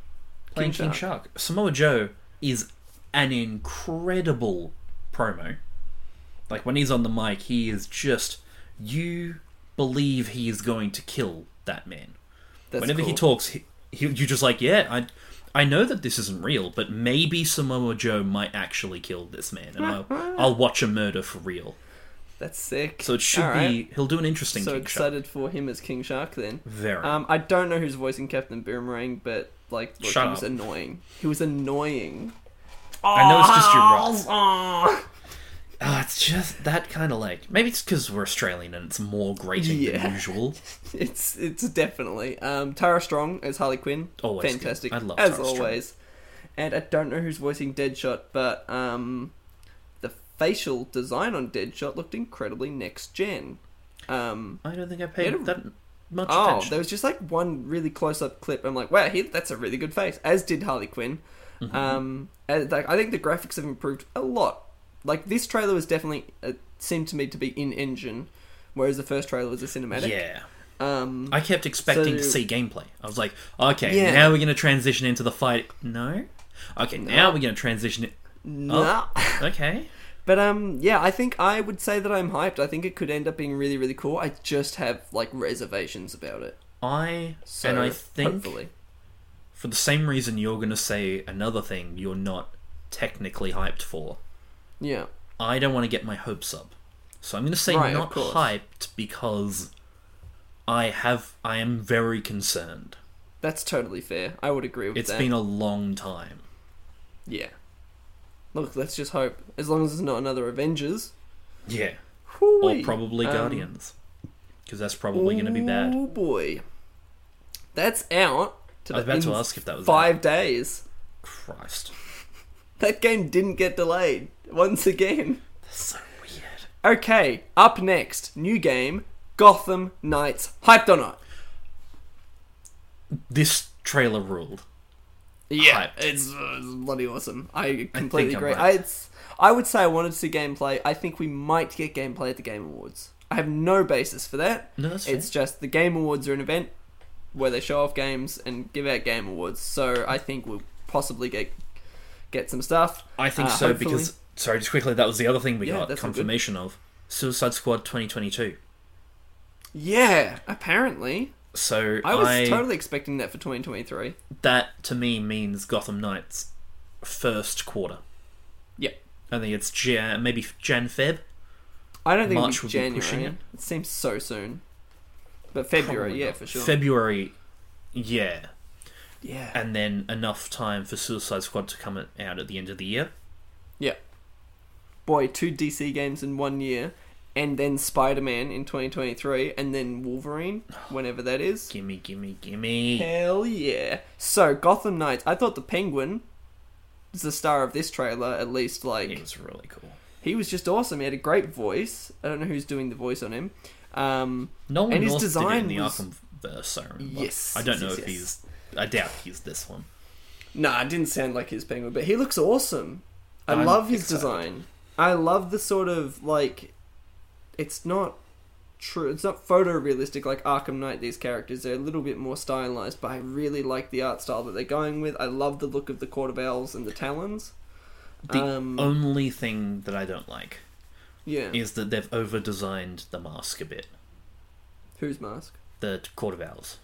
Speaker 1: playing King,
Speaker 2: King
Speaker 1: Shark. Samoa Joe is an incredible promo. Like when he's on the mic, he is just you believe he is going to kill that man.
Speaker 2: That's
Speaker 1: Whenever he
Speaker 2: cool.
Speaker 1: talks, he, he, you're just like, yeah, I I know that this isn't real, but maybe Samoa Joe might actually kill this man, and
Speaker 2: <laughs>
Speaker 1: I'll I'll watch a murder for real.
Speaker 2: That's sick.
Speaker 1: So it should
Speaker 2: All right.
Speaker 1: be he'll do an interesting
Speaker 2: So
Speaker 1: King Shark.
Speaker 2: excited for him as King Shark then.
Speaker 1: Very.
Speaker 2: Um, I don't know who's voicing Captain Boomerang, but like, look,
Speaker 1: Shut
Speaker 2: he was
Speaker 1: up.
Speaker 2: annoying. He was annoying.
Speaker 1: I know it's just your rocks.
Speaker 2: Oh,
Speaker 1: Oh, it's just that kind of like maybe it's because we're Australian and it's more grating
Speaker 2: Yeah.
Speaker 1: than usual.
Speaker 2: It's it's definitely um, Tara Strong as Harley Quinn.
Speaker 1: Always good.
Speaker 2: fantastic.
Speaker 1: I love
Speaker 2: as
Speaker 1: Tara Strong.
Speaker 2: always. And I don't know who's voicing Deadshot, but um, the facial design on Deadshot looked incredibly next gen. Um,
Speaker 1: I don't think I paid
Speaker 2: Yeah.
Speaker 1: that much
Speaker 2: oh,
Speaker 1: attention.
Speaker 2: there was just like one really close up clip. I'm like, wow, he, that's a really good face. As did Harley Quinn.
Speaker 1: Mm-hmm.
Speaker 2: Um, and, like, I think the graphics have improved a lot. Like this trailer was definitely uh, seemed to me to be in engine, whereas the first trailer was a cinematic.
Speaker 1: Yeah,
Speaker 2: Um,
Speaker 1: I kept expecting to
Speaker 2: So-
Speaker 1: see gameplay. I was like, okay,
Speaker 2: Yeah.
Speaker 1: now we're gonna transition into the fight. No, okay, now we're gonna transition. It.
Speaker 2: nah. <laughs>
Speaker 1: Okay,
Speaker 2: But um, yeah, I think I would say that I'm hyped. I think it could end up being really, really cool. I just have like reservations about it.
Speaker 1: I
Speaker 2: So
Speaker 1: and I think
Speaker 2: hopefully,
Speaker 1: for the same reason you're gonna say another thing you're not technically hyped for.
Speaker 2: yeah,
Speaker 1: I don't want to get my hopes up. So I'm going to say
Speaker 2: Right, of
Speaker 1: not
Speaker 2: course.
Speaker 1: hyped because I have I am very concerned.
Speaker 2: that's totally fair. I would agree with
Speaker 1: It's
Speaker 2: that.
Speaker 1: been a long time.
Speaker 2: yeah. Look, let's just hope. As long as it's not another Avengers,
Speaker 1: Yeah. Or
Speaker 2: Hoo-wee.
Speaker 1: probably
Speaker 2: Um,
Speaker 1: Guardians. Because that's probably going to be bad.
Speaker 2: Oh boy, that's out. To
Speaker 1: I was
Speaker 2: the-
Speaker 1: about to
Speaker 2: in
Speaker 1: ask if that was
Speaker 2: five days.
Speaker 1: Christ.
Speaker 2: That game didn't get delayed once again.
Speaker 1: That's so weird.
Speaker 2: Okay, up next, new game, Gotham Knights. Hyped or not?
Speaker 1: This trailer ruled.
Speaker 2: Yeah,
Speaker 1: hyped.
Speaker 2: it's, uh, it's bloody awesome. I completely
Speaker 1: I'm
Speaker 2: agree.
Speaker 1: right.
Speaker 2: I, it's, I would say I wanted to see gameplay. I think we might get gameplay at the Game Awards. I have no basis for that.
Speaker 1: No, that's
Speaker 2: it's just the Game Awards are an event where they show off games and give out Game Awards. So I think we'll possibly get get some stuff.
Speaker 1: I think
Speaker 2: Uh,
Speaker 1: so
Speaker 2: hopefully-
Speaker 1: because sorry, just quickly, that was the other thing we
Speaker 2: Yeah,
Speaker 1: got
Speaker 2: that's all good.
Speaker 1: confirmation of. Suicide Squad 2022.
Speaker 2: yeah, apparently
Speaker 1: So
Speaker 2: I was totally expecting that for 2023.
Speaker 1: that to me means Gotham Knights first quarter.
Speaker 2: Yeah,
Speaker 1: I think it's Jan, maybe Jan Feb.
Speaker 2: I don't think
Speaker 1: March
Speaker 2: it'll be
Speaker 1: would be
Speaker 2: January.
Speaker 1: pushing
Speaker 2: it seems so soon, but February,
Speaker 1: Probably
Speaker 2: yeah,
Speaker 1: not.
Speaker 2: for sure.
Speaker 1: February, yeah,
Speaker 2: yeah,
Speaker 1: and then enough time for Suicide Squad to come out at the end of the year.
Speaker 2: Yeah. Boy, two DC games in one year, and then Spider Man in 2023, and then Wolverine, whenever that is.
Speaker 1: Gimme, gimme, gimme.
Speaker 2: Hell yeah. So, Gotham Knights. I thought the Penguin was the star of this trailer, at least. Like,
Speaker 1: It was really cool.
Speaker 2: he was just awesome. He had a great voice. I don't know who's doing the voice on him. Um,
Speaker 1: Nolan
Speaker 2: And his
Speaker 1: North
Speaker 2: design
Speaker 1: did it in
Speaker 2: was-
Speaker 1: the Arkham verse. I remember.
Speaker 2: Yes,
Speaker 1: I don't
Speaker 2: yes,
Speaker 1: know
Speaker 2: yes,
Speaker 1: if
Speaker 2: yes.
Speaker 1: he's. I doubt he's this one.
Speaker 2: Nah, it didn't sound like his penguin, but he looks awesome. I
Speaker 1: I'm
Speaker 2: love his
Speaker 1: excited.
Speaker 2: design. I love the sort of like it's not true it's not photorealistic like Arkham Knight these characters. They're a little bit more stylized, but I really like the art style that they're going with. I love the look of the quarter bells and the talons.
Speaker 1: The
Speaker 2: Um,
Speaker 1: only thing that I don't like
Speaker 2: Yeah.
Speaker 1: is that they've over designed the mask a bit.
Speaker 2: Whose mask?
Speaker 1: The quarter valves.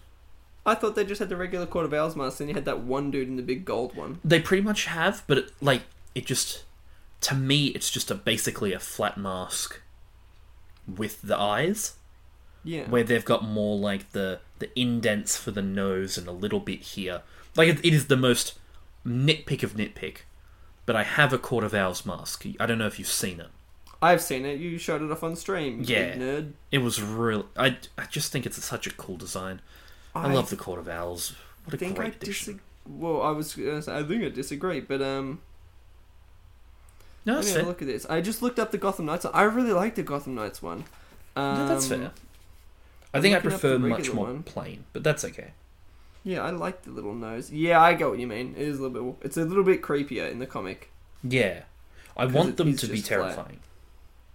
Speaker 2: I thought they just had the regular quarter bells mask and you had that one dude in the big gold one.
Speaker 1: They pretty much have, but it, like it just to me, it's just a basically a flat mask with the eyes.
Speaker 2: Yeah.
Speaker 1: where they've got more like the the indents for the nose and a little bit here. Like it, it is the most nitpick of nitpick. But I have a Court of Owls mask. I don't know if you've seen it.
Speaker 2: I've seen it. You showed it off on stream. you
Speaker 1: Yeah.
Speaker 2: Nerd.
Speaker 1: It was real. I, I just think it's such a cool design. I,
Speaker 2: I
Speaker 1: love the Court of Owls. What a
Speaker 2: think
Speaker 1: great
Speaker 2: I
Speaker 1: addition.
Speaker 2: disagree. Well, I was gonna say, I think I disagree, but um,
Speaker 1: no,
Speaker 2: let
Speaker 1: that's
Speaker 2: me have
Speaker 1: fair.
Speaker 2: a look at this. I just looked up the Gotham Knights. I really like the Gotham Knights one. Um,
Speaker 1: no, that's fair. I
Speaker 2: I'm
Speaker 1: think I
Speaker 2: looking up
Speaker 1: prefer
Speaker 2: the
Speaker 1: much
Speaker 2: regular
Speaker 1: more
Speaker 2: one.
Speaker 1: plain, but that's okay.
Speaker 2: Yeah, I like the little nose. Yeah, I get what you mean. It is a little bit. It's a little bit creepier in the comic.
Speaker 1: Yeah. I
Speaker 2: 'Cause
Speaker 1: want
Speaker 2: it
Speaker 1: them
Speaker 2: is
Speaker 1: to be
Speaker 2: just flat.
Speaker 1: terrifying.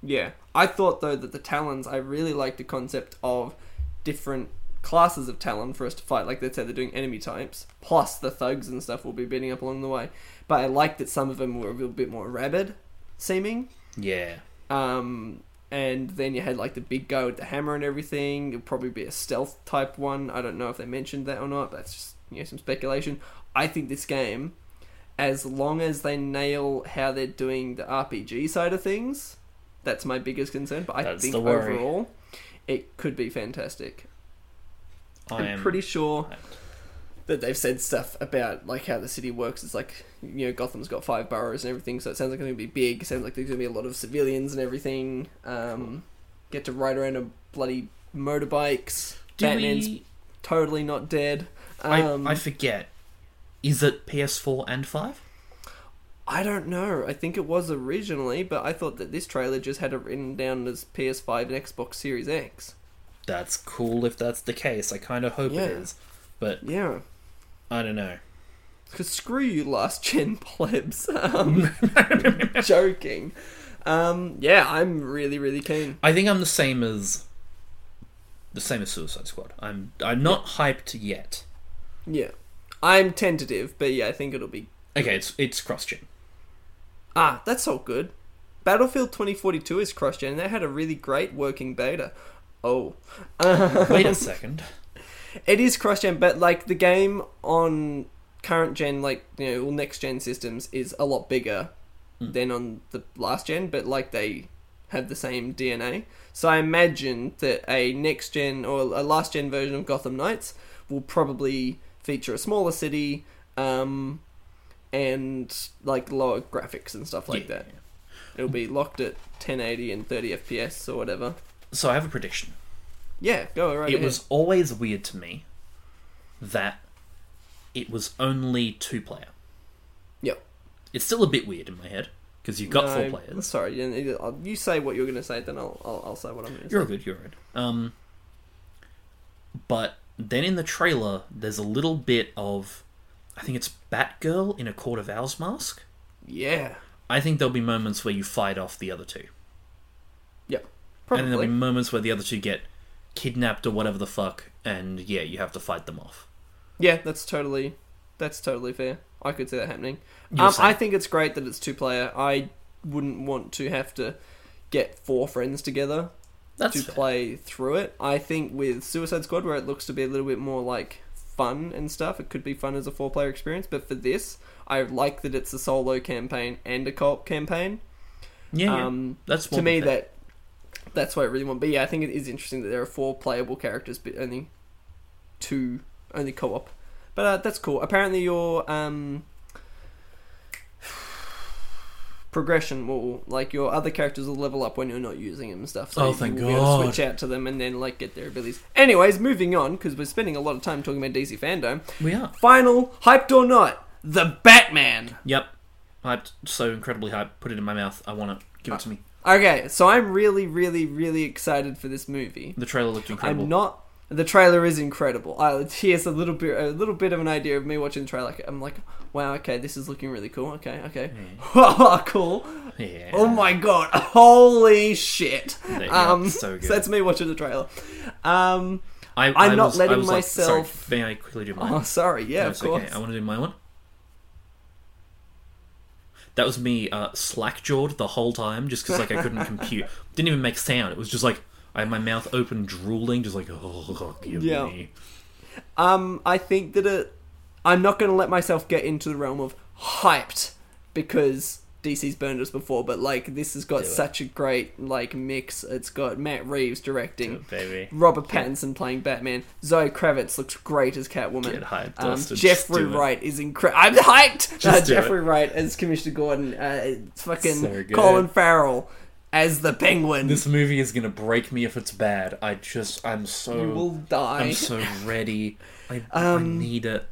Speaker 2: Yeah. I thought though that the Talons, I really like the concept of different classes of Talon for us to fight. Like they said, they're doing enemy types, plus the thugs and stuff will be beating up along the way. But I liked that some of them were a little bit more rabid seeming.
Speaker 1: Yeah.
Speaker 2: Um, and then you had like the big guy with the hammer and everything. It'll probably be a stealth type one. I don't know if they mentioned that or not. But that's just you know some speculation. I think this game, as long as they nail how they're doing the RPG side of things, that's my biggest concern. But I
Speaker 1: That's
Speaker 2: think
Speaker 1: the worry.
Speaker 2: overall, it could be fantastic.
Speaker 1: I
Speaker 2: I'm
Speaker 1: am
Speaker 2: pretty sure
Speaker 1: hyped.
Speaker 2: that they've said stuff about like how the city works. It's like you know Gotham's got five boroughs and everything, so it sounds like it's going to be big. sounds like there's going to be a lot of civilians and everything. Um, get to ride around on bloody motorbikes.
Speaker 1: Do
Speaker 2: Batman's
Speaker 1: we-
Speaker 2: totally not dead. Um,
Speaker 1: I,
Speaker 2: I,
Speaker 1: I forget. Is it PS4 and 5?
Speaker 2: don't know. I think it was originally, but I thought that this trailer just had it written down as PS5 and Xbox Series X.
Speaker 1: That's cool if that's the case. I kind of hope
Speaker 2: Yeah.
Speaker 1: it is. But
Speaker 2: Yeah.
Speaker 1: I don't know.
Speaker 2: Because screw you, last gen <laughs> plebs. Um, joking. Um, yeah, I'm really, really keen.
Speaker 1: I think I'm the same as the same as Suicide Squad. I'm I'm not hyped yet.
Speaker 2: Yeah. I'm tentative, but yeah, I think it'll be.
Speaker 1: Okay, it's it's cross gen.
Speaker 2: Ah, that's all good. Battlefield 2042 is cross gen, and they had a really great working beta. Oh. <laughs>
Speaker 1: Wait a <laughs> second.
Speaker 2: It is cross gen, but like the game on current gen, like you know, all next gen systems is a lot bigger
Speaker 1: Hmm.
Speaker 2: than on the last gen, but like they have the same DNA. So I imagine that a next gen or a last gen version of Gotham Knights will probably feature a smaller city, um, and like lower graphics and stuff like
Speaker 1: Yeah.
Speaker 2: that. It'll be locked at 1080 and 30 FPS or whatever.
Speaker 1: So I have a prediction.
Speaker 2: Yeah, go right.
Speaker 1: It
Speaker 2: ahead.
Speaker 1: was always weird to me that it was only two player.
Speaker 2: yep.
Speaker 1: It's still a bit weird in my head because you've got
Speaker 2: No,
Speaker 1: four players.
Speaker 2: Sorry, you, you- you say what you're going to say, then I'll, I'll, I'll say what I'm going to say.
Speaker 1: You're all good. You're all right. Um, but then in the trailer, there's a little bit of, I think it's Batgirl in a Court of Owls mask.
Speaker 2: Yeah.
Speaker 1: I think there'll be moments where you fight off the other two,
Speaker 2: Yep.
Speaker 1: and then there'll
Speaker 2: Probably.
Speaker 1: be moments where the other two get kidnapped or whatever the fuck, and yeah, you have to fight them off.
Speaker 2: Yeah, that's totally, that's totally fair. I could see that happening.
Speaker 1: You were
Speaker 2: Um, I
Speaker 1: saying-
Speaker 2: think it's great that it's two player. I wouldn't want to have to get four friends together
Speaker 1: That's
Speaker 2: to
Speaker 1: fair.
Speaker 2: play through it. I think with Suicide Squad, where it looks to be a little bit more like fun and stuff, it could be fun as a four player experience. But for this, I like that it's a solo campaign and a co op campaign.
Speaker 1: yeah, yeah.
Speaker 2: Um,
Speaker 1: that's more than
Speaker 2: to me
Speaker 1: fair.
Speaker 2: that that's what I really want. But yeah, I think it is interesting that there are four playable characters, but only two, only co-op. But uh, that's cool. Apparently, your um, progression will like your other characters will level up when you're not using them and stuff. So
Speaker 1: Oh,
Speaker 2: you
Speaker 1: thank
Speaker 2: will be able to
Speaker 1: God.
Speaker 2: switch out to them and then like get their abilities. Anyways, moving on because we're spending a lot of time talking about DC fandom.
Speaker 1: we are.
Speaker 2: Final hyped or not, the Batman.
Speaker 1: Yep, hyped. So incredibly hyped. Put it in my mouth. I want it. Give it to me.
Speaker 2: Okay, so I'm really, really, really excited for this movie.
Speaker 1: The trailer looked incredible.
Speaker 2: I'm not. The trailer is incredible. I, here's a little bit, a little bit of an idea of me watching the trailer. I'm like, wow, okay, this is looking really cool. Okay, okay, <laughs> cool.
Speaker 1: Hmm. Yeah.
Speaker 2: Oh my god, holy shit!
Speaker 1: They- yeah,
Speaker 2: Um,
Speaker 1: so
Speaker 2: so,
Speaker 1: good.
Speaker 2: that's me watching the trailer. Um,
Speaker 1: I,
Speaker 2: I'm
Speaker 1: I
Speaker 2: not
Speaker 1: was- I
Speaker 2: letting
Speaker 1: was like- sorry,
Speaker 2: myself-
Speaker 1: may I quickly do mine?
Speaker 2: oh, sorry, <laughs> yeah,
Speaker 1: No,
Speaker 2: of
Speaker 1: it's
Speaker 2: course.
Speaker 1: Okay. I want to do my one. That was me uh, slack jawed the whole time, just because like I
Speaker 2: <laughs>
Speaker 1: couldn't compute. Didn't even make sound. It was just like I had my mouth open, drooling, just like oh, give
Speaker 2: Yeah.
Speaker 1: me.
Speaker 2: Um, I think that it, I'm not going to let myself get into the realm of hyped because DC's burned us before, but like this has got
Speaker 1: Do it.
Speaker 2: such a great like mix. It's got Matt Reeves directing,
Speaker 1: it, baby.
Speaker 2: Robert Pattinson playing Batman, Zoe Kravitz looks great as Catwoman.
Speaker 1: Get hyped,
Speaker 2: um,
Speaker 1: Austin,
Speaker 2: Jeffrey
Speaker 1: just do it.
Speaker 2: Wright is incredible. I'm hyped. Uh,
Speaker 1: Just do it.
Speaker 2: Jeffrey Wright as Commissioner Gordon. Uh, fucking
Speaker 1: So good.
Speaker 2: Colin Farrell as the Penguin.
Speaker 1: This movie is gonna break me if it's bad. I just I'm so
Speaker 2: you will die. Um,
Speaker 1: I'm so ready. I, I need it.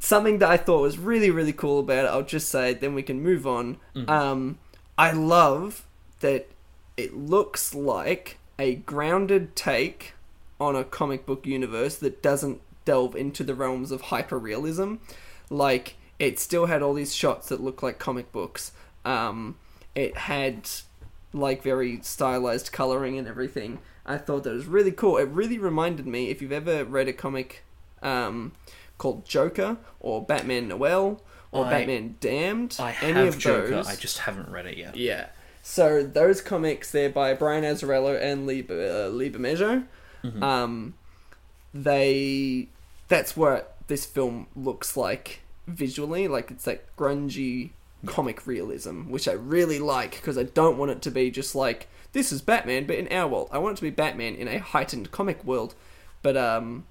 Speaker 2: something that I thought was really, really cool about it, I'll just say, then we can move on. Um, I love that it looks like a grounded take on a comic book universe that doesn't delve into the realms of hyperrealism. Like, it still had all these shots that look like comic books. Um, it had like very stylized coloring and everything. I thought that was really cool. It really reminded me if you've ever read a comic um, called Joker or Batman Noel or
Speaker 1: I-
Speaker 2: Batman Damned,
Speaker 1: I
Speaker 2: any
Speaker 1: have
Speaker 2: of
Speaker 1: Joker.
Speaker 2: those.
Speaker 1: I just haven't read it yet.
Speaker 2: Yeah. So those comics, they're by Brian Azzarello and Lee, uh, Lee Bermejo. Um, they that's what this film looks like visually. Like it's that grungy comic realism, which I really like because I don't want it to be just like this is Batman, but in our world. I want it to be Batman in a heightened comic world. But um,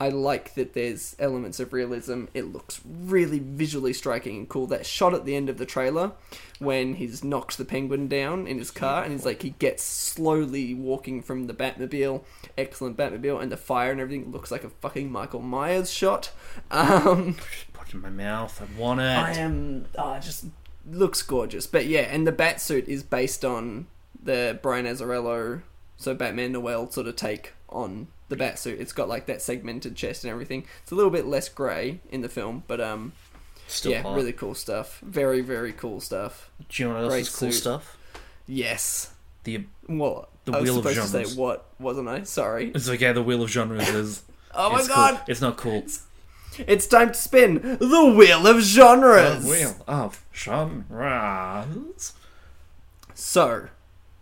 Speaker 2: I like that there's elements of realism. It looks really visually striking and cool. That shot at the end of the trailer when he's knocks the penguin down in his car and he's like he gets slowly walking from the Batmobile. Excellent Batmobile and the fire and everything looks like a fucking Michael Myers shot. Um
Speaker 1: Put it in my mouth. I want it.
Speaker 2: I am oh, it just looks gorgeous. But yeah, and the Batsuit is based on the Brian Azzarello, so Batman Noel sort of take on the Batsuit. It's got like that segmented chest and everything. It's a little bit less grey in the film, but um
Speaker 1: Still
Speaker 2: yeah,
Speaker 1: hot.
Speaker 2: really cool stuff. Very, very cool stuff.
Speaker 1: Do you know what else
Speaker 2: great
Speaker 1: is cool
Speaker 2: suit.
Speaker 1: stuff?
Speaker 2: Yes.
Speaker 1: The
Speaker 2: What?
Speaker 1: The
Speaker 2: I was
Speaker 1: Wheel of
Speaker 2: supposed to
Speaker 1: Genres.
Speaker 2: say what, wasn't I? Sorry.
Speaker 1: it's okay. The wheel of genres is.
Speaker 2: <laughs> Oh my
Speaker 1: it's cool.
Speaker 2: god!
Speaker 1: It's not cool.
Speaker 2: It's time to spin the Wheel of Genres!
Speaker 1: The wheel of genres.
Speaker 2: So,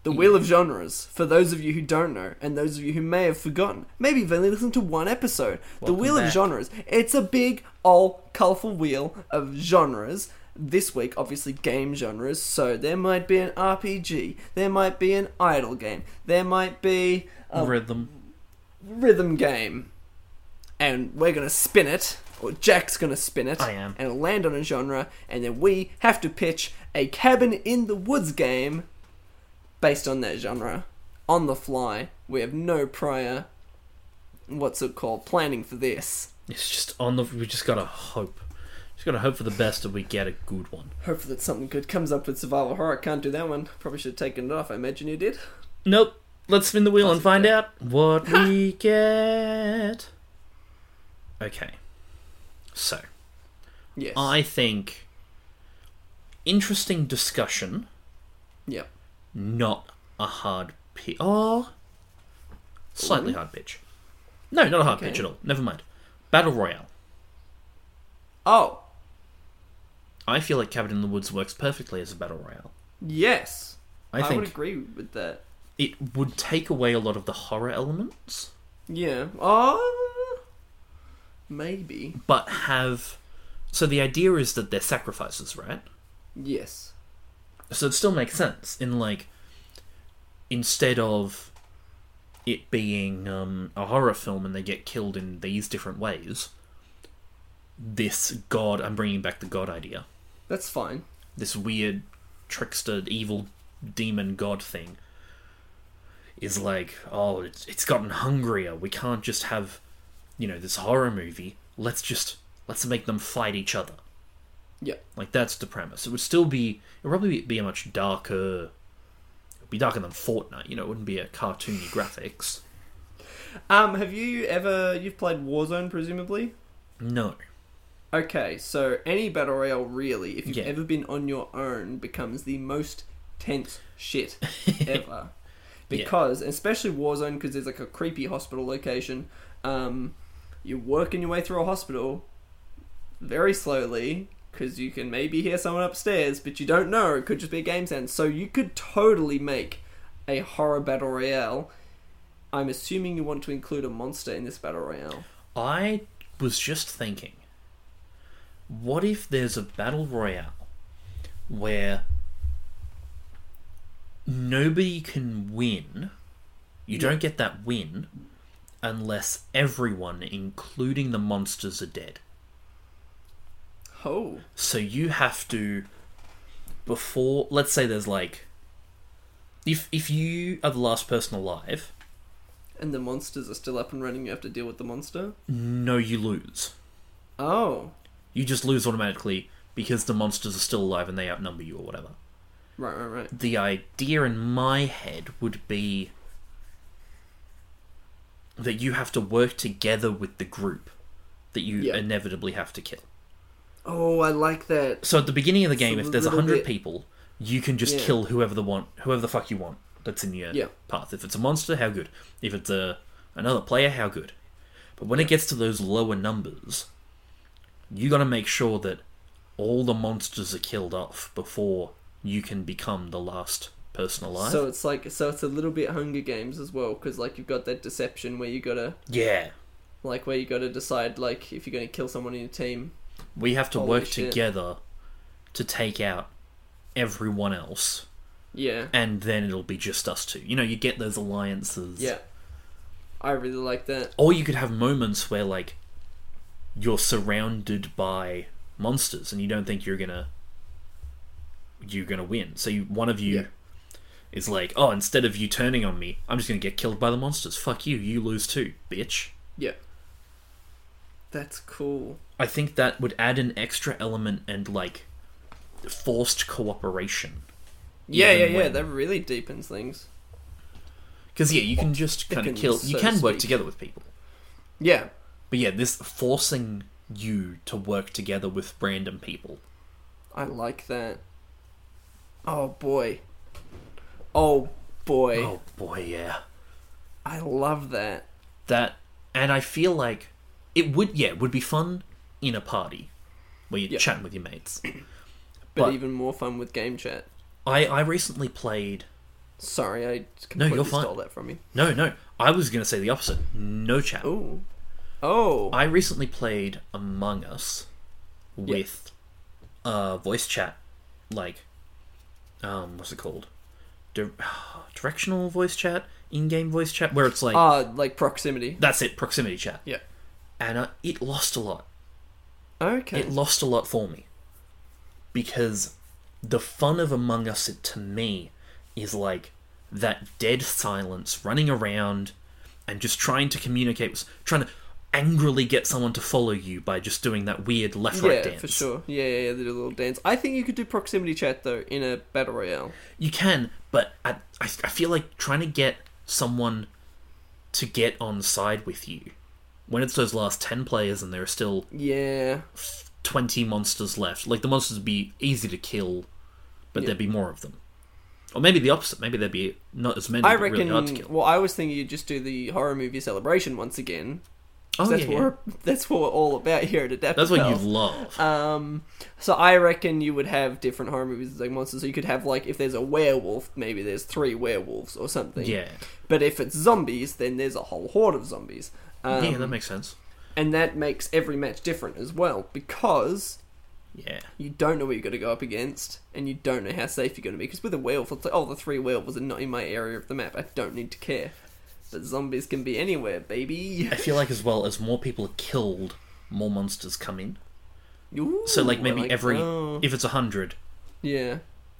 Speaker 2: the Wheel of Genres, for those of you who don't know, and those of you who may have forgotten, maybe you've only listened to one episode. the
Speaker 1: Welcome
Speaker 2: Wheel of
Speaker 1: back.
Speaker 2: Genres, it's a big, old, colourful wheel of genres. This week, obviously, game genres, so there might be an RPG, there might be an idle game, there might be a
Speaker 1: Rhythm.
Speaker 2: rhythm game. And we're gonna spin it, or Jack's gonna spin it.
Speaker 1: I am.
Speaker 2: And it'll land on a genre, and then we have to pitch a cabin in the woods game based on that genre. On the fly. We have no prior what's it called? Planning for this.
Speaker 1: It's just on the. We just gotta hope. Just gotta hope for the best, and we get a good one.
Speaker 2: Hopefully that something good comes up with survival horror. Can't do that one. Probably should have taken it off, I imagine you did.
Speaker 1: Nope. Let's spin the wheel and find out what
Speaker 2: <laughs>
Speaker 1: we get. Okay. So,
Speaker 2: Yes.
Speaker 1: I think interesting discussion,
Speaker 2: Yep.
Speaker 1: not a hard pitch. Oh, slightly hard pitch. No, not a hard pitch
Speaker 2: Okay.
Speaker 1: at all. Never mind. Battle Royale.
Speaker 2: Oh,
Speaker 1: I feel like Cabin in the Woods works perfectly as a Battle Royale.
Speaker 2: yes.
Speaker 1: I,
Speaker 2: would
Speaker 1: think
Speaker 2: agree with that.
Speaker 1: it would take away a lot of the horror elements,
Speaker 2: Yeah. Oh, maybe.
Speaker 1: but have. So the idea is that they're sacrifices, right?
Speaker 2: Yes.
Speaker 1: so it still makes sense in like instead of it being um, a horror film and they get killed in these different ways this god i'm bringing back the god idea
Speaker 2: That's fine.
Speaker 1: this weird trickster evil demon god thing is like oh it's, it's gotten hungrier we can't just have you know this horror movie let's just let's make them fight each other
Speaker 2: Yeah.
Speaker 1: like that's the premise. It would still be it would probably be a much darker it would be darker than Fortnite, you know, it wouldn't be a cartoony graphics.
Speaker 2: Um, have you ever you've played Warzone presumably?
Speaker 1: No.
Speaker 2: Okay, so any battle royale really, if you've
Speaker 1: Yeah.
Speaker 2: ever been on your own, becomes the most tense shit ever. Because especially Warzone, because there's like a creepy hospital location. Um, you're working your way through a hospital very slowly because you can maybe hear someone upstairs, but you don't know. It could just be a game sound. So you could totally make a horror battle royale. I'm assuming you want to include a monster in this battle royale.
Speaker 1: I was just thinking what if there's a battle royale where nobody can win? You don't get that win unless everyone including the monsters are dead.
Speaker 2: Oh,
Speaker 1: So you have to before let's say there's like if if you are the last person alive,
Speaker 2: and the monsters are still up and running. You have to deal with the monster.
Speaker 1: no you lose.
Speaker 2: Oh,
Speaker 1: You just lose automatically because the monsters are still alive and they outnumber you or whatever.
Speaker 2: right, right, right.
Speaker 1: The idea in my head would be that you have to work together with the group that you
Speaker 2: Yeah.
Speaker 1: inevitably have to kill.
Speaker 2: Oh, I like that.
Speaker 1: So at the beginning of the game,
Speaker 2: a
Speaker 1: if there's
Speaker 2: little
Speaker 1: hundred
Speaker 2: bit-
Speaker 1: people, you can just
Speaker 2: Yeah.
Speaker 1: kill whoever the want, whoever the fuck you want that's in your
Speaker 2: Yeah.
Speaker 1: path. If it's a monster, how good. If it's a another player, how good. But when it gets to those lower numbers, you got to make sure that all the monsters are killed off before you can become the last person alive.
Speaker 2: So it's like so it's a little bit Hunger Games as well because like you've got that deception where you gotta
Speaker 1: yeah,
Speaker 2: like where you gotta decide like if you're gonna kill someone in your team.
Speaker 1: we have to
Speaker 2: Holy
Speaker 1: work
Speaker 2: shit.
Speaker 1: together to take out everyone else,
Speaker 2: Yeah,
Speaker 1: and then it'll be just us two. You know, you get those alliances.
Speaker 2: yeah. I really like that.
Speaker 1: or you could have moments where like you're surrounded by monsters and you don't think you're gonna you're gonna win so you, one of you
Speaker 2: Yeah.
Speaker 1: is like oh instead of you turning on me i'm just gonna get killed by the monsters fuck you you lose too bitch
Speaker 2: Yeah, that's cool.
Speaker 1: i think that would add an extra element and like forced cooperation
Speaker 2: Yeah,
Speaker 1: Even
Speaker 2: yeah, yeah.
Speaker 1: when-
Speaker 2: That really deepens things.
Speaker 1: because yeah you can just kind of
Speaker 2: Thickens,
Speaker 1: kill
Speaker 2: so
Speaker 1: you
Speaker 2: to
Speaker 1: can work
Speaker 2: speak.
Speaker 1: together with people
Speaker 2: Yeah,
Speaker 1: but yeah this forcing you to work together with random people
Speaker 2: I like that. Oh boy. Oh boy.
Speaker 1: oh boy yeah
Speaker 2: I love that.
Speaker 1: that and I feel like it would yeah, it would be fun in a party where you're
Speaker 2: Yeah.
Speaker 1: chatting with your mates.
Speaker 2: But,
Speaker 1: But-
Speaker 2: even more fun with game chat.
Speaker 1: I I recently played
Speaker 2: Sorry, I completely
Speaker 1: you're fine.
Speaker 2: stole that from you.
Speaker 1: no no I was gonna say the opposite no chat
Speaker 2: Ooh. Oh.
Speaker 1: I recently played Among Us with uh voice chat like um what's it called Di- <sighs> directional voice chat in game voice chat where it's like
Speaker 2: Ah, like proximity.
Speaker 1: that's it proximity chat
Speaker 2: Yeah.
Speaker 1: and uh, it lost a lot
Speaker 2: Okay.
Speaker 1: it lost a lot for me because the fun of Among Us it- to me is like that dead silence, running around and just trying to communicate, with- trying to angrily get someone to follow you by just doing that weird left
Speaker 2: yeah,
Speaker 1: right dance.
Speaker 2: for sure. Yeah, yeah, yeah, they do a little dance. I think you could do proximity chat though in a battle royale.
Speaker 1: You can, but I, I I feel like trying to get someone to get on side with you when it's those last ten players and there are still
Speaker 2: Yeah.
Speaker 1: 20 monsters left. Like, the monsters would be easy to kill, but there'd be more of them. Or maybe the opposite. Maybe there'd be not as many,
Speaker 2: I
Speaker 1: but
Speaker 2: reckon.
Speaker 1: really hard to kill.
Speaker 2: well, I was thinking you'd just do the horror movie celebration once again.
Speaker 1: Oh,
Speaker 2: that's
Speaker 1: yeah,
Speaker 2: what
Speaker 1: yeah.
Speaker 2: we're, <laughs> that's what we're all about here at Adaptive.
Speaker 1: That's what you
Speaker 2: Health.
Speaker 1: love.
Speaker 2: Um, so I reckon you would have different horror movies like monsters. So you could have like if there's a werewolf, maybe there's three werewolves or something.
Speaker 1: yeah.
Speaker 2: But if it's zombies, then there's a whole horde of zombies. Um,
Speaker 1: yeah, that makes sense.
Speaker 2: and that makes every match different as well because
Speaker 1: Yeah.
Speaker 2: you don't know what you're going to go up against and you don't know how safe you're going to be. Because with a werewolf, it's like, oh, the three werewolves are not in my area of the map. I don't need to care. But zombies can be anywhere, baby.
Speaker 1: I feel like, as well, as more people are killed, more monsters come in.
Speaker 2: <laughs> Ooh,
Speaker 1: So, like,
Speaker 2: I
Speaker 1: maybe every.
Speaker 2: oh.
Speaker 1: If it's 100,
Speaker 2: yeah.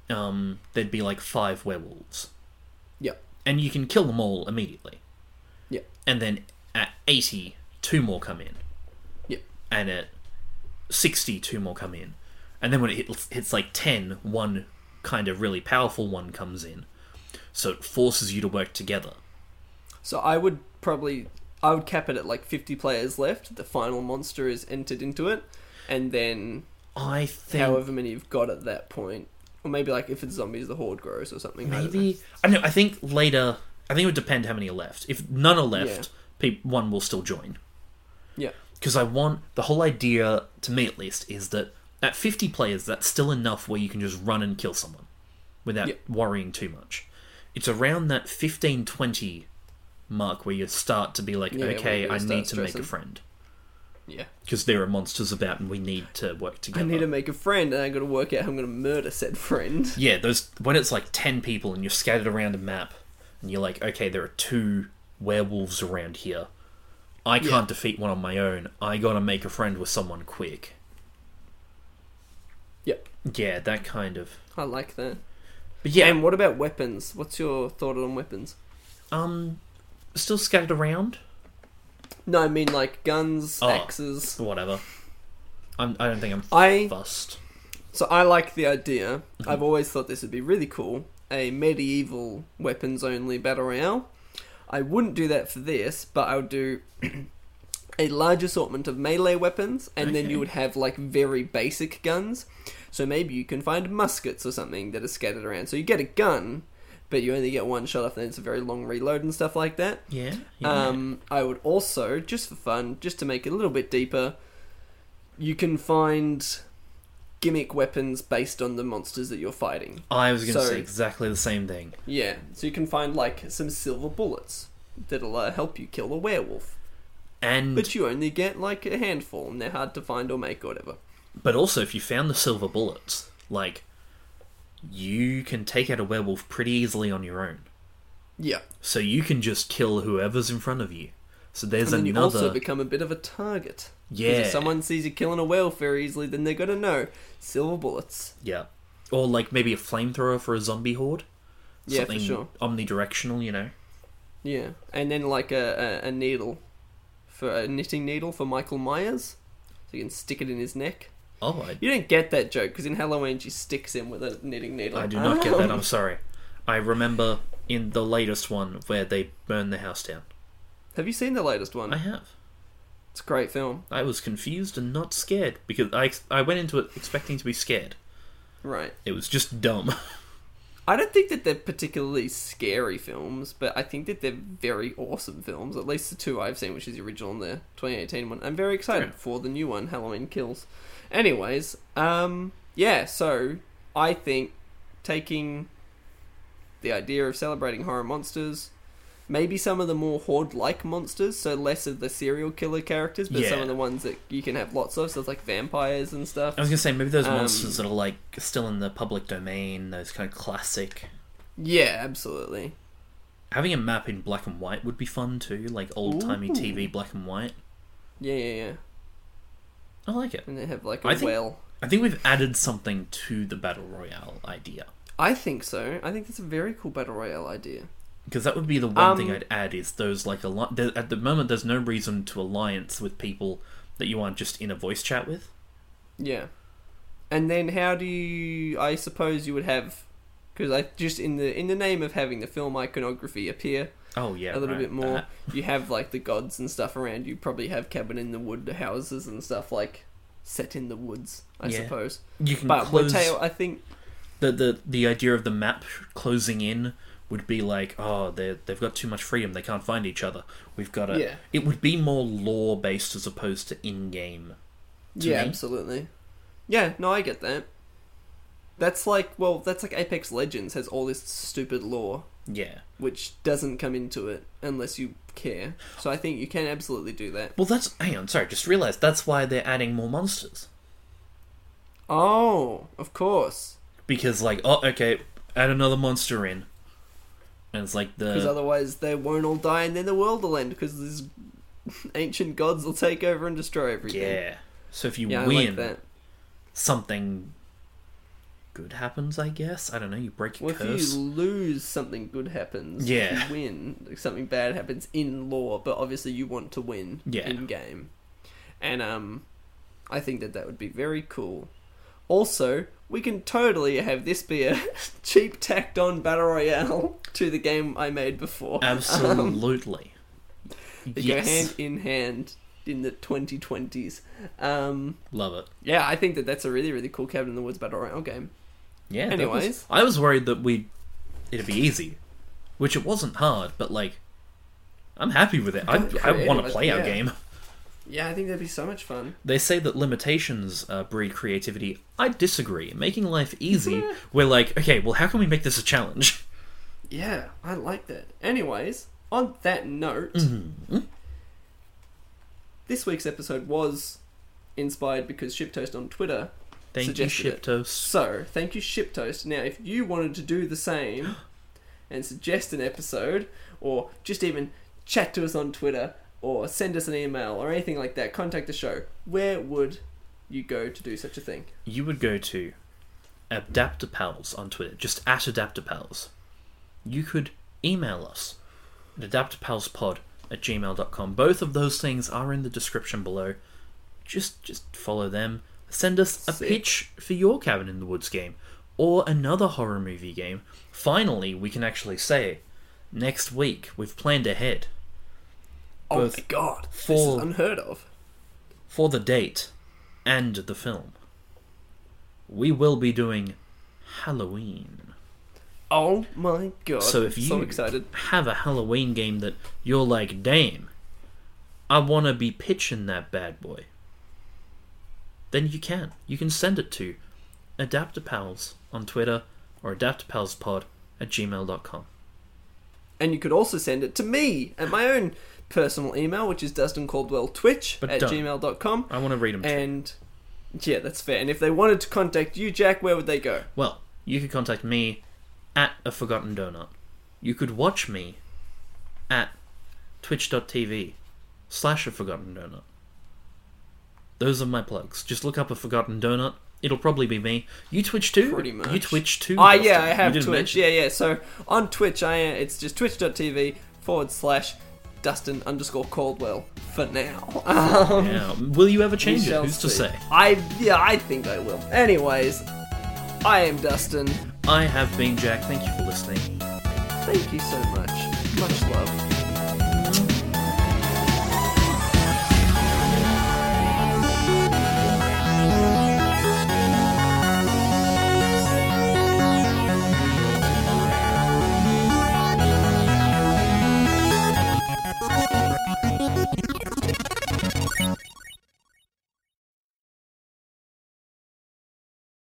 Speaker 1: um, there'd be like five werewolves.
Speaker 2: Yep.
Speaker 1: And you can kill them all immediately.
Speaker 2: Yep.
Speaker 1: And then at 80, two more come in.
Speaker 2: Yep.
Speaker 1: and at 60 two more come in and then when it hits, hits like 10 one kind of really powerful one comes in so it forces you to work together
Speaker 2: So I would probably I would cap it at like 50 players left. The final monster is entered into it, and then
Speaker 1: i think
Speaker 2: however many you've got at that point, or maybe like if it's zombies, the horde grows or something. I don't know.
Speaker 1: maybe i don't know i think later i think it would depend how many are left if none are left peop one will still join
Speaker 2: Yeah.
Speaker 1: because i want the whole idea to me at least is that at 50 players that's still enough where you can just run and kill someone without
Speaker 2: Yeah.
Speaker 1: worrying too much it's around that 15 20 mark where you start to be like
Speaker 2: Yeah,
Speaker 1: okay
Speaker 2: where
Speaker 1: i
Speaker 2: you
Speaker 1: need to
Speaker 2: start
Speaker 1: make a
Speaker 2: stressing.
Speaker 1: friend
Speaker 2: Yeah.
Speaker 1: because there are monsters about and we need to work
Speaker 2: I
Speaker 1: together
Speaker 2: need to make a friend, and I got to work out how I'm going to murder said friend.
Speaker 1: yeah those when it's like 10 people and you're scattered around a map and you're like okay there are two werewolves around here i
Speaker 2: Yeah.
Speaker 1: can't defeat one on my own i gotta make a friend with someone quick
Speaker 2: <laughs> Yep.
Speaker 1: yeah that kind of
Speaker 2: I like that.
Speaker 1: but yeah
Speaker 2: And what about weapons? What's your thought on weapons?
Speaker 1: um still scattered around
Speaker 2: No, I mean like guns,
Speaker 1: Oh.
Speaker 2: axes.
Speaker 1: whatever I'm, i don't think i'm
Speaker 2: I
Speaker 1: fussed
Speaker 2: So I like the idea. I've always thought this would be really cool. A medieval weapons only battle royale. I wouldn't do that for this, but I would do <clears throat> a large assortment of melee weapons, and then
Speaker 1: Okay.
Speaker 2: you would have like very basic guns. So maybe you can find muskets or something that are scattered around. So you get a gun, but you only get one shot off, and it's a very long reload and stuff like that.
Speaker 1: Yeah.
Speaker 2: Um, I would also, just for fun, just to make it a little bit deeper, you can find gimmick weapons based on the monsters that you're fighting.
Speaker 1: I was going to
Speaker 2: so-
Speaker 1: say exactly the same thing.
Speaker 2: Yeah, so you can find like some silver bullets that'll uh, help you kill a werewolf,
Speaker 1: And but,
Speaker 2: but you only get like a handful, and they're hard to find or make or whatever.
Speaker 1: also, if you found the silver bullets, like you can take out a werewolf pretty easily on your own.
Speaker 2: Yeah,
Speaker 1: So you can just kill whoever's in front of you. So there's
Speaker 2: and then you
Speaker 1: another.
Speaker 2: also become a bit of a target. 'Cause
Speaker 1: Yeah.
Speaker 2: if someone sees you killing a werewolf very easily, then they're gonna know silver bullets.
Speaker 1: Yeah. Or like maybe a flamethrower for a zombie horde.
Speaker 2: Yeah, for sure.
Speaker 1: omnidirectional, you know.
Speaker 2: Yeah, and then like a, a, a needle, for a knitting needle for Michael Myers, so you can stick it in his neck.
Speaker 1: Oh, I,
Speaker 2: You don't get that joke because in Halloween she sticks him with a knitting needle.
Speaker 1: I do not get that.
Speaker 2: Um,
Speaker 1: I'm sorry. I remember in the latest one where they burn the house down.
Speaker 2: <laughs> Have you seen the latest one?
Speaker 1: I have.
Speaker 2: It's a great film,
Speaker 1: I was confused and not scared because I ex- I went into it expecting to be scared.
Speaker 2: right?
Speaker 1: It was just dumb. <laughs>
Speaker 2: I don't think that they're particularly scary films, but I think that they're very awesome films. At least the two I've seen, which is the original and the 2018 one. I'm very excited
Speaker 1: Sure.
Speaker 2: for the new one, Halloween Kills. Anyways, um, yeah. So I think taking the idea of celebrating horror monsters, maybe some of the more horde-like monsters, so less of the serial killer characters, but some
Speaker 1: Yeah.
Speaker 2: of the ones that you can have lots of, so it's like vampires and stuff.
Speaker 1: I was gonna say maybe those
Speaker 2: Um,
Speaker 1: monsters that are like still in the public domain, those kind of classic.
Speaker 2: Yeah, absolutely.
Speaker 1: Having a map in black and white would be fun too, like old timey
Speaker 2: Ooh.
Speaker 1: TV black and white.
Speaker 2: Yeah, yeah, yeah.
Speaker 1: I like it.
Speaker 2: And they have like a
Speaker 1: I think-
Speaker 2: well.
Speaker 1: I think we've added something to the battle royale idea
Speaker 2: I think so. I think that's a very cool battle royale idea.
Speaker 1: because that would be the one
Speaker 2: Um,
Speaker 1: thing I'd add is those like ali- there, at the moment there's no reason to alliance with people that you aren't just in a voice chat with.
Speaker 2: Yeah. And then how do you? I suppose you would have, because I just in the in the name of having the film iconography appear
Speaker 1: Oh yeah,
Speaker 2: a little
Speaker 1: right, Uh-huh.
Speaker 2: bit more,
Speaker 1: that.
Speaker 2: you have like the gods and stuff around. You probably have cabin in the wood houses and stuff like set in the woods. I
Speaker 1: Yeah.
Speaker 2: suppose.
Speaker 1: You can
Speaker 2: But
Speaker 1: close
Speaker 2: Wateo, I think.
Speaker 1: the the the idea of the map closing in would be like, oh, they they've got too much freedom. They can't find each other. We've got to.
Speaker 2: Yeah.
Speaker 1: It would be more lore based as opposed to in game. to
Speaker 2: yeah,
Speaker 1: me.
Speaker 2: absolutely. Yeah, no, I get that. That's like well, that's like Apex Legends has all this stupid lore
Speaker 1: Yeah.
Speaker 2: which doesn't come into it unless you care. So I think you can absolutely do that.
Speaker 1: Well, that's hang on. Sorry, just realized that's why they're adding more monsters
Speaker 2: Oh, of course.
Speaker 1: because like, oh, okay, add another monster in, and it's like
Speaker 2: Because
Speaker 1: the
Speaker 2: otherwise they won't all die and then the world will end because these <laughs> ancient gods will take over and destroy everything.
Speaker 1: yeah. So if you
Speaker 2: Yeah, I like
Speaker 1: win,
Speaker 2: that.
Speaker 1: something good happens. I guess I don't know. You break a
Speaker 2: Well, if
Speaker 1: curse.
Speaker 2: you <laughs> lose, something good happens.
Speaker 1: Yeah.
Speaker 2: If you win, like, something bad happens in law, but obviously you want to win
Speaker 1: Yeah.
Speaker 2: in game. And um, I think that that would be very cool. Also, we can totally have this be a <laughs> cheap tacked on battle royale <laughs> to the game I made before. Um,
Speaker 1: Absolutely.
Speaker 2: they
Speaker 1: yes,
Speaker 2: go hand in hand in the 2020s. Um,
Speaker 1: love it.
Speaker 2: yeah, I think that that's a really, really cool Cabin in the Woods battle royale game.
Speaker 1: Yeah. that was-
Speaker 2: Anyways.
Speaker 1: I was worried that we it'd be easy, which it wasn't hard, but like I'm happy with it. I
Speaker 2: Got
Speaker 1: I want
Speaker 2: creative,
Speaker 1: to play our
Speaker 2: yeah.
Speaker 1: game.
Speaker 2: Yeah, I think that'd be so much fun.
Speaker 1: They say that limitations uh, breed creativity. I disagree. Making life
Speaker 2: <laughs>
Speaker 1: easy, we're like, okay, well, how can we make this a challenge?
Speaker 2: Yeah, I like that. Anyways, on that note,
Speaker 1: Mm-hmm.
Speaker 2: this week's episode was inspired because Shiptoast on Twitter.
Speaker 1: Thank
Speaker 2: Suggested
Speaker 1: you,
Speaker 2: it.
Speaker 1: Shiptos.
Speaker 2: So, thank you, Shiptoast. Now, if you wanted to do the
Speaker 1: <gasps>
Speaker 2: same and suggest an episode, or just even chat to us on Twitter, or send us an email, or anything like that, contact the show. Where would you go to do such a thing?
Speaker 1: You would go to AdapterPals on Twitter, just at AdapterPals. You could email us at adapterpalspod at gmail.com. Both of those things are in the description below. Just just follow them. Send us a
Speaker 2: Sick.
Speaker 1: pitch for your Cabin in the Woods game or another horror movie game. Finally, we can actually say next week we've planned ahead
Speaker 2: Oh
Speaker 1: Both
Speaker 2: my god, this is
Speaker 1: for-
Speaker 2: unheard of.
Speaker 1: for the date and the film. we will be doing Halloween.
Speaker 2: Oh my god!
Speaker 1: so if you
Speaker 2: so excited,
Speaker 1: have a Halloween game that you're like, damn, I want to be pitching that bad boy, then you can. You can send it to adapterpals on Twitter or adapterpalspod at gmail.com.
Speaker 2: and you could also send it to me at my own personal email, which is Dustin Caldwell Twitch
Speaker 1: But
Speaker 2: at
Speaker 1: don't.
Speaker 2: gmail.com.
Speaker 1: I want to read them too.
Speaker 2: And yeah, that's fair. And if they wanted to contact you, Jack, where would they go?
Speaker 1: Well, you could contact me at a forgotten donut. You could watch me at twitch.tv slash a forgotten donut. Those are my plugs. Just look up a forgotten donut. It'll probably be me. You Twitch too?
Speaker 2: Pretty much.
Speaker 1: You Twitch too?
Speaker 2: Ah,
Speaker 1: Dustin.
Speaker 2: yeah, I
Speaker 1: You
Speaker 2: have
Speaker 1: didn't
Speaker 2: Twitch.
Speaker 1: mention-
Speaker 2: Yeah, yeah. So on Twitch, I am, it's just twitch.tv forward slash Dustin underscore Caldwell for now. <laughs> Um,
Speaker 1: Yeah. Will you ever change
Speaker 2: we
Speaker 1: it?
Speaker 2: shall
Speaker 1: Who's to
Speaker 2: see.
Speaker 1: say?
Speaker 2: I yeah, I think I will. Anyways, I am Dustin.
Speaker 1: I have been Jack. Thank you for listening.
Speaker 2: Thank you so much. Much love.